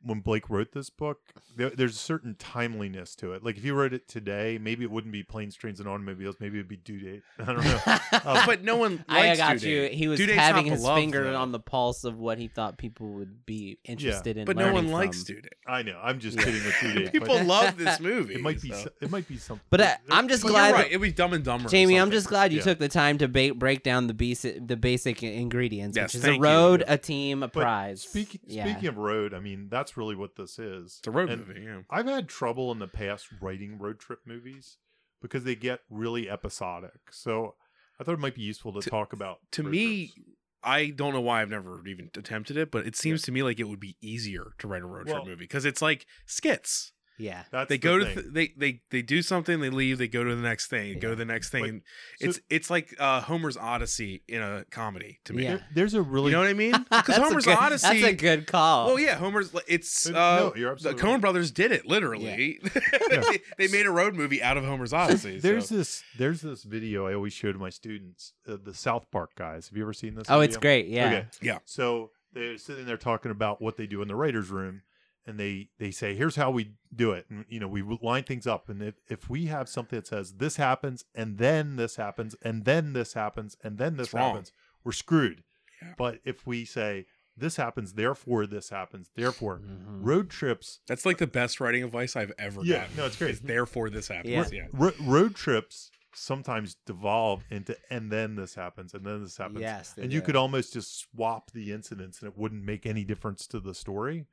[SPEAKER 4] when Blake wrote this book, there, there's a certain timeliness to it. Like if you wrote it today, maybe it wouldn't be planes, trains, and automobiles. Maybe it'd be due date. *laughs* I don't know.
[SPEAKER 3] *laughs*
[SPEAKER 2] *laughs*
[SPEAKER 4] Um,
[SPEAKER 2] but no one.
[SPEAKER 3] I
[SPEAKER 2] Likes
[SPEAKER 3] got
[SPEAKER 2] Due
[SPEAKER 3] you.
[SPEAKER 2] Date.
[SPEAKER 3] He was
[SPEAKER 2] Due Date's not
[SPEAKER 3] having his
[SPEAKER 2] beloved,
[SPEAKER 3] finger
[SPEAKER 2] though.
[SPEAKER 3] on the pulse of what he thought people would be interested in.
[SPEAKER 2] but no one
[SPEAKER 3] learning
[SPEAKER 2] likes
[SPEAKER 3] from.
[SPEAKER 2] Due Date.
[SPEAKER 4] I know. I'm just
[SPEAKER 3] Yeah.
[SPEAKER 4] kidding with due
[SPEAKER 2] *laughs*
[SPEAKER 4] date.
[SPEAKER 2] People
[SPEAKER 4] but *laughs*
[SPEAKER 2] love this movie.
[SPEAKER 4] it might be.
[SPEAKER 2] so-
[SPEAKER 4] so- It might be something.
[SPEAKER 3] But uh, I'm just
[SPEAKER 2] Well,
[SPEAKER 3] glad.
[SPEAKER 2] you're right. It'd be Dumb and Dumber. or
[SPEAKER 3] Jamie, I'm
[SPEAKER 2] something.
[SPEAKER 3] just glad you
[SPEAKER 4] Yeah.
[SPEAKER 3] took the time to ba- break down the basic the basic ingredients,
[SPEAKER 2] Yes,
[SPEAKER 3] which is
[SPEAKER 2] thank
[SPEAKER 3] a
[SPEAKER 2] you.
[SPEAKER 3] road, a team, a prize.
[SPEAKER 4] Speaking
[SPEAKER 3] yeah.
[SPEAKER 4] speaking of road, I mean that's really what this is.
[SPEAKER 2] It's a road
[SPEAKER 4] And
[SPEAKER 2] movie. Yeah.
[SPEAKER 4] I've had trouble in the past writing road trip movies because they get really episodic. So I thought it might be useful to,
[SPEAKER 2] To-
[SPEAKER 4] talk about.
[SPEAKER 2] To
[SPEAKER 4] road
[SPEAKER 2] me,
[SPEAKER 4] trips.
[SPEAKER 2] I don't know why I've never even attempted it, but it seems to me like it would be easier to write a road trip
[SPEAKER 4] Well-
[SPEAKER 2] movie because it's like skits.
[SPEAKER 3] yeah,
[SPEAKER 4] that's
[SPEAKER 2] they
[SPEAKER 4] the
[SPEAKER 2] go to
[SPEAKER 4] thing.
[SPEAKER 2] th- they they they do something, they leave, they go to the next thing, go to
[SPEAKER 3] Yeah.
[SPEAKER 2] the next thing.
[SPEAKER 4] But-
[SPEAKER 2] and it's it's like uh, Homer's Odyssey in a comedy to me.
[SPEAKER 3] Yeah.
[SPEAKER 4] There- there's a really
[SPEAKER 2] You know what I
[SPEAKER 3] *laughs*
[SPEAKER 2] mean? Because
[SPEAKER 3] That's a
[SPEAKER 2] Homer's
[SPEAKER 3] good-
[SPEAKER 2] Odyssey.
[SPEAKER 3] That's a good call.
[SPEAKER 2] well, yeah, Homer's. It's uh,
[SPEAKER 4] Uh, no, you're
[SPEAKER 2] the
[SPEAKER 4] absolutely
[SPEAKER 2] Coen
[SPEAKER 4] right.
[SPEAKER 2] Brothers did it literally. *laughs*
[SPEAKER 4] Yeah.
[SPEAKER 2] they, they made a road movie out of Homer's Odyssey.
[SPEAKER 4] There's
[SPEAKER 2] so.
[SPEAKER 4] this there's this video I always show to my students, uh, the South Park guys. Have you ever seen this?
[SPEAKER 3] Oh, it's
[SPEAKER 4] video?
[SPEAKER 3] great. Yeah.
[SPEAKER 4] Okay.
[SPEAKER 2] Yeah.
[SPEAKER 4] So they're sitting there talking about what they do in the writers' room, and they they say, "Here's how we do it." And you know, we line things up, and if if we have something that says this happens, and then this happens, and then this happens, and then this
[SPEAKER 2] It's wrong.
[SPEAKER 4] happens, we're screwed.
[SPEAKER 2] Yeah.
[SPEAKER 4] But if we say this happens, therefore this happens, therefore
[SPEAKER 3] Mhm.
[SPEAKER 4] road trips.
[SPEAKER 2] that's like the best writing advice I've ever
[SPEAKER 4] Yeah,
[SPEAKER 2] gotten.
[SPEAKER 4] no, it's great.
[SPEAKER 2] Is Therefore, this happens. Yeah.
[SPEAKER 4] Ro- road trips sometimes devolve into and then this happens and then this happens
[SPEAKER 3] Yes, they
[SPEAKER 4] and you
[SPEAKER 3] do.
[SPEAKER 4] could almost just swap the incidents and it wouldn't make any difference to the story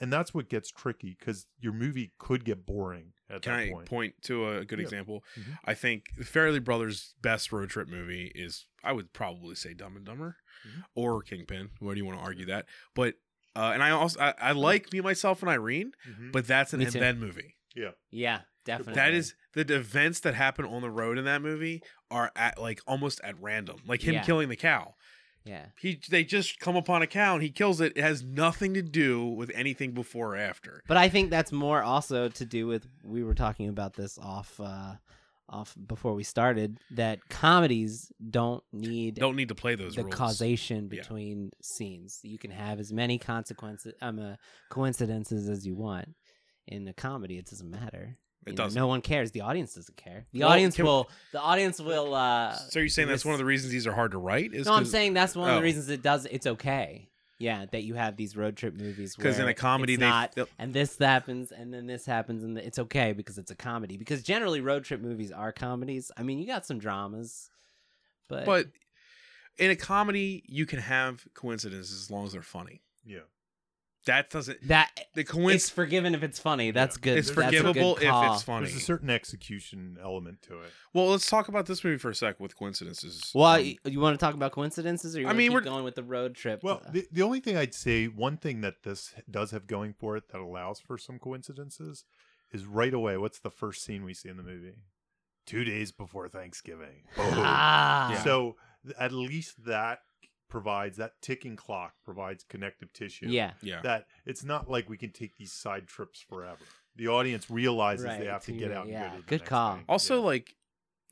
[SPEAKER 4] and that's what gets tricky because your movie could get boring at
[SPEAKER 2] Can
[SPEAKER 4] that
[SPEAKER 2] I
[SPEAKER 4] point
[SPEAKER 2] point to a good
[SPEAKER 4] Yeah.
[SPEAKER 2] example?
[SPEAKER 4] Mhm.
[SPEAKER 2] I think Fairly Brothers' best road trip movie is, I would probably say Dumb and Dumber
[SPEAKER 4] Mhm.
[SPEAKER 2] or Kingpin. Where do you want to argue that? But uh, and I also I, I like Me, Myself, and Irene,
[SPEAKER 4] Mhm.
[SPEAKER 2] but that's an
[SPEAKER 3] Mm-hmm. Me
[SPEAKER 2] and
[SPEAKER 3] too.
[SPEAKER 2] then movie.
[SPEAKER 3] Yeah, definitely.
[SPEAKER 2] That is the events that happen on the road in that movie are at like almost at random, like him
[SPEAKER 3] Yeah.
[SPEAKER 2] killing the cow.
[SPEAKER 3] Yeah.
[SPEAKER 2] He they just come upon a cow and he kills it. It has nothing to do with anything before or after.
[SPEAKER 3] But I think that's more also to do with we were talking about this off uh off before we started that comedies don't need
[SPEAKER 2] Don't need to play those
[SPEAKER 3] the
[SPEAKER 2] rules.
[SPEAKER 3] causation
[SPEAKER 2] Yeah.
[SPEAKER 3] between scenes. You can have as many consequences um uh, coincidences as you want. In a comedy, it doesn't matter.
[SPEAKER 2] It
[SPEAKER 3] You know,
[SPEAKER 2] doesn't.
[SPEAKER 3] No one cares. The audience doesn't care. The
[SPEAKER 2] Well,
[SPEAKER 3] audience
[SPEAKER 2] can we-
[SPEAKER 3] will. The audience will. uh
[SPEAKER 2] so you're saying that's one of the reasons these are hard to write? Is
[SPEAKER 3] No, I'm
[SPEAKER 2] 'cause-
[SPEAKER 3] saying that's one of
[SPEAKER 2] oh.
[SPEAKER 3] the reasons it does. It's okay. Yeah, that you have these road trip movies
[SPEAKER 2] because in
[SPEAKER 3] where
[SPEAKER 2] a comedy
[SPEAKER 3] it's
[SPEAKER 2] they
[SPEAKER 3] not,
[SPEAKER 2] they'll-
[SPEAKER 3] and this happens and then this happens and it's okay because it's a comedy because generally road trip movies are comedies i mean you got some dramas but,
[SPEAKER 2] but in a comedy you can have coincidences as long as they're funny
[SPEAKER 4] yeah
[SPEAKER 2] that doesn't
[SPEAKER 3] that
[SPEAKER 2] the
[SPEAKER 3] it's
[SPEAKER 2] coincidence
[SPEAKER 3] forgiven if it's funny that's good
[SPEAKER 2] it's
[SPEAKER 3] That's a good
[SPEAKER 2] forgivable if
[SPEAKER 3] call.
[SPEAKER 2] it's funny
[SPEAKER 4] there's a certain execution element to it
[SPEAKER 2] well let's talk about this movie for a sec with coincidences
[SPEAKER 3] well
[SPEAKER 2] Um,
[SPEAKER 3] you, want to talk about coincidences or you
[SPEAKER 2] I
[SPEAKER 3] I
[SPEAKER 2] mean,
[SPEAKER 3] mean, keep
[SPEAKER 2] we're-
[SPEAKER 3] going with the road trip Uh,
[SPEAKER 4] well
[SPEAKER 2] *laughs*
[SPEAKER 4] the, the only thing i'd say one thing that this does have going for it that allows for some coincidences is right away what's the first scene we see in the movie two days before thanksgiving Boom.
[SPEAKER 3] ah
[SPEAKER 2] Oh. Yeah.
[SPEAKER 4] So th- at least that provides that ticking clock provides connective tissue.
[SPEAKER 3] yeah
[SPEAKER 2] yeah
[SPEAKER 4] That it's not like we can take these side trips forever. The audience realizes
[SPEAKER 3] Right,
[SPEAKER 4] they have to
[SPEAKER 3] to-
[SPEAKER 4] get out.
[SPEAKER 3] yeah,
[SPEAKER 4] And go to the
[SPEAKER 3] good
[SPEAKER 4] next
[SPEAKER 3] call.
[SPEAKER 4] thing.
[SPEAKER 2] also
[SPEAKER 4] Yeah.
[SPEAKER 2] like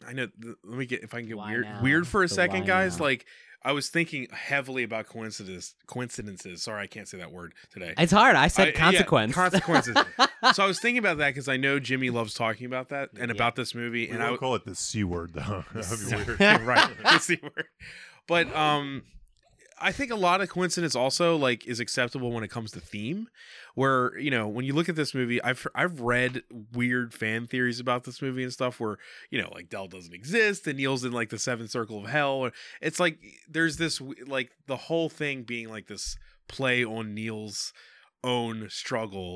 [SPEAKER 2] i know th- let me get if i can get
[SPEAKER 3] Why
[SPEAKER 2] weird
[SPEAKER 3] now?
[SPEAKER 2] weird for a
[SPEAKER 3] The
[SPEAKER 2] second
[SPEAKER 3] why
[SPEAKER 2] guys
[SPEAKER 3] now?
[SPEAKER 2] like i was thinking heavily about coincidence coincidences sorry i can't say that word today
[SPEAKER 3] it's hard i said
[SPEAKER 2] I- yeah,
[SPEAKER 3] consequence
[SPEAKER 2] consequences. so i was thinking about that because i know jimmy loves talking about that and
[SPEAKER 3] Yeah.
[SPEAKER 2] about this movie
[SPEAKER 4] we
[SPEAKER 2] and
[SPEAKER 4] won't
[SPEAKER 2] i
[SPEAKER 4] call it the c word though. *laughs*
[SPEAKER 2] *laughs*
[SPEAKER 4] That'd be weird.
[SPEAKER 2] right. The C word. But um I think a lot of coincidence also like is acceptable when it comes to theme, where you know when you look at this movie, I've I've read weird fan theories about this movie and stuff where you know like Dell doesn't exist and Neil's in like the seventh circle of hell, or it's like there's this w- like the whole thing being like this play on Neil's own struggle.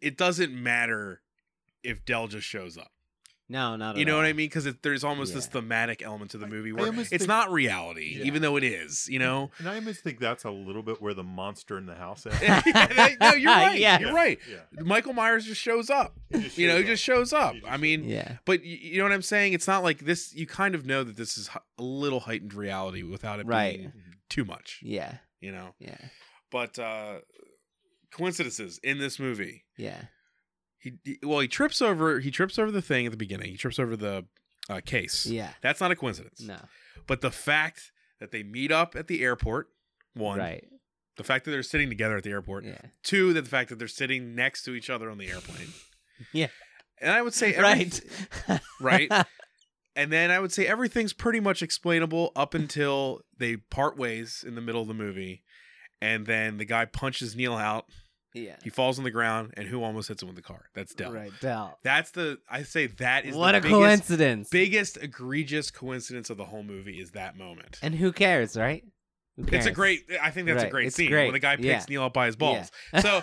[SPEAKER 2] It doesn't matter if Dell just shows up.
[SPEAKER 3] *laughs* no not at
[SPEAKER 2] You know
[SPEAKER 3] all.
[SPEAKER 2] what I mean? Because there's almost this
[SPEAKER 3] Yeah.
[SPEAKER 2] thematic element to the
[SPEAKER 4] I-
[SPEAKER 2] movie
[SPEAKER 4] I
[SPEAKER 2] where it's
[SPEAKER 4] almost think-
[SPEAKER 2] not reality,
[SPEAKER 4] Yeah.
[SPEAKER 2] even though it is.
[SPEAKER 3] *laughs*
[SPEAKER 2] You know? *laughs*
[SPEAKER 4] And I almost think that's a little bit where the monster in the house is.
[SPEAKER 2] no, you're right.
[SPEAKER 3] Yeah.
[SPEAKER 2] You're right. *laughs*
[SPEAKER 4] Yeah.
[SPEAKER 2] Michael Myers just shows up.
[SPEAKER 4] He just
[SPEAKER 2] you know,
[SPEAKER 4] shows
[SPEAKER 2] he just shows up.
[SPEAKER 4] He just
[SPEAKER 2] I mean,
[SPEAKER 3] yeah
[SPEAKER 2] but you, you know what I'm saying? It's not like this. You kind of know that this is h- a little heightened reality without it
[SPEAKER 3] Right.
[SPEAKER 4] Mm-hmm.
[SPEAKER 2] being too much,
[SPEAKER 3] Yeah.
[SPEAKER 2] you know.
[SPEAKER 3] Yeah.
[SPEAKER 2] But uh coincidences in this movie.
[SPEAKER 3] Yeah.
[SPEAKER 2] He, he- well, he trips over he trips over the thing at the beginning. He trips over the uh, case.
[SPEAKER 3] Yeah.
[SPEAKER 2] That's not a coincidence.
[SPEAKER 3] No.
[SPEAKER 2] But the fact that they meet up at the airport, one,
[SPEAKER 3] Right.
[SPEAKER 2] the fact that they're sitting together at the airport,
[SPEAKER 3] Yeah.
[SPEAKER 2] two, that the fact that they're sitting next to each other on the airplane.
[SPEAKER 3] *laughs* Yeah.
[SPEAKER 2] And I would
[SPEAKER 3] *laughs*
[SPEAKER 2] say every-
[SPEAKER 3] Right.
[SPEAKER 2] *laughs*
[SPEAKER 3] *laughs*
[SPEAKER 2] right? and then I would say everything's pretty much explainable up until they part ways in the middle of the movie. And then the guy punches Neil out.
[SPEAKER 3] yeah.
[SPEAKER 2] He falls on the ground, and who almost hits him with the car? That's Dell.
[SPEAKER 3] Right. Del.
[SPEAKER 2] That's the I say that is
[SPEAKER 3] What
[SPEAKER 2] the
[SPEAKER 3] a
[SPEAKER 2] biggest,
[SPEAKER 3] coincidence.
[SPEAKER 2] biggest egregious coincidence of the whole movie is that moment.
[SPEAKER 3] and who cares, right? Who
[SPEAKER 2] it's a
[SPEAKER 3] cares?
[SPEAKER 2] great. I think that's a
[SPEAKER 3] Right,
[SPEAKER 2] great
[SPEAKER 3] it's
[SPEAKER 2] scene
[SPEAKER 3] great,
[SPEAKER 2] when the guy picks
[SPEAKER 3] yeah.
[SPEAKER 2] Neil up by his balls. So,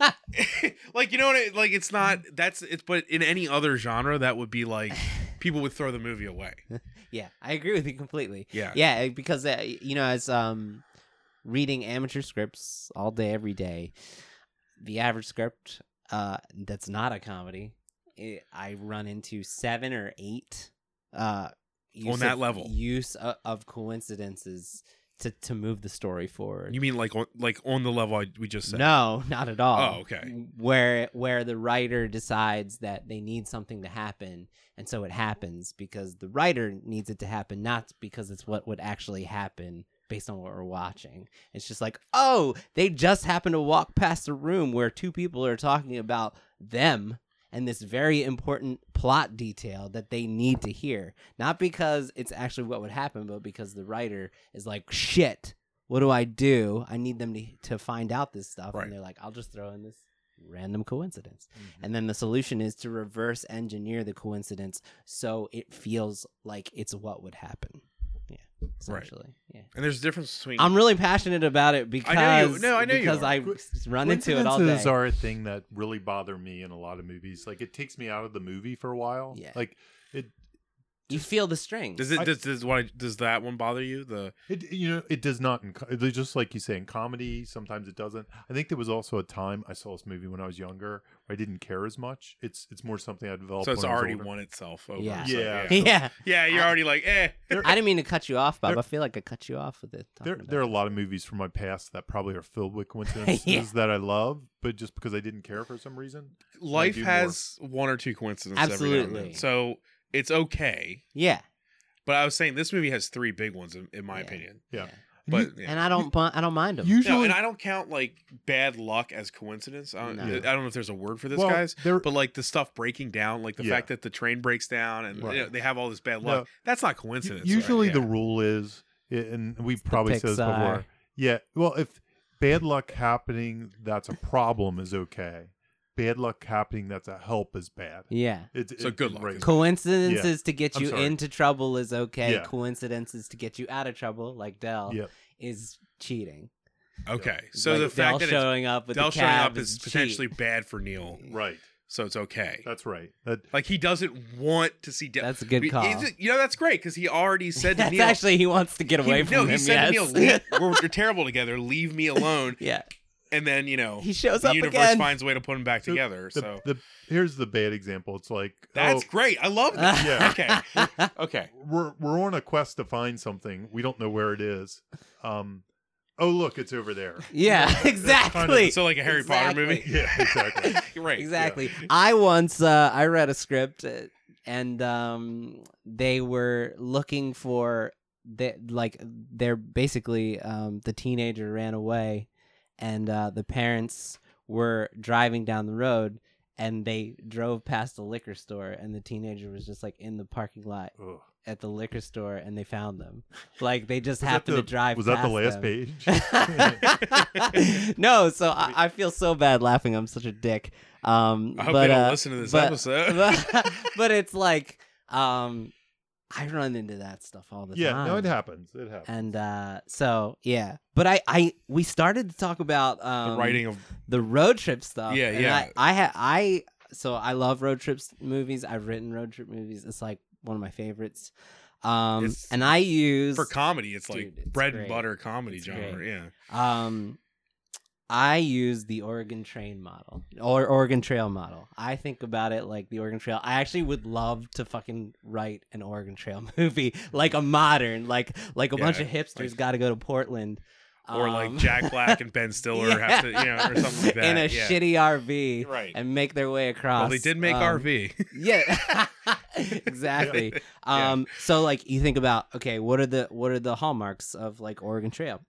[SPEAKER 2] *laughs* like you know what? I, like it's not. That's it's. But in any other genre, that would be like people would throw the movie away.
[SPEAKER 3] *laughs* yeah, I agree with you completely.
[SPEAKER 2] Yeah.
[SPEAKER 3] Yeah, it- because uh, you know, as um, reading amateur scripts all day, every day, the average script uh, that's not a comedy, it, I run into seven or eight uh, use
[SPEAKER 2] On that
[SPEAKER 3] of-
[SPEAKER 2] level.
[SPEAKER 3] use of, of coincidences to to move the story forward.
[SPEAKER 2] You mean like on, like on the level I, we just said?
[SPEAKER 3] No, not at all.
[SPEAKER 2] Oh, okay.
[SPEAKER 3] Where where the writer decides that they need something to happen, and so it happens because the writer needs it to happen, not because it's what would actually happen based on what we're watching. It's just like, oh, they just happen to walk past a room where two people are talking about them and this very important plot detail that they need to hear. Not because it's actually what would happen, but because the writer is like, shit, what do I do? I need them to, to find out this stuff.
[SPEAKER 2] Right. Mm-hmm.
[SPEAKER 3] And they're like, I'll just throw in this random coincidence. And then the solution is to reverse engineer the coincidence so it feels like it's what would happen. Yeah. Essentially. Yeah.
[SPEAKER 2] And there's a difference between.
[SPEAKER 3] I'm really passionate about it because
[SPEAKER 2] know you- no, I know you
[SPEAKER 3] because
[SPEAKER 2] are.
[SPEAKER 3] I
[SPEAKER 4] Qu-
[SPEAKER 3] s- run into it all day.
[SPEAKER 4] Coincidences are a thing that really bother me in a lot of movies. Like it takes me out of the movie for a while.
[SPEAKER 3] Yeah.
[SPEAKER 4] Like it,
[SPEAKER 3] you feel the string.
[SPEAKER 2] does it
[SPEAKER 4] I-
[SPEAKER 2] does, does why does that one bother you? The
[SPEAKER 4] it you know it does not. In, co- they're just like you say in comedy, sometimes it doesn't. I think there was also a time I saw this movie when I was younger. Where I didn't care as much. It's it's more something I developed.
[SPEAKER 2] so it's
[SPEAKER 4] when I was
[SPEAKER 2] already
[SPEAKER 4] older.
[SPEAKER 2] won itself over.
[SPEAKER 3] Yeah.
[SPEAKER 2] so,
[SPEAKER 4] Yeah.
[SPEAKER 3] *laughs*
[SPEAKER 2] yeah.
[SPEAKER 3] *laughs* yeah.
[SPEAKER 2] Yeah, You're
[SPEAKER 3] I-
[SPEAKER 2] already like eh.
[SPEAKER 3] *laughs* I didn't mean to cut you off, Bob.
[SPEAKER 4] There-
[SPEAKER 3] I feel like I cut you off with it.
[SPEAKER 4] There,
[SPEAKER 3] talking
[SPEAKER 4] there are a
[SPEAKER 3] about
[SPEAKER 4] lot of movies from my past that probably are
[SPEAKER 2] *laughs*
[SPEAKER 4] filled with coincidences
[SPEAKER 3] Yeah.
[SPEAKER 4] that I love, but just because I didn't care for some reason,
[SPEAKER 2] Life
[SPEAKER 4] do
[SPEAKER 2] has one or two coincidences. Every now and
[SPEAKER 3] Absolutely.
[SPEAKER 2] then. So it's okay.
[SPEAKER 3] it. Yeah.
[SPEAKER 2] But I was saying this movie has three big ones in, in my
[SPEAKER 3] Yeah.
[SPEAKER 2] opinion.
[SPEAKER 4] Yeah.
[SPEAKER 2] But yeah.
[SPEAKER 3] And I don't, bu- I don't mind them.
[SPEAKER 4] usually
[SPEAKER 2] No, and I don't count like bad luck as coincidence. I don't,
[SPEAKER 3] No.
[SPEAKER 2] I don't know if there's a word for this,
[SPEAKER 4] well,
[SPEAKER 2] guys.
[SPEAKER 4] there-
[SPEAKER 2] But like the stuff breaking down, like the
[SPEAKER 4] Yeah.
[SPEAKER 2] fact that the train breaks down and you
[SPEAKER 4] Right.
[SPEAKER 2] know, they have all this bad
[SPEAKER 4] No.
[SPEAKER 2] luck, that's not
[SPEAKER 4] U-
[SPEAKER 2] coincidence. right?
[SPEAKER 4] Usually,
[SPEAKER 2] Yeah.
[SPEAKER 4] the rule is, i- and we've probably said this
[SPEAKER 3] Pixar.
[SPEAKER 4] before. Yeah. Well, if bad luck happening, that's a problem, is okay. Bad luck happening, that's a help, is bad.
[SPEAKER 3] Yeah.
[SPEAKER 4] It's
[SPEAKER 2] So
[SPEAKER 4] it's
[SPEAKER 2] good luck
[SPEAKER 4] right.
[SPEAKER 2] is
[SPEAKER 3] Coincidences to get
[SPEAKER 4] I'm
[SPEAKER 3] you
[SPEAKER 4] sorry.
[SPEAKER 3] into trouble is okay.
[SPEAKER 4] Yeah.
[SPEAKER 3] Coincidences to get you out of trouble, like Dell,
[SPEAKER 4] Yep.
[SPEAKER 3] is cheating.
[SPEAKER 2] Okay. So
[SPEAKER 3] Like
[SPEAKER 2] the fact
[SPEAKER 3] Dell
[SPEAKER 2] that it's
[SPEAKER 3] showing up with
[SPEAKER 2] Dell
[SPEAKER 3] the
[SPEAKER 2] showing up
[SPEAKER 3] cab
[SPEAKER 2] is
[SPEAKER 3] cheat.
[SPEAKER 2] potentially bad for Neil,
[SPEAKER 4] Right.
[SPEAKER 2] so it's okay.
[SPEAKER 4] That's right. That
[SPEAKER 2] Like he doesn't want to see Dell.
[SPEAKER 3] That's a good
[SPEAKER 2] Be-
[SPEAKER 3] call.
[SPEAKER 2] is it- You know that's great because he already said to
[SPEAKER 3] *laughs* That's
[SPEAKER 2] Neil.
[SPEAKER 3] actually he wants to get
[SPEAKER 2] he-
[SPEAKER 3] away from
[SPEAKER 2] no,
[SPEAKER 3] him.
[SPEAKER 2] he said
[SPEAKER 3] *laughs* yes.
[SPEAKER 2] to Neil, "Leave- "We're, we're terrible together. Leave me alone."
[SPEAKER 3] *laughs* yeah,
[SPEAKER 2] And then you know
[SPEAKER 3] he shows
[SPEAKER 2] Oh. the
[SPEAKER 3] up
[SPEAKER 2] universe
[SPEAKER 3] again.
[SPEAKER 2] finds a way to put him back
[SPEAKER 4] So
[SPEAKER 2] together.
[SPEAKER 4] the,
[SPEAKER 2] so
[SPEAKER 4] the here's the bad example. It's like
[SPEAKER 2] that's
[SPEAKER 4] oh,
[SPEAKER 2] great. I love
[SPEAKER 3] *laughs*
[SPEAKER 2] that.
[SPEAKER 4] Yeah.
[SPEAKER 3] okay.
[SPEAKER 2] Okay.
[SPEAKER 4] we're we're on a quest to find something. We don't know where it is. Um. Oh, look, it's over there.
[SPEAKER 3] *laughs* *laughs*
[SPEAKER 2] *laughs*
[SPEAKER 3] yeah, exactly.
[SPEAKER 2] So like a Harry Potter movie. *laughs*
[SPEAKER 4] Yeah. Exactly.
[SPEAKER 2] Right.
[SPEAKER 3] exactly. I once uh, I read a script, uh, and um, they were looking for they like they're basically um, the teenager ran away, and uh, the parents were driving down the road, and they drove past the liquor store, and the teenager was just like in the parking lot
[SPEAKER 4] Ugh.
[SPEAKER 3] at the liquor store, and they found them. Like they just
[SPEAKER 4] Was that
[SPEAKER 3] happened
[SPEAKER 4] the-
[SPEAKER 3] to drive.
[SPEAKER 4] Was that the
[SPEAKER 3] past
[SPEAKER 4] last
[SPEAKER 3] them. *laughs*
[SPEAKER 4] page? *laughs*
[SPEAKER 3] no, so I, I feel so bad laughing. I'm such a dick. Um,
[SPEAKER 2] I hope
[SPEAKER 3] but,
[SPEAKER 2] they don't
[SPEAKER 3] uh,
[SPEAKER 2] listen to this
[SPEAKER 3] but-
[SPEAKER 2] episode.
[SPEAKER 3] *laughs*
[SPEAKER 2] *laughs*
[SPEAKER 3] but, *laughs* but it's like um, I run into that stuff all the
[SPEAKER 4] yeah.
[SPEAKER 3] time.
[SPEAKER 4] No, it happens. It happens.
[SPEAKER 3] And uh, so yeah, but I, I we started to talk about
[SPEAKER 2] the
[SPEAKER 3] um,
[SPEAKER 2] writing of
[SPEAKER 3] the road trip stuff.
[SPEAKER 2] Yeah,
[SPEAKER 3] and
[SPEAKER 2] yeah.
[SPEAKER 3] I, I ha I so I love road trips movies. I've written road trip movies. It's like one of my favorites. Um,
[SPEAKER 2] It's-
[SPEAKER 3] and I use
[SPEAKER 2] for comedy, it's like
[SPEAKER 3] Dude, it's
[SPEAKER 2] bread and
[SPEAKER 3] great.
[SPEAKER 2] butter comedy
[SPEAKER 3] It's
[SPEAKER 2] genre.
[SPEAKER 3] great.
[SPEAKER 2] Yeah.
[SPEAKER 3] Um, I use the Oregon train model or Oregon Trail model. I think about it like the Oregon Trail. I actually would love to fucking write an Oregon Trail *laughs* movie, like a modern, like like a
[SPEAKER 2] Yeah,
[SPEAKER 3] bunch of hipsters
[SPEAKER 2] like-
[SPEAKER 3] got to go to Portland,
[SPEAKER 2] or like
[SPEAKER 3] um,
[SPEAKER 2] Jack Black
[SPEAKER 3] *laughs*
[SPEAKER 2] and *laughs* Ben Stiller have to, you know, or something like that.
[SPEAKER 3] in a
[SPEAKER 2] yeah.
[SPEAKER 3] shitty RV
[SPEAKER 4] Right.
[SPEAKER 3] and make their way across.
[SPEAKER 2] Well, they did make
[SPEAKER 3] um,
[SPEAKER 2] RV. *laughs*
[SPEAKER 3] Yeah, *laughs* exactly.
[SPEAKER 2] Yeah.
[SPEAKER 3] Um, so like you think about okay, what are the what are the hallmarks of like Oregon Trail?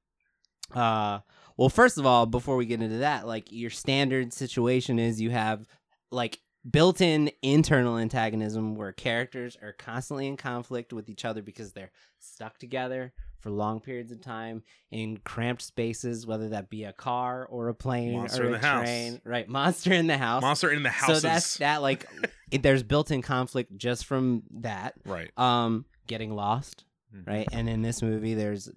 [SPEAKER 3] Uh, well, first of all, before we get into that, like your standard situation is you have like built-in internal antagonism where characters are constantly in conflict with each other because they're stuck together for long periods of time in cramped spaces whether that be a car or a plane
[SPEAKER 2] Monster
[SPEAKER 3] or
[SPEAKER 2] in
[SPEAKER 3] a
[SPEAKER 2] the house.
[SPEAKER 3] train right monster in the
[SPEAKER 2] *laughs*
[SPEAKER 3] house
[SPEAKER 2] Monster in the
[SPEAKER 3] so
[SPEAKER 2] houses.
[SPEAKER 3] that's
[SPEAKER 2] *laughs*
[SPEAKER 3] that like it, there's built-in conflict just from that
[SPEAKER 2] right.
[SPEAKER 3] um getting lost
[SPEAKER 4] Mhm.
[SPEAKER 3] right and in this movie there's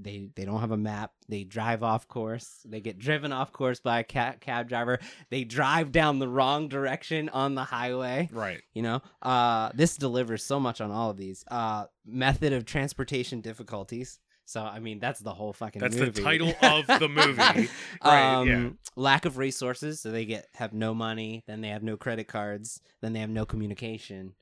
[SPEAKER 3] they they don't have a map they drive off course they get driven off course by a cab, cab driver they drive down the wrong direction on the highway
[SPEAKER 2] Right.
[SPEAKER 3] you know uh this delivers so much on all of these uh method of transportation difficulties so i mean that's the whole fucking
[SPEAKER 2] That's
[SPEAKER 3] movie.
[SPEAKER 2] the title of
[SPEAKER 3] *laughs*
[SPEAKER 2] the movie. Right,
[SPEAKER 3] um,
[SPEAKER 2] yeah.
[SPEAKER 3] Lack of resources, so they get have no money, then they have no credit cards, then they have no communication.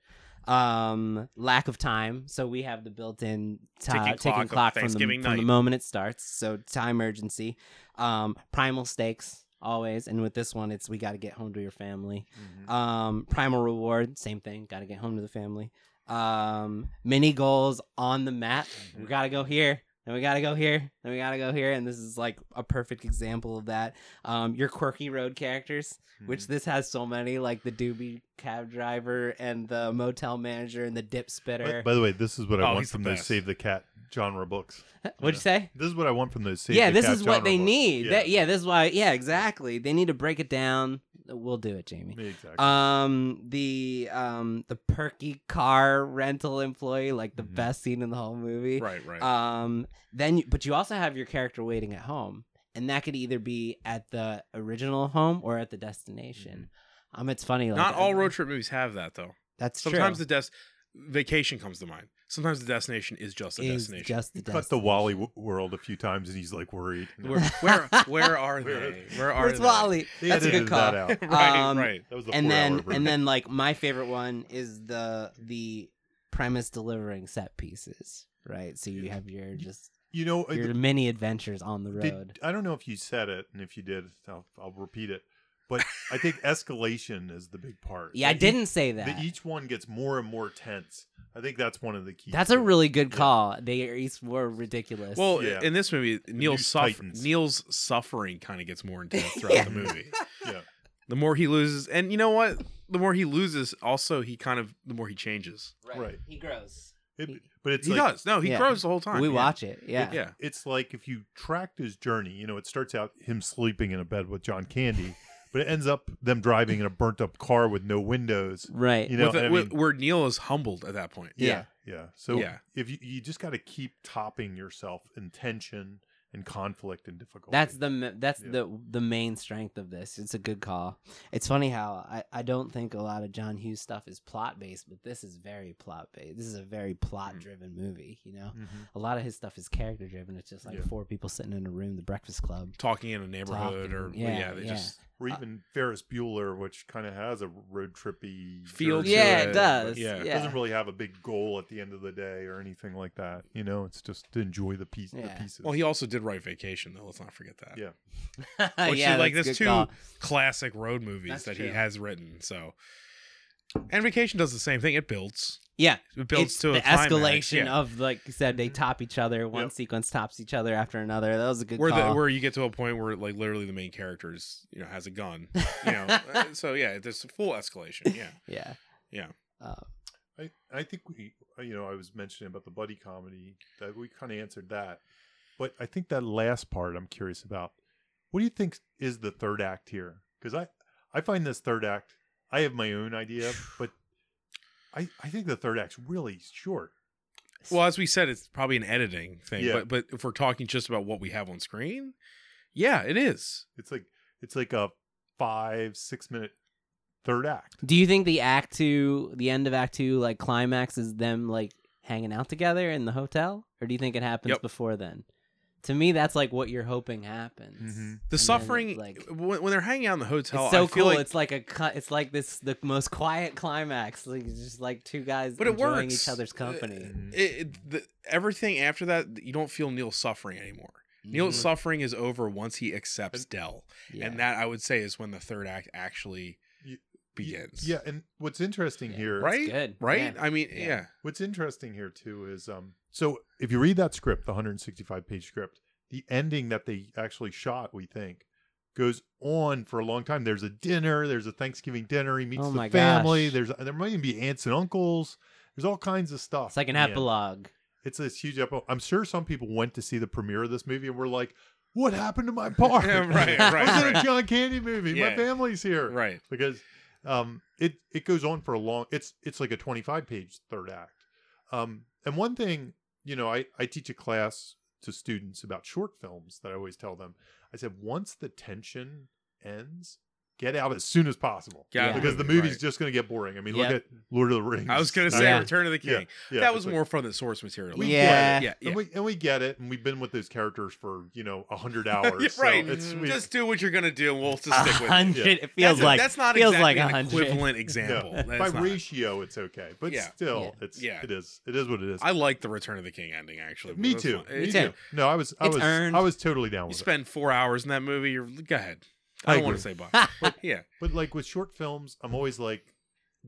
[SPEAKER 3] Um, lack of time, so we have the built-in ti-
[SPEAKER 2] Ticking
[SPEAKER 3] ticking
[SPEAKER 2] clock of
[SPEAKER 3] clock from the,
[SPEAKER 2] Thanksgiving
[SPEAKER 3] from the
[SPEAKER 2] night.
[SPEAKER 3] moment it starts. So time urgency, um, primal stakes always, and with this one, it's we got to get home to your family.
[SPEAKER 4] Mhm.
[SPEAKER 3] Um, primal reward, same thing, got to get home to the family. Um, mini goals on the map. We got to go here, then we got to go here, then we got to go here. And this is like a perfect example of that. Um, your quirky road characters, which
[SPEAKER 4] Mhm.
[SPEAKER 3] this has so many, like the doobie cab driver and the motel manager and the dip spitter.
[SPEAKER 4] By, by the way, this is what
[SPEAKER 2] Oh,
[SPEAKER 4] I want
[SPEAKER 2] he's the
[SPEAKER 4] from those
[SPEAKER 2] best.
[SPEAKER 4] Save the Cat genre books.
[SPEAKER 3] *laughs* What'd you say?
[SPEAKER 4] This is what I want from those Save
[SPEAKER 3] yeah,
[SPEAKER 4] the
[SPEAKER 3] this
[SPEAKER 4] Cat
[SPEAKER 3] is what
[SPEAKER 4] genre
[SPEAKER 3] they
[SPEAKER 4] books.
[SPEAKER 3] need. Yeah. That, yeah, this is why. Yeah, exactly. They need to break it down. We'll do it, Jamie.
[SPEAKER 4] Exactly.
[SPEAKER 3] um the um the perky car rental employee like the
[SPEAKER 4] Mhm.
[SPEAKER 3] best scene in the whole movie
[SPEAKER 2] Mm-hmm. Right. Right.
[SPEAKER 3] um then you, but you also have your character waiting at home and that could either be at the original home or at the destination um it's funny like
[SPEAKER 2] Mm-hmm. Not all
[SPEAKER 3] uh,
[SPEAKER 2] road trip movies have that though.
[SPEAKER 3] that's
[SPEAKER 2] Sometimes
[SPEAKER 3] true.
[SPEAKER 2] the des- vacation comes to mind. Sometimes the destination is just a
[SPEAKER 3] Is
[SPEAKER 2] destination.
[SPEAKER 3] just the
[SPEAKER 4] Cut the
[SPEAKER 3] destination.
[SPEAKER 4] Wally w- world a few times, and he's like worried.
[SPEAKER 2] Where, where where
[SPEAKER 4] *laughs*
[SPEAKER 2] are they? Where are
[SPEAKER 3] Where's
[SPEAKER 2] they?
[SPEAKER 3] Wally?
[SPEAKER 4] They
[SPEAKER 3] That's a good
[SPEAKER 4] edited
[SPEAKER 3] call.
[SPEAKER 2] *laughs*
[SPEAKER 4] That out.
[SPEAKER 2] right,
[SPEAKER 3] Um,
[SPEAKER 2] right.
[SPEAKER 4] That was the
[SPEAKER 3] and
[SPEAKER 4] four-hour
[SPEAKER 3] then
[SPEAKER 4] version.
[SPEAKER 3] and then like my favorite one is the the premise delivering set pieces, right? So you have your just
[SPEAKER 4] *laughs* you know, uh,
[SPEAKER 3] your mini adventures on the
[SPEAKER 4] Did-
[SPEAKER 3] road.
[SPEAKER 4] I don't know if you said it, and if you did, I'll, I'll repeat it. But
[SPEAKER 3] *laughs*
[SPEAKER 4] I think escalation is the big part.
[SPEAKER 3] Yeah, I
[SPEAKER 4] That each-
[SPEAKER 3] didn't say that.
[SPEAKER 4] That each one gets more and more tense. I think that's one of the keys.
[SPEAKER 3] That's a
[SPEAKER 4] to it.
[SPEAKER 3] really good
[SPEAKER 4] Yeah.
[SPEAKER 3] call. They are each more ridiculous.
[SPEAKER 2] Well,
[SPEAKER 4] Yeah.
[SPEAKER 2] in this movie, Neil's
[SPEAKER 4] News
[SPEAKER 2] suffer-
[SPEAKER 4] Titans.
[SPEAKER 2] Neil's suffering kind of gets more intense throughout
[SPEAKER 3] Yeah.
[SPEAKER 2] the movie.
[SPEAKER 4] *laughs* Yeah.
[SPEAKER 2] The more he loses, and you know what? The more he loses, also he kind of the more he changes.
[SPEAKER 4] right.
[SPEAKER 3] He grows.
[SPEAKER 4] It- but it's
[SPEAKER 2] he
[SPEAKER 4] like,
[SPEAKER 2] does. No, he
[SPEAKER 3] Yeah.
[SPEAKER 2] grows the whole time.
[SPEAKER 3] we
[SPEAKER 2] Yeah.
[SPEAKER 3] watch it. Yeah.
[SPEAKER 2] Yeah.
[SPEAKER 4] It's like if you tracked his journey, you know, it starts out him sleeping in a bed with
[SPEAKER 3] *laughs*
[SPEAKER 4] John Candy, but it ends up them driving in a burnt up car with no windows.
[SPEAKER 3] Right.
[SPEAKER 4] You know,
[SPEAKER 2] With a-
[SPEAKER 4] and I
[SPEAKER 2] with-
[SPEAKER 4] mean-
[SPEAKER 2] where Neil is humbled at that point.
[SPEAKER 3] Yeah.
[SPEAKER 4] Yeah. So
[SPEAKER 2] Yeah.
[SPEAKER 4] if you, you just got to keep topping yourself in tension and conflict and difficulty.
[SPEAKER 3] That's the ma- that's
[SPEAKER 4] Yeah.
[SPEAKER 3] the the main strength of this. It's a good call. It's funny how I, I don't think a lot of John Hughes stuff is plot based, but this is very plot based. This is a very
[SPEAKER 4] Mm.
[SPEAKER 3] plot driven movie. You know,
[SPEAKER 4] Mhm.
[SPEAKER 3] a lot of his stuff is character driven. It's just like
[SPEAKER 4] Yeah.
[SPEAKER 3] four people sitting in a room, The Breakfast
[SPEAKER 4] *laughs*
[SPEAKER 3] Club.
[SPEAKER 2] Talking in a neighborhood
[SPEAKER 3] Talking,
[SPEAKER 2] or
[SPEAKER 3] yeah,
[SPEAKER 2] yeah, they
[SPEAKER 3] yeah.
[SPEAKER 2] just
[SPEAKER 4] or
[SPEAKER 3] Uh,
[SPEAKER 4] even Ferris Bueller, which kind of has a road trippy
[SPEAKER 2] feel
[SPEAKER 4] journey.
[SPEAKER 2] to
[SPEAKER 3] Yeah, it
[SPEAKER 2] but
[SPEAKER 3] does.
[SPEAKER 2] Yeah.
[SPEAKER 3] Yeah.
[SPEAKER 4] Doesn't really have a big goal at the end of the day or anything like that. You know, it's just to enjoy the piece,
[SPEAKER 3] Yeah.
[SPEAKER 4] the pieces.
[SPEAKER 2] Well, he also did write Vacation though. Let's not forget that.
[SPEAKER 4] Yeah.
[SPEAKER 2] Which
[SPEAKER 3] Oh, yeah,
[SPEAKER 2] is like
[SPEAKER 3] that's a
[SPEAKER 2] there's
[SPEAKER 3] good
[SPEAKER 2] two
[SPEAKER 3] call.
[SPEAKER 2] classic road movies
[SPEAKER 3] That's
[SPEAKER 2] that he
[SPEAKER 3] true.
[SPEAKER 2] has written. So, and Vacation does the same thing. It builds.
[SPEAKER 3] Yeah,
[SPEAKER 2] It builds
[SPEAKER 3] it's
[SPEAKER 2] to
[SPEAKER 3] the
[SPEAKER 2] a climax,
[SPEAKER 3] escalation
[SPEAKER 2] yeah.
[SPEAKER 3] of like you said they
[SPEAKER 4] Mhm.
[SPEAKER 3] top each other one
[SPEAKER 4] Yep.
[SPEAKER 3] sequence tops each other after another that was a good
[SPEAKER 2] where
[SPEAKER 3] call
[SPEAKER 2] the, where you get to a point where like literally the main character is you know has a gun. You know,
[SPEAKER 3] *laughs*
[SPEAKER 2] Uh, so yeah, there's full escalation. Yeah,
[SPEAKER 3] yeah
[SPEAKER 2] Yeah.
[SPEAKER 3] uh,
[SPEAKER 4] I, I think we, uh, you know, I was mentioning about the buddy comedy that we kind of answered that, but I think that last part I'm curious about. What do you think is the third act here? Because I, I find this third act. I have my
[SPEAKER 3] *sighs*
[SPEAKER 4] own idea, but I, I think the third act's really short.
[SPEAKER 2] Well, as we said, it's probably an editing thing.
[SPEAKER 4] Yeah.
[SPEAKER 2] But but if we're talking just about what we have on screen, yeah, it is.
[SPEAKER 4] It's like it's like a five six minute third act.
[SPEAKER 3] do you think the act two the end of act two like climax is them like hanging out together in the hotel or do you think it happens
[SPEAKER 2] Yep.
[SPEAKER 3] before then to me, that's like what you're hoping happens.
[SPEAKER 4] Mhm. The
[SPEAKER 3] And
[SPEAKER 2] Mm-hmm. The
[SPEAKER 3] then,
[SPEAKER 2] suffering
[SPEAKER 3] like, it's
[SPEAKER 2] when, when they're hanging out in the hotel.
[SPEAKER 3] so
[SPEAKER 2] I feel
[SPEAKER 3] cool.
[SPEAKER 2] like
[SPEAKER 3] it's like a, cu- it's like this the most quiet climax. Like it's just like two guys
[SPEAKER 2] But it
[SPEAKER 3] enjoying
[SPEAKER 2] works. Uh,
[SPEAKER 3] each other's company.
[SPEAKER 4] Mhm.
[SPEAKER 2] it, it, the, everything after that, you don't feel Neil's suffering anymore. Neil's
[SPEAKER 3] Mhm.
[SPEAKER 2] suffering is over once he accepts Dell,
[SPEAKER 3] Yeah.
[SPEAKER 2] and that I would say is when the third act actually
[SPEAKER 4] Y-
[SPEAKER 2] begins.
[SPEAKER 4] Yeah, and what's interesting
[SPEAKER 3] Yeah.
[SPEAKER 4] here,
[SPEAKER 2] right,
[SPEAKER 3] good.
[SPEAKER 2] right.
[SPEAKER 3] Yeah.
[SPEAKER 2] I mean,
[SPEAKER 3] Yeah.
[SPEAKER 2] yeah.
[SPEAKER 4] What's interesting here too is um so if you read that script, the 165 page script, the ending that they actually shot, we think, goes on for a long time. There's a dinner, there's a Thanksgiving dinner, he meets
[SPEAKER 3] Oh my
[SPEAKER 4] the family,
[SPEAKER 3] gosh.
[SPEAKER 4] there's there might even be aunts and uncles. There's all kinds of stuff.
[SPEAKER 3] It's like an
[SPEAKER 4] at the end.
[SPEAKER 3] epilogue.
[SPEAKER 4] It's this huge epilogue. I'm sure some people went to see the premiere of this movie and were like, What happened to
[SPEAKER 2] *laughs*
[SPEAKER 4] my part?
[SPEAKER 2] Yeah, right,
[SPEAKER 4] I *laughs* was
[SPEAKER 2] right,
[SPEAKER 4] in a
[SPEAKER 2] right.
[SPEAKER 4] John Candy movie.
[SPEAKER 2] Yeah.
[SPEAKER 4] My family's here
[SPEAKER 2] right.
[SPEAKER 4] because um, it it goes on for a long. It's it's like a twenty five page third act. Um, and one thing you know, I I teach a class to students about short films that I always tell them. I said once the tension ends, get out as soon as possible.
[SPEAKER 3] Yeah.
[SPEAKER 4] Because the movie's just going to get boring. I mean, look
[SPEAKER 3] Yep.
[SPEAKER 4] at Lord of the Rings.
[SPEAKER 2] Right. I was
[SPEAKER 4] *laughs*
[SPEAKER 2] gonna say
[SPEAKER 3] Yeah.
[SPEAKER 2] Return of the
[SPEAKER 4] Yeah,
[SPEAKER 2] King.
[SPEAKER 4] yeah,
[SPEAKER 2] that
[SPEAKER 4] it's
[SPEAKER 2] was
[SPEAKER 4] like-
[SPEAKER 2] more fun than source material.
[SPEAKER 4] We
[SPEAKER 3] Yeah.
[SPEAKER 4] get it.
[SPEAKER 2] yeah, yeah.
[SPEAKER 4] And we and we get it, and we've been with those characters for you know
[SPEAKER 2] *laughs*
[SPEAKER 4] a hundred hours.
[SPEAKER 2] Yeah, right.
[SPEAKER 4] So
[SPEAKER 3] Mm-hmm.
[SPEAKER 4] it's we-
[SPEAKER 2] just do what you're gonna do, and
[SPEAKER 3] *laughs*
[SPEAKER 2] we'll just
[SPEAKER 3] A
[SPEAKER 2] stick with it.
[SPEAKER 3] hundred. It feels
[SPEAKER 2] that's
[SPEAKER 3] like
[SPEAKER 2] a,
[SPEAKER 3] *laughs*
[SPEAKER 2] that's not
[SPEAKER 3] feels
[SPEAKER 2] exactly
[SPEAKER 3] like a
[SPEAKER 2] an
[SPEAKER 3] hundred. *laughs*
[SPEAKER 2] equivalent example.
[SPEAKER 4] yeah.
[SPEAKER 2] That's
[SPEAKER 4] by
[SPEAKER 2] not-
[SPEAKER 4] ratio, it's okay, but
[SPEAKER 2] Yeah.
[SPEAKER 4] still,
[SPEAKER 3] Yeah.
[SPEAKER 4] it's
[SPEAKER 2] Yeah.
[SPEAKER 4] it is it is what it is.
[SPEAKER 2] I like the Return of the King ending actually.
[SPEAKER 4] Me
[SPEAKER 2] That's
[SPEAKER 4] too.
[SPEAKER 2] fine.
[SPEAKER 4] Me
[SPEAKER 2] It-
[SPEAKER 3] too.
[SPEAKER 4] too. No, I was, I
[SPEAKER 3] It's
[SPEAKER 4] was,
[SPEAKER 3] earned.
[SPEAKER 4] I was totally down
[SPEAKER 2] You
[SPEAKER 4] with it.
[SPEAKER 2] spend four hours in that movie. You're go ahead. I,
[SPEAKER 4] I
[SPEAKER 2] don't want to say
[SPEAKER 3] *laughs*
[SPEAKER 2] bye. But yeah,
[SPEAKER 4] But like with short films, I'm always like,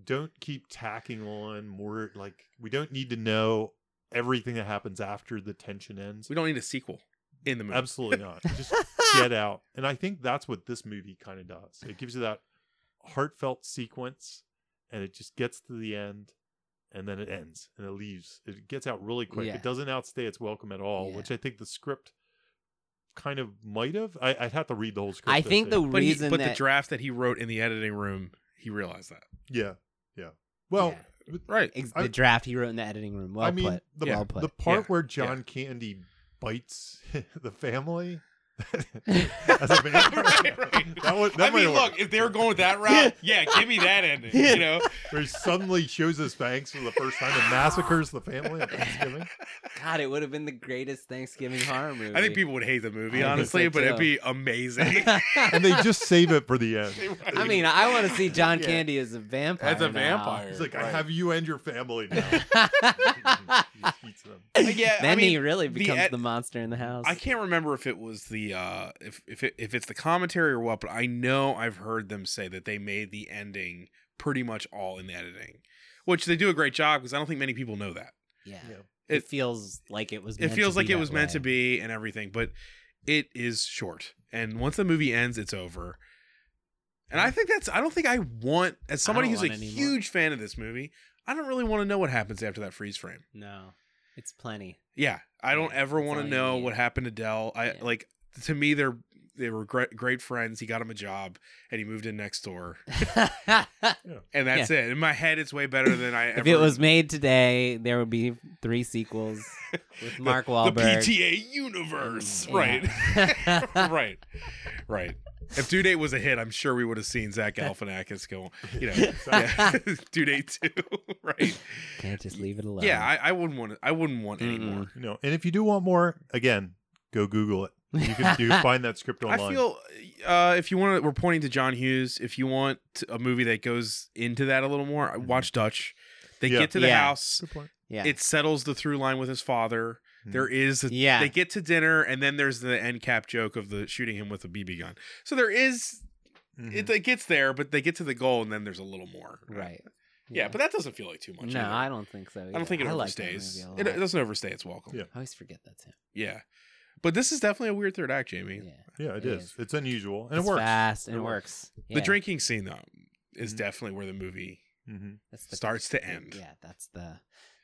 [SPEAKER 4] don't keep tacking on more. Like we don't need to know everything that happens after the tension ends.
[SPEAKER 2] we don't need a sequel in the movie.
[SPEAKER 4] Absolutely not. Just get out. And I think that's what this movie kind of does. It gives you that heartfelt sequence, and it just gets to the end. And then it ends and it leaves. It gets out really quick.
[SPEAKER 3] Yeah.
[SPEAKER 4] It doesn't outstay its welcome at all,
[SPEAKER 3] Yeah.
[SPEAKER 4] which I think the script kind of might have. I, I'd have to read the whole script.
[SPEAKER 3] I
[SPEAKER 4] to
[SPEAKER 3] think
[SPEAKER 4] say-
[SPEAKER 3] the
[SPEAKER 2] But, he,
[SPEAKER 3] reason
[SPEAKER 2] but
[SPEAKER 3] that
[SPEAKER 2] the draft that he wrote in the editing room, he realized that.
[SPEAKER 4] Yeah, yeah. Well,
[SPEAKER 2] Right.
[SPEAKER 3] ex-
[SPEAKER 4] I-
[SPEAKER 3] the draft he wrote in the editing room. Well
[SPEAKER 4] I mean,
[SPEAKER 3] put.
[SPEAKER 4] the,
[SPEAKER 3] well
[SPEAKER 4] the
[SPEAKER 3] put.
[SPEAKER 4] part
[SPEAKER 2] Yeah,
[SPEAKER 4] where John Candy bites *laughs*
[SPEAKER 3] *laughs*
[SPEAKER 4] the family. *laughs* as a vampire,
[SPEAKER 2] Right, right.
[SPEAKER 4] That was, that
[SPEAKER 2] I mean,
[SPEAKER 4] might've
[SPEAKER 2] look,
[SPEAKER 4] worked.
[SPEAKER 2] if they were going that
[SPEAKER 3] *laughs*
[SPEAKER 2] route, yeah, give me that ending. You know,
[SPEAKER 4] where he suddenly shows his fangs for the first time and massacres the family at Thanksgiving.
[SPEAKER 3] God, it would have been the greatest Thanksgiving horror movie.
[SPEAKER 2] *laughs*
[SPEAKER 3] *laughs*
[SPEAKER 2] I think people would hate the movie,
[SPEAKER 3] I think so,
[SPEAKER 2] honestly, but it'd
[SPEAKER 3] too.
[SPEAKER 2] be *laughs* amazing.
[SPEAKER 4] And they just save it for the end.
[SPEAKER 3] I mean, I want to see John
[SPEAKER 2] Yeah.
[SPEAKER 3] Candy as a vampire.
[SPEAKER 2] as a
[SPEAKER 3] now. *laughs*
[SPEAKER 2] vampire,
[SPEAKER 4] He's like, I
[SPEAKER 2] right.
[SPEAKER 4] have you and your family
[SPEAKER 2] *laughs*
[SPEAKER 4] now. He eats them.
[SPEAKER 2] *laughs* Yeah, I
[SPEAKER 3] then
[SPEAKER 2] mean,
[SPEAKER 3] he really
[SPEAKER 2] the
[SPEAKER 3] becomes the,
[SPEAKER 2] ed-
[SPEAKER 3] monster in the house.
[SPEAKER 2] I can't remember if it was the uh if if it, if it's the commentary or what, but I know I've heard them say that they made the ending pretty much all in the editing, which they do a great job because I don't think many people know that.
[SPEAKER 3] Yeah.
[SPEAKER 4] Yeah.
[SPEAKER 3] It,
[SPEAKER 2] It-
[SPEAKER 3] feels like it was.
[SPEAKER 2] It
[SPEAKER 3] meant
[SPEAKER 2] feels
[SPEAKER 3] to
[SPEAKER 2] like
[SPEAKER 3] be
[SPEAKER 2] it
[SPEAKER 3] that
[SPEAKER 2] was meant to
[SPEAKER 3] way.
[SPEAKER 2] be and everything, but it is short. And once the movie ends, it's over. And I think that's I don't think I want as somebody
[SPEAKER 3] don't
[SPEAKER 2] who's a
[SPEAKER 3] want any more.
[SPEAKER 2] huge fan of this movie, I don't really want to know what happens after that freeze frame.
[SPEAKER 3] No,
[SPEAKER 2] *laughs*
[SPEAKER 3] it's plenty. *laughs*
[SPEAKER 2] Yeah, I don't
[SPEAKER 3] Yeah,
[SPEAKER 2] ever
[SPEAKER 3] that's
[SPEAKER 2] want
[SPEAKER 3] all
[SPEAKER 2] to
[SPEAKER 3] you
[SPEAKER 2] know
[SPEAKER 3] need.
[SPEAKER 2] what happened to Dell. I
[SPEAKER 3] Yeah.
[SPEAKER 2] like to me they're they were great, great friends. He got him a job and he moved in next door,
[SPEAKER 3] if *laughs*
[SPEAKER 2] and that's it. In my head, it's way better than I ever.
[SPEAKER 3] it was made today, there would be
[SPEAKER 2] *laughs*
[SPEAKER 3] three sequels with Mark
[SPEAKER 2] the
[SPEAKER 3] Wahlberg. Mm,
[SPEAKER 2] PTA universe, right, *laughs*
[SPEAKER 3] Yeah.
[SPEAKER 2] right, right. If Due Date was a hit, I'm sure we would have seen
[SPEAKER 3] *laughs*
[SPEAKER 2] Zach Galifianakis go, you know, yeah. *laughs* Due Date Two, right?
[SPEAKER 3] Can't just leave it alone.
[SPEAKER 2] Yeah, I, I wouldn't want. I wouldn't want any
[SPEAKER 3] Mm-mm.
[SPEAKER 2] more.
[SPEAKER 4] You know, and if you do want more, again, go Google it. You can, you *laughs* can find that script online.
[SPEAKER 2] I feel uh, if you want, to, we're pointing to John Hughes. If you want a movie that goes into that a little more, watch Dutch. They
[SPEAKER 4] Yeah.
[SPEAKER 2] get to the
[SPEAKER 3] Mm-hmm. Yeah.
[SPEAKER 2] house.
[SPEAKER 4] Good point.
[SPEAKER 3] *laughs* yeah. Mm-hmm.
[SPEAKER 2] It settles the through line with his father.
[SPEAKER 4] Mhm.
[SPEAKER 2] There is, a,
[SPEAKER 3] Yeah.
[SPEAKER 2] They get to dinner, and then there's the end cap joke of the shooting him with a BB gun. So there is,
[SPEAKER 4] Mhm.
[SPEAKER 3] Mm-hmm.
[SPEAKER 2] it, it gets there, but they get to the goal, and then there's a little more.
[SPEAKER 3] right.
[SPEAKER 2] Yeah, but that doesn't feel like too much.
[SPEAKER 3] no,
[SPEAKER 2] either.
[SPEAKER 3] I don't think so.
[SPEAKER 2] I don't think it
[SPEAKER 3] like that
[SPEAKER 2] overstays.
[SPEAKER 3] movie a
[SPEAKER 2] it,
[SPEAKER 3] lot.
[SPEAKER 2] it doesn't overstay its welcome.
[SPEAKER 4] Yeah.
[SPEAKER 3] I always forget that's him.
[SPEAKER 2] Yeah. But this is definitely a weird third act, Jamie.
[SPEAKER 3] Yeah,
[SPEAKER 4] Mm-hmm. Yeah, it
[SPEAKER 3] It
[SPEAKER 4] is.
[SPEAKER 3] is.
[SPEAKER 4] It's unusual and
[SPEAKER 3] It's
[SPEAKER 4] it works.
[SPEAKER 3] fast and
[SPEAKER 4] It
[SPEAKER 3] it works.
[SPEAKER 2] The
[SPEAKER 3] Yeah, Mm-hmm.
[SPEAKER 2] drinking scene though is
[SPEAKER 4] Mhm.
[SPEAKER 2] definitely where the movie
[SPEAKER 4] hmm
[SPEAKER 3] that's
[SPEAKER 2] starts to end.
[SPEAKER 3] Yeah, that's the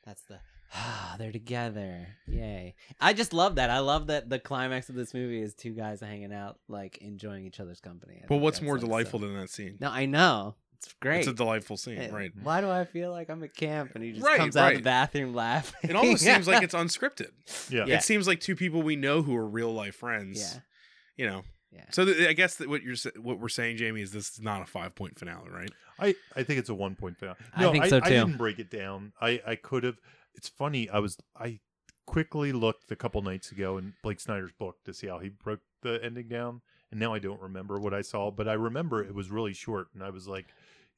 [SPEAKER 3] that's the ah, they're together. Yay. I just love that. I love that the climax of this movie is two guys hanging out, like enjoying each other's company. I
[SPEAKER 2] But
[SPEAKER 3] think
[SPEAKER 2] what's
[SPEAKER 3] that's,
[SPEAKER 2] more
[SPEAKER 3] like, so-
[SPEAKER 2] delightful than that scene?
[SPEAKER 3] No, I know. It's great.
[SPEAKER 2] It's a delightful scene,
[SPEAKER 3] It- *laughs*
[SPEAKER 2] right?
[SPEAKER 3] Why do I feel like I'm at camp and he just
[SPEAKER 2] Right,
[SPEAKER 3] comes out of
[SPEAKER 2] right.
[SPEAKER 3] the bathroom laughing?
[SPEAKER 2] It
[SPEAKER 3] *laughs*
[SPEAKER 2] almost seems like it's unscripted.
[SPEAKER 4] Yeah.
[SPEAKER 3] Yeah.
[SPEAKER 2] It seems like two people we know who are real life friends.
[SPEAKER 3] yeah,
[SPEAKER 2] You know.
[SPEAKER 3] yeah.
[SPEAKER 2] So th- I guess that what you're sa- what we're saying, Jamie, is this is not a five point finale, right?
[SPEAKER 4] I, I think it's a one point fail.
[SPEAKER 3] I think so,
[SPEAKER 4] I
[SPEAKER 3] too.
[SPEAKER 4] didn't break it down. I, I could have. It's funny. I was I quickly looked a couple nights ago in Blake Snyder's book to see how he broke the ending down, and now I don't remember what I saw, but I remember it was really short, and I was like,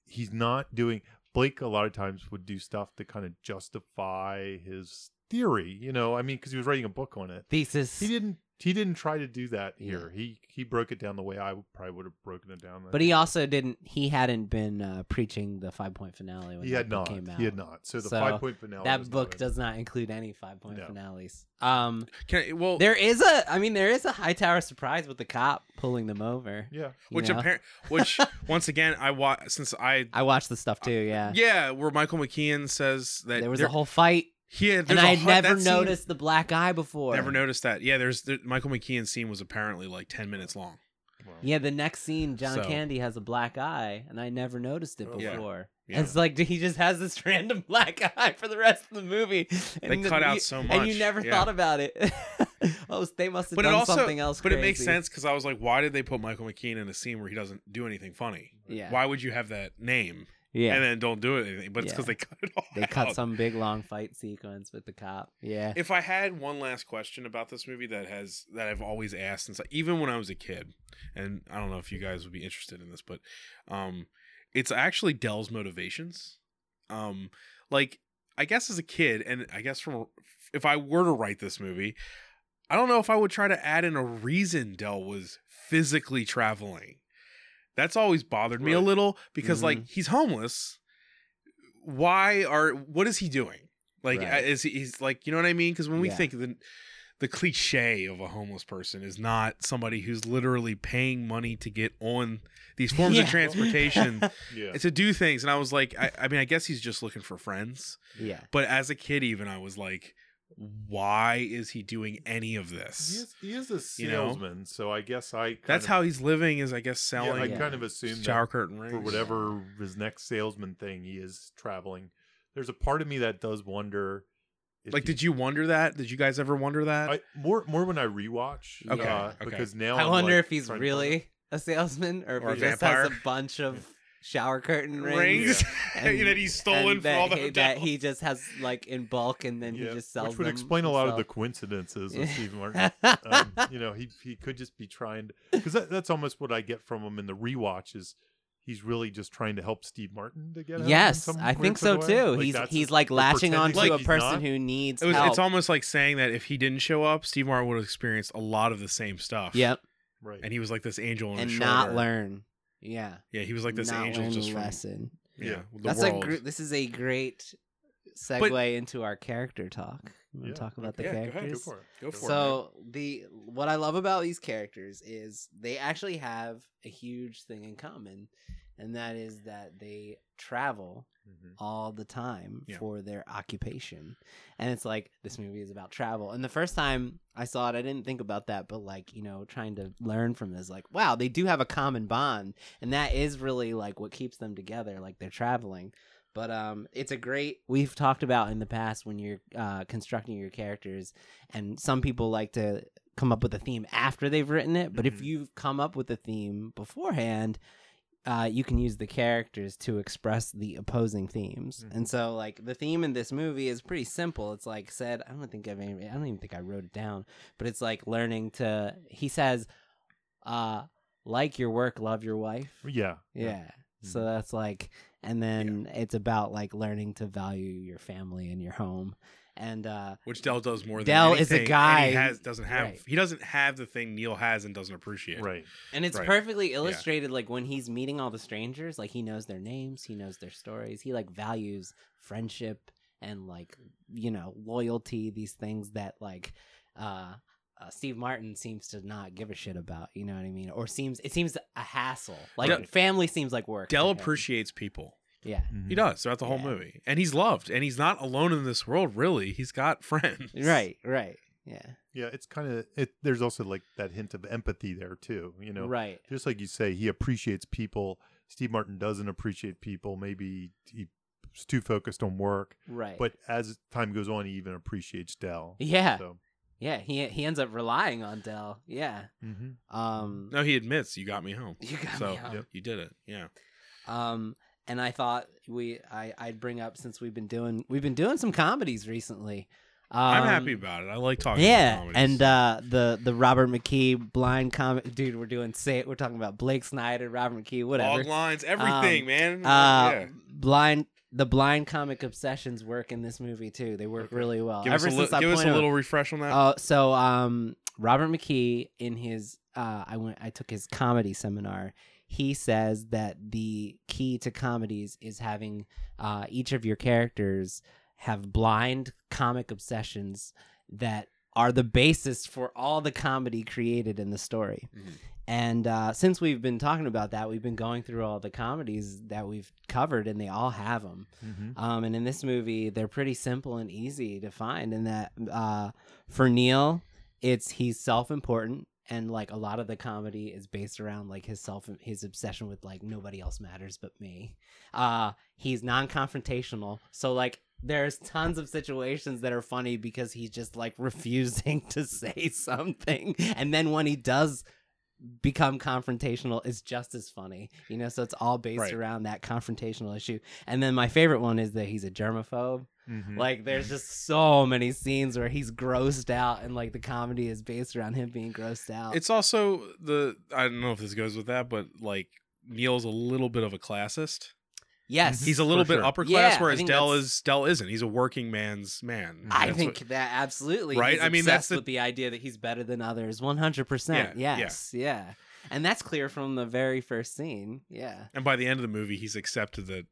[SPEAKER 4] he's not doing. Blake a lot of times would do stuff to kind of justify his theory, you know. I mean, because he was writing a book on it.
[SPEAKER 3] Thesis.
[SPEAKER 4] He didn't. He didn't try to do that
[SPEAKER 3] Yeah.
[SPEAKER 4] here. He he broke it down the way I would- probably would have broken it down.
[SPEAKER 3] But he also didn't. He hadn't been uh, preaching the five point finale when
[SPEAKER 4] he
[SPEAKER 3] that
[SPEAKER 4] had
[SPEAKER 3] book
[SPEAKER 4] not.
[SPEAKER 3] came out.
[SPEAKER 4] He had not. So the
[SPEAKER 3] So
[SPEAKER 4] five point finale.
[SPEAKER 3] That
[SPEAKER 4] was not
[SPEAKER 3] book
[SPEAKER 4] in.
[SPEAKER 3] does not include any five point
[SPEAKER 4] No.
[SPEAKER 3] finales. Um,
[SPEAKER 2] Can I, well,
[SPEAKER 3] there is a. I mean, there is a high tower surprise with the cop pulling them over.
[SPEAKER 4] Yeah.
[SPEAKER 3] you
[SPEAKER 2] which
[SPEAKER 3] know?
[SPEAKER 2] apparent,
[SPEAKER 3] *laughs*
[SPEAKER 2] which once again, I watch since I
[SPEAKER 3] I watched the stuff too. Yeah,
[SPEAKER 2] yeah, where Michael McKeon says that
[SPEAKER 3] Uh. there was
[SPEAKER 2] there-
[SPEAKER 3] a whole fight,
[SPEAKER 2] he had- there's
[SPEAKER 3] and
[SPEAKER 2] a
[SPEAKER 3] I had
[SPEAKER 2] hu-
[SPEAKER 3] never
[SPEAKER 2] that scene-
[SPEAKER 3] noticed the black eye before.
[SPEAKER 2] never noticed that. Yeah, there's there, Michael McKeon's scene was apparently like ten minutes long.
[SPEAKER 4] Well,
[SPEAKER 3] Yeah, the next scene, John
[SPEAKER 2] So-
[SPEAKER 3] Candy has a black eye, and I never noticed it
[SPEAKER 4] Oh, yeah.
[SPEAKER 3] before.
[SPEAKER 2] Yeah.
[SPEAKER 3] It's like he just has this *laughs* random black eye for the rest of the movie. And
[SPEAKER 2] They
[SPEAKER 3] the-
[SPEAKER 2] cut out
[SPEAKER 3] you-
[SPEAKER 2] so
[SPEAKER 3] and you
[SPEAKER 2] much,
[SPEAKER 3] never
[SPEAKER 2] yeah.
[SPEAKER 3] thought about it. *laughs* oh, they must have
[SPEAKER 2] But it
[SPEAKER 3] done
[SPEAKER 2] also-
[SPEAKER 3] something else.
[SPEAKER 2] But it makes
[SPEAKER 3] crazy.
[SPEAKER 2] sense because I was like, why did they put Michael McKean in a scene where he doesn't do anything funny?
[SPEAKER 3] Yeah.
[SPEAKER 2] Why would you have that name
[SPEAKER 3] Yeah,
[SPEAKER 2] and then don't do anything? But it's
[SPEAKER 3] Yeah.
[SPEAKER 2] because they cut it all. *laughs*
[SPEAKER 3] they cut
[SPEAKER 2] out.
[SPEAKER 3] some big long fight sequence with the cop. Yeah,
[SPEAKER 2] If I had one last question about this movie that has that I've always asked since even when I was a kid, and I don't know if you guys would be interested in this, but um, it's actually Dell's motivations. Um, like I guess as a kid, and I guess from if I were to write this movie, I don't know if I would try to add in a reason Dell was physically traveling. That's always bothered me a
[SPEAKER 4] Right.
[SPEAKER 2] little because
[SPEAKER 3] Mm-hmm.
[SPEAKER 2] like he's homeless. Why are what is he doing? Like
[SPEAKER 3] Right.
[SPEAKER 2] is he, he's like you know what I mean? Because when we
[SPEAKER 3] Yeah.
[SPEAKER 2] think of the the cliche of a homeless person is not somebody who's literally paying money to get on
[SPEAKER 3] *laughs*
[SPEAKER 2] these forms of
[SPEAKER 3] Yeah.
[SPEAKER 2] transportation
[SPEAKER 4] Yeah.
[SPEAKER 2] to do things. And I was like, I, I mean, I guess he's just looking for friends.
[SPEAKER 3] *laughs* yeah,
[SPEAKER 2] But as a kid, even I was like, why is he doing any of this?
[SPEAKER 4] He is, he is a
[SPEAKER 2] You know?
[SPEAKER 4] salesman, so I guess I. Kind
[SPEAKER 2] That's
[SPEAKER 4] of,
[SPEAKER 2] how he's living. Is I guess
[SPEAKER 4] Yeah, I
[SPEAKER 2] selling
[SPEAKER 3] Yeah.
[SPEAKER 4] kind of assume that
[SPEAKER 2] shower curtain rings
[SPEAKER 4] for whatever his next salesman thing he is traveling. There's a part of me that does wonder. if
[SPEAKER 2] Like,
[SPEAKER 4] he-
[SPEAKER 2] did you wonder that? Did you guys ever wonder that?
[SPEAKER 4] I, more more when I rewatch?
[SPEAKER 3] Okay,
[SPEAKER 4] uh,
[SPEAKER 2] okay.
[SPEAKER 4] Because now
[SPEAKER 3] I
[SPEAKER 4] I'm,
[SPEAKER 3] wonder
[SPEAKER 4] like,
[SPEAKER 3] if he's
[SPEAKER 4] trying to find out.
[SPEAKER 3] really a salesman or if
[SPEAKER 2] Or
[SPEAKER 3] he
[SPEAKER 2] a
[SPEAKER 3] just has a
[SPEAKER 2] vampire.
[SPEAKER 3] bunch of shower curtain rings.
[SPEAKER 2] *laughs* rings
[SPEAKER 3] and-
[SPEAKER 2] that he's stolen
[SPEAKER 3] and
[SPEAKER 2] from all the
[SPEAKER 3] he,
[SPEAKER 2] hotels.
[SPEAKER 3] that he just has like in bulk and then
[SPEAKER 4] Yeah,
[SPEAKER 3] he just sells
[SPEAKER 4] which would
[SPEAKER 3] them
[SPEAKER 4] explain a lot of the
[SPEAKER 3] himself.
[SPEAKER 4] coincidences
[SPEAKER 3] Yeah.
[SPEAKER 4] of
[SPEAKER 3] *laughs*
[SPEAKER 4] Steve Martin. um, you know, he he could just be trying because that, that's almost what I get from him in the rewatch is he's really just trying to help Steve Martin to get. out in
[SPEAKER 3] yes,
[SPEAKER 4] some
[SPEAKER 3] I think
[SPEAKER 4] weird
[SPEAKER 3] so
[SPEAKER 4] way.
[SPEAKER 3] too.
[SPEAKER 4] Like,
[SPEAKER 3] he's
[SPEAKER 4] that's
[SPEAKER 3] he's
[SPEAKER 4] his-
[SPEAKER 3] like
[SPEAKER 4] they're
[SPEAKER 3] latching
[SPEAKER 4] pretending
[SPEAKER 3] onto
[SPEAKER 4] like
[SPEAKER 3] a
[SPEAKER 4] he's
[SPEAKER 3] person
[SPEAKER 4] not.
[SPEAKER 3] who needs
[SPEAKER 2] It was,
[SPEAKER 3] help.
[SPEAKER 2] it's almost like saying that if he didn't show up, Steve Martin would have experienced a lot of the same stuff.
[SPEAKER 3] yep,
[SPEAKER 4] right.
[SPEAKER 2] And he was like this angel on his
[SPEAKER 3] and
[SPEAKER 2] shoulder.
[SPEAKER 3] not learn. Yeah,
[SPEAKER 2] Yeah, he was like this
[SPEAKER 3] not
[SPEAKER 2] angel
[SPEAKER 3] learn
[SPEAKER 2] just
[SPEAKER 3] a
[SPEAKER 2] from
[SPEAKER 3] lesson.
[SPEAKER 2] yeah,
[SPEAKER 4] Yeah.
[SPEAKER 2] the
[SPEAKER 3] That's
[SPEAKER 2] world.
[SPEAKER 3] a gr- this is a great segue into our character talk. You want
[SPEAKER 4] Yeah,
[SPEAKER 3] to talk about the
[SPEAKER 2] okay. Yeah, go ahead, go
[SPEAKER 3] characters?
[SPEAKER 4] Go for it.
[SPEAKER 2] Go for it.
[SPEAKER 3] so the what I love about these characters is they actually have a huge thing in common, and that is that they travel
[SPEAKER 4] Mhm.
[SPEAKER 3] all the time
[SPEAKER 2] Yeah.
[SPEAKER 3] for their occupation. And it's like this movie is about travel. And the first time I saw it, I didn't think about that, but like, you know, trying to learn from this like, wow, they do have a common bond, and that is really like what keeps them together, like they're traveling. But um it's a great we've talked about in the past when you're uh constructing your characters and some people like to come up with a theme after they've written it, but if
[SPEAKER 4] Mhm.
[SPEAKER 3] you've come up with a theme beforehand, uh, you can use the characters to express the opposing themes. And so, like, the theme in this movie is pretty simple. It's like said, I don't think I've any, I don't even think I wrote it down, but it's like learning to, he says, uh, like your work, love your wife.
[SPEAKER 4] Yeah.
[SPEAKER 3] Yeah. So that's like, and then it's about like learning to value your family and your home. And, uh,
[SPEAKER 2] Which Dell does more than
[SPEAKER 3] Del is a
[SPEAKER 2] anything, and
[SPEAKER 3] guy
[SPEAKER 2] he
[SPEAKER 3] who-
[SPEAKER 2] has doesn't have
[SPEAKER 3] right.
[SPEAKER 2] he doesn't have the thing Neil has and doesn't appreciate.
[SPEAKER 4] Right.
[SPEAKER 3] and it's
[SPEAKER 2] Right.
[SPEAKER 3] perfectly illustrated like when he's meeting all the strangers, like he knows their names, he knows their stories, he like values friendship and like, you know, loyalty, these things that like uh, uh Steve Martin seems to not give a shit about, you know what I mean? Or seems it seems a hassle. Like
[SPEAKER 2] Del-
[SPEAKER 3] family seems like work.
[SPEAKER 2] Dell
[SPEAKER 3] to him.
[SPEAKER 2] appreciates people.
[SPEAKER 3] Yeah.
[SPEAKER 4] Mm-hmm. Hmm.
[SPEAKER 2] He does throughout the whole
[SPEAKER 3] Yeah.
[SPEAKER 2] movie, and he's loved, and he's not alone in this world. Really, he's got *laughs* friends.
[SPEAKER 3] Right, right. Yeah.
[SPEAKER 4] Yeah, it's kind of it. There's also like that hint of empathy there too. You know,
[SPEAKER 3] Right.
[SPEAKER 4] just like you say, he appreciates people. Steve Martin doesn't appreciate people. Maybe he's too focused on work.
[SPEAKER 3] Right.
[SPEAKER 4] But as time goes on, he even appreciates Dell.
[SPEAKER 3] yeah.
[SPEAKER 4] So,
[SPEAKER 3] Yeah, he he ends up relying on Dell. Yeah.
[SPEAKER 4] mhm.
[SPEAKER 3] Um
[SPEAKER 2] No, he admits you got me home.
[SPEAKER 3] you got
[SPEAKER 2] so
[SPEAKER 3] me on.
[SPEAKER 4] yep.
[SPEAKER 2] you did it. Yeah.
[SPEAKER 3] Um, and I thought we I I'd bring up since we've been doing we've been doing some comedies recently.
[SPEAKER 2] I'm
[SPEAKER 3] Um,
[SPEAKER 2] happy about it. I like talking.
[SPEAKER 3] Yeah,
[SPEAKER 2] about comedies.
[SPEAKER 3] and uh, the the Robert McKee blind comic dude. We're doing say we're talking about Blake Snyder, Robert McKee, whatever.
[SPEAKER 2] log lines, everything,
[SPEAKER 3] Um,
[SPEAKER 2] man.
[SPEAKER 3] uh,
[SPEAKER 2] yeah.
[SPEAKER 3] blind the blind comic obsessions work in this movie too. They work
[SPEAKER 2] Okay.
[SPEAKER 3] really well.
[SPEAKER 2] Give, us
[SPEAKER 3] Uh, Ever
[SPEAKER 2] a, li-
[SPEAKER 3] since I
[SPEAKER 2] give us a
[SPEAKER 3] pointed-
[SPEAKER 2] little refresh on that.
[SPEAKER 3] Uh, so um, Robert McKee in his uh, I went I took his comedy seminar. He says that the key to comedies is having uh, each of your characters have blind comic obsessions that are the basis for all the comedy created in the story.
[SPEAKER 2] Mhm.
[SPEAKER 4] Mm-hmm.
[SPEAKER 3] And uh, since we've been talking about that, we've been going through all the comedies that we've covered, and they all have them.
[SPEAKER 4] Mm-hmm.
[SPEAKER 3] Um, and in this movie, they're pretty simple and easy to find. In that, uh, for Neil, it's he's self-important, and like a lot of the comedy is based around like his self his obsession with like nobody else matters but me. Uh, he's non-confrontational, so like there's tons of situations that are funny because he's just like *laughs* refusing to say something, and then when he does become confrontational, it's just as funny, you know. So it's all based
[SPEAKER 2] Right.
[SPEAKER 3] around that confrontational issue. And then my favorite one is that he's a germaphobe.
[SPEAKER 4] Mm-hmm.
[SPEAKER 3] Like, there's just so many scenes where he's grossed out, and like the comedy is based around him being grossed out.
[SPEAKER 2] It's also the I don't know if this goes with that, but like Neil's a little bit of a classist.
[SPEAKER 3] yes,
[SPEAKER 2] He's a little
[SPEAKER 4] For
[SPEAKER 2] bit
[SPEAKER 4] sure.
[SPEAKER 2] upper class,
[SPEAKER 3] Yeah, I
[SPEAKER 2] whereas
[SPEAKER 3] think
[SPEAKER 2] Dell
[SPEAKER 3] that's-
[SPEAKER 2] is Dell isn't. He's a working man's
[SPEAKER 4] Mm-hmm.
[SPEAKER 2] man.
[SPEAKER 3] I
[SPEAKER 2] That's
[SPEAKER 3] think
[SPEAKER 2] what-
[SPEAKER 3] that absolutely
[SPEAKER 2] Right?
[SPEAKER 3] He's
[SPEAKER 2] I mean,
[SPEAKER 3] obsessed
[SPEAKER 2] that's the-
[SPEAKER 3] with the idea that he's better than others, one hundred percent.
[SPEAKER 2] Yeah, yeah.
[SPEAKER 3] Yes, yeah, and that's clear from the very first scene. Yeah,
[SPEAKER 2] and by the end of the movie, he's accepted that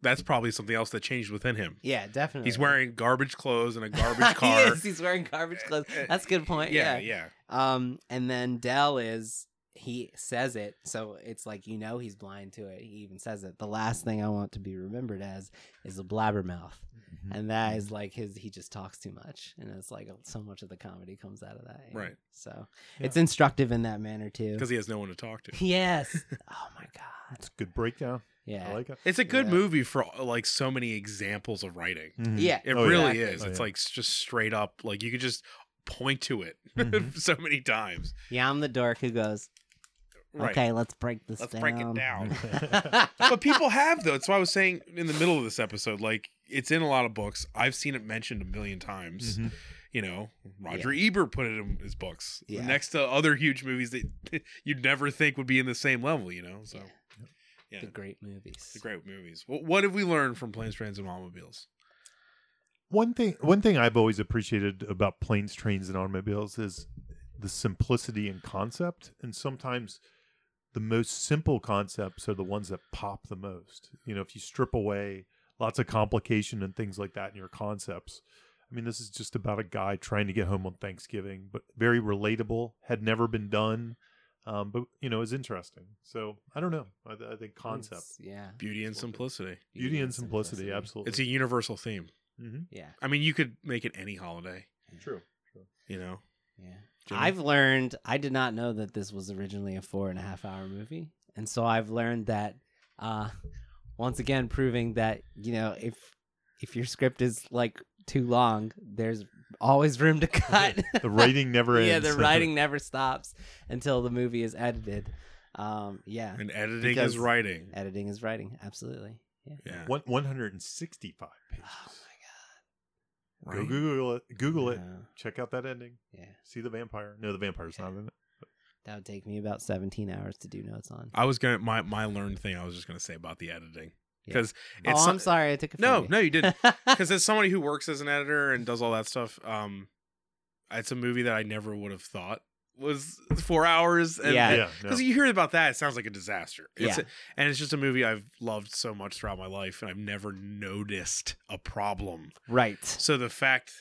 [SPEAKER 2] that's probably something else that changed within him.
[SPEAKER 3] yeah, definitely.
[SPEAKER 2] He's
[SPEAKER 3] *laughs*
[SPEAKER 2] wearing garbage clothes and a garbage
[SPEAKER 3] He
[SPEAKER 2] car.
[SPEAKER 3] is, he's wearing garbage
[SPEAKER 2] *laughs*
[SPEAKER 3] clothes.
[SPEAKER 2] Uh, uh,
[SPEAKER 3] That's a good point.
[SPEAKER 2] yeah,
[SPEAKER 3] yeah.
[SPEAKER 2] yeah.
[SPEAKER 3] Um, and then Dell is he says it, so it's like you know he's blind to it. He even says it. The last thing I want to be remembered as is a blabbermouth,
[SPEAKER 4] Mm-hmm.
[SPEAKER 2] Mm-hmm.
[SPEAKER 3] and that is like his. He just talks too much, and it's like so much of the comedy comes out of that. you know?
[SPEAKER 2] Right.
[SPEAKER 3] So
[SPEAKER 4] Yeah.
[SPEAKER 3] it's instructive in that manner too.
[SPEAKER 2] Because he has no one to talk to. *laughs*
[SPEAKER 3] *laughs* Yes. oh my god.
[SPEAKER 4] It's a good breakdown.
[SPEAKER 3] Yeah. *laughs*
[SPEAKER 4] I like it.
[SPEAKER 2] It's a good
[SPEAKER 3] Yeah.
[SPEAKER 2] movie for like so many examples of writing.
[SPEAKER 3] yeah.
[SPEAKER 2] It
[SPEAKER 4] Oh,
[SPEAKER 2] really
[SPEAKER 3] yeah.
[SPEAKER 2] is.
[SPEAKER 4] Oh,
[SPEAKER 2] it's
[SPEAKER 4] yeah.
[SPEAKER 2] like s- just straight up. Like you could just point to it *laughs*
[SPEAKER 4] Mhm.
[SPEAKER 2] so many times.
[SPEAKER 3] Yeah, I'm the dork who goes.
[SPEAKER 2] Right.
[SPEAKER 3] Okay, let's break this
[SPEAKER 2] Let's
[SPEAKER 3] down.
[SPEAKER 2] break
[SPEAKER 3] *laughs*
[SPEAKER 2] it down.
[SPEAKER 4] Mm-hmm. *laughs*
[SPEAKER 3] down.
[SPEAKER 2] but people have though. That's why I was saying in the middle of this episode, like it's in a lot of books. I've seen it mentioned a million times.
[SPEAKER 4] Mhm.
[SPEAKER 2] You know, Roger Ebert put it in his books
[SPEAKER 3] Yeah.
[SPEAKER 2] next to other huge movies that *laughs* you'd never think would be in the same level. You know, so
[SPEAKER 3] Yeah.
[SPEAKER 2] yeah,
[SPEAKER 3] the great movies.
[SPEAKER 2] the great movies. Well, what have we learned from Planes, Trains, and Automobiles?
[SPEAKER 4] One thing, one thing I've always appreciated about planes, trains, and automobiles is the simplicity in concept, and sometimes the most simple concepts are the ones that pop the most. You know, if you strip away lots of complication and things like that in your concepts, I mean, this is just about a guy trying to get home on Thanksgiving, but very relatable. Had never been done, um, but you know, is interesting. So I don't know. I, I think concept,
[SPEAKER 3] It's- Yeah.
[SPEAKER 2] Beauty and
[SPEAKER 4] That's what it-
[SPEAKER 2] simplicity.
[SPEAKER 4] beauty, and simplicity, absolutely.
[SPEAKER 2] It's a universal theme.
[SPEAKER 4] mm-hmm.
[SPEAKER 3] Yeah.
[SPEAKER 2] I mean, you could make it any holiday.
[SPEAKER 4] true.
[SPEAKER 2] You know,
[SPEAKER 3] Yeah.
[SPEAKER 2] Jimmy?
[SPEAKER 3] I've learned I did not know that this was originally a four and a half hour movie. And so I've learned that uh once again proving that, you know, if if your script is like too long, there's always
[SPEAKER 2] *laughs*
[SPEAKER 3] room to cut.
[SPEAKER 4] The writing never
[SPEAKER 3] *laughs*
[SPEAKER 4] ends.
[SPEAKER 3] yeah, the writing never stops until the movie is edited. Um yeah.
[SPEAKER 2] and editing
[SPEAKER 3] Because-
[SPEAKER 2] is writing.
[SPEAKER 3] Editing is writing, absolutely. Yeah.
[SPEAKER 2] Yeah.
[SPEAKER 4] One, 165 pages.
[SPEAKER 3] Oh
[SPEAKER 2] Right?
[SPEAKER 4] Go Google it. Google
[SPEAKER 3] my god.
[SPEAKER 4] it.
[SPEAKER 3] No,
[SPEAKER 4] Check out that ending.
[SPEAKER 3] yeah.
[SPEAKER 4] See the vampire. No, the vampire's not in it.
[SPEAKER 3] That would take me about 17 hours to do notes on.
[SPEAKER 2] I was gonna my my learned thing. I was just gonna say about the editing
[SPEAKER 3] Yeah.
[SPEAKER 2] because
[SPEAKER 3] Oh,
[SPEAKER 2] it's
[SPEAKER 3] I'm sorry. I took it.
[SPEAKER 2] no
[SPEAKER 3] from
[SPEAKER 2] no you
[SPEAKER 3] you. *laughs*
[SPEAKER 2] didn't because as somebody who works as an editor and does all that stuff, um, it's a movie that I never would have thought was four hours. And,
[SPEAKER 3] Yeah.
[SPEAKER 4] no.
[SPEAKER 2] Because you hear about that, it sounds like a disaster. It's
[SPEAKER 3] Yeah.
[SPEAKER 2] and it's just a movie I've loved so much throughout my life, and I've never noticed a problem.
[SPEAKER 3] right.
[SPEAKER 2] So the fact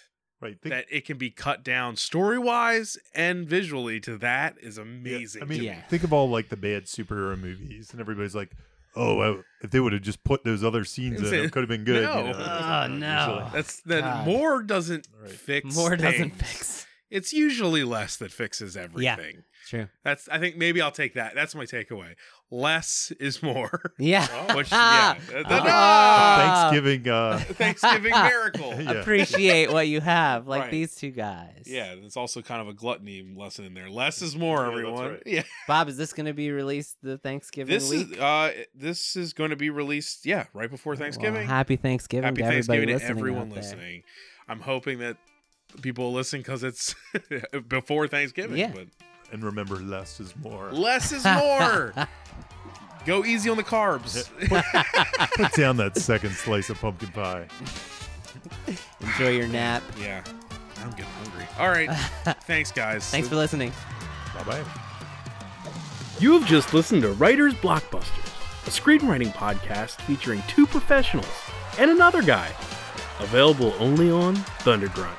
[SPEAKER 4] right. Think,
[SPEAKER 2] that it can be cut down story wise and visually to that is
[SPEAKER 4] yeah,
[SPEAKER 2] amazing.
[SPEAKER 4] I mean,
[SPEAKER 2] to
[SPEAKER 3] Yeah.
[SPEAKER 4] think of all like the bad superhero movies, and everybody's like, "Oh, I, if they would have just put those other scenes in,
[SPEAKER 2] *laughs*
[SPEAKER 4] it could have been good."
[SPEAKER 2] No.
[SPEAKER 4] you know?
[SPEAKER 3] Oh, no.
[SPEAKER 4] Usually.
[SPEAKER 2] That's that
[SPEAKER 3] God.
[SPEAKER 2] more doesn't
[SPEAKER 4] Right.
[SPEAKER 2] fix
[SPEAKER 3] More doesn't
[SPEAKER 2] things.
[SPEAKER 3] fix.
[SPEAKER 2] It's usually less that fixes everything.
[SPEAKER 3] True.
[SPEAKER 2] That's I think maybe I'll take that. That's my takeaway. Less is more. *laughs*
[SPEAKER 3] Yeah.
[SPEAKER 2] Which
[SPEAKER 3] *laughs*
[SPEAKER 2] yeah. That-
[SPEAKER 3] Ah.
[SPEAKER 2] that-
[SPEAKER 4] Thanksgiving. Uh,
[SPEAKER 2] ah, Thanksgiving
[SPEAKER 4] *laughs*
[SPEAKER 2] miracle.
[SPEAKER 4] Yeah.
[SPEAKER 3] Appreciate what you have, like
[SPEAKER 2] Right.
[SPEAKER 3] these two guys.
[SPEAKER 2] Yeah, there's also kind of a gluttony lesson in there. Less is more,
[SPEAKER 4] Yeah, that's
[SPEAKER 2] everyone.
[SPEAKER 4] right.
[SPEAKER 2] Yeah.
[SPEAKER 3] Bob, is this going to be released the Thanksgiving
[SPEAKER 2] This
[SPEAKER 3] week?
[SPEAKER 2] is uh this is going to be released, yeah, right before
[SPEAKER 3] Well,
[SPEAKER 2] Thanksgiving.
[SPEAKER 3] happy Thanksgiving
[SPEAKER 2] Happy
[SPEAKER 3] to
[SPEAKER 2] Thanksgiving
[SPEAKER 3] everybody
[SPEAKER 2] to
[SPEAKER 3] listening
[SPEAKER 2] everyone
[SPEAKER 3] out there.
[SPEAKER 2] listening. I'm hoping that people listen because it's *laughs* before Thanksgiving.
[SPEAKER 3] Yeah.
[SPEAKER 2] But
[SPEAKER 4] And remember, less is
[SPEAKER 2] *laughs*
[SPEAKER 4] more.
[SPEAKER 2] less is
[SPEAKER 3] *laughs*
[SPEAKER 2] more. Go easy on the carbs.
[SPEAKER 4] Put down that second slice of pumpkin pie.
[SPEAKER 3] Enjoy
[SPEAKER 2] *laughs*
[SPEAKER 3] your nap.
[SPEAKER 2] *laughs* yeah. I'm getting hungry. All
[SPEAKER 3] *laughs*
[SPEAKER 2] right. Thanks, guys.
[SPEAKER 3] Thanks for listening.
[SPEAKER 4] Bye bye.
[SPEAKER 1] You've just listened to Writer's Blockbusters, a screenwriting podcast featuring two professionals and another guy. Available only on Thundergrunt.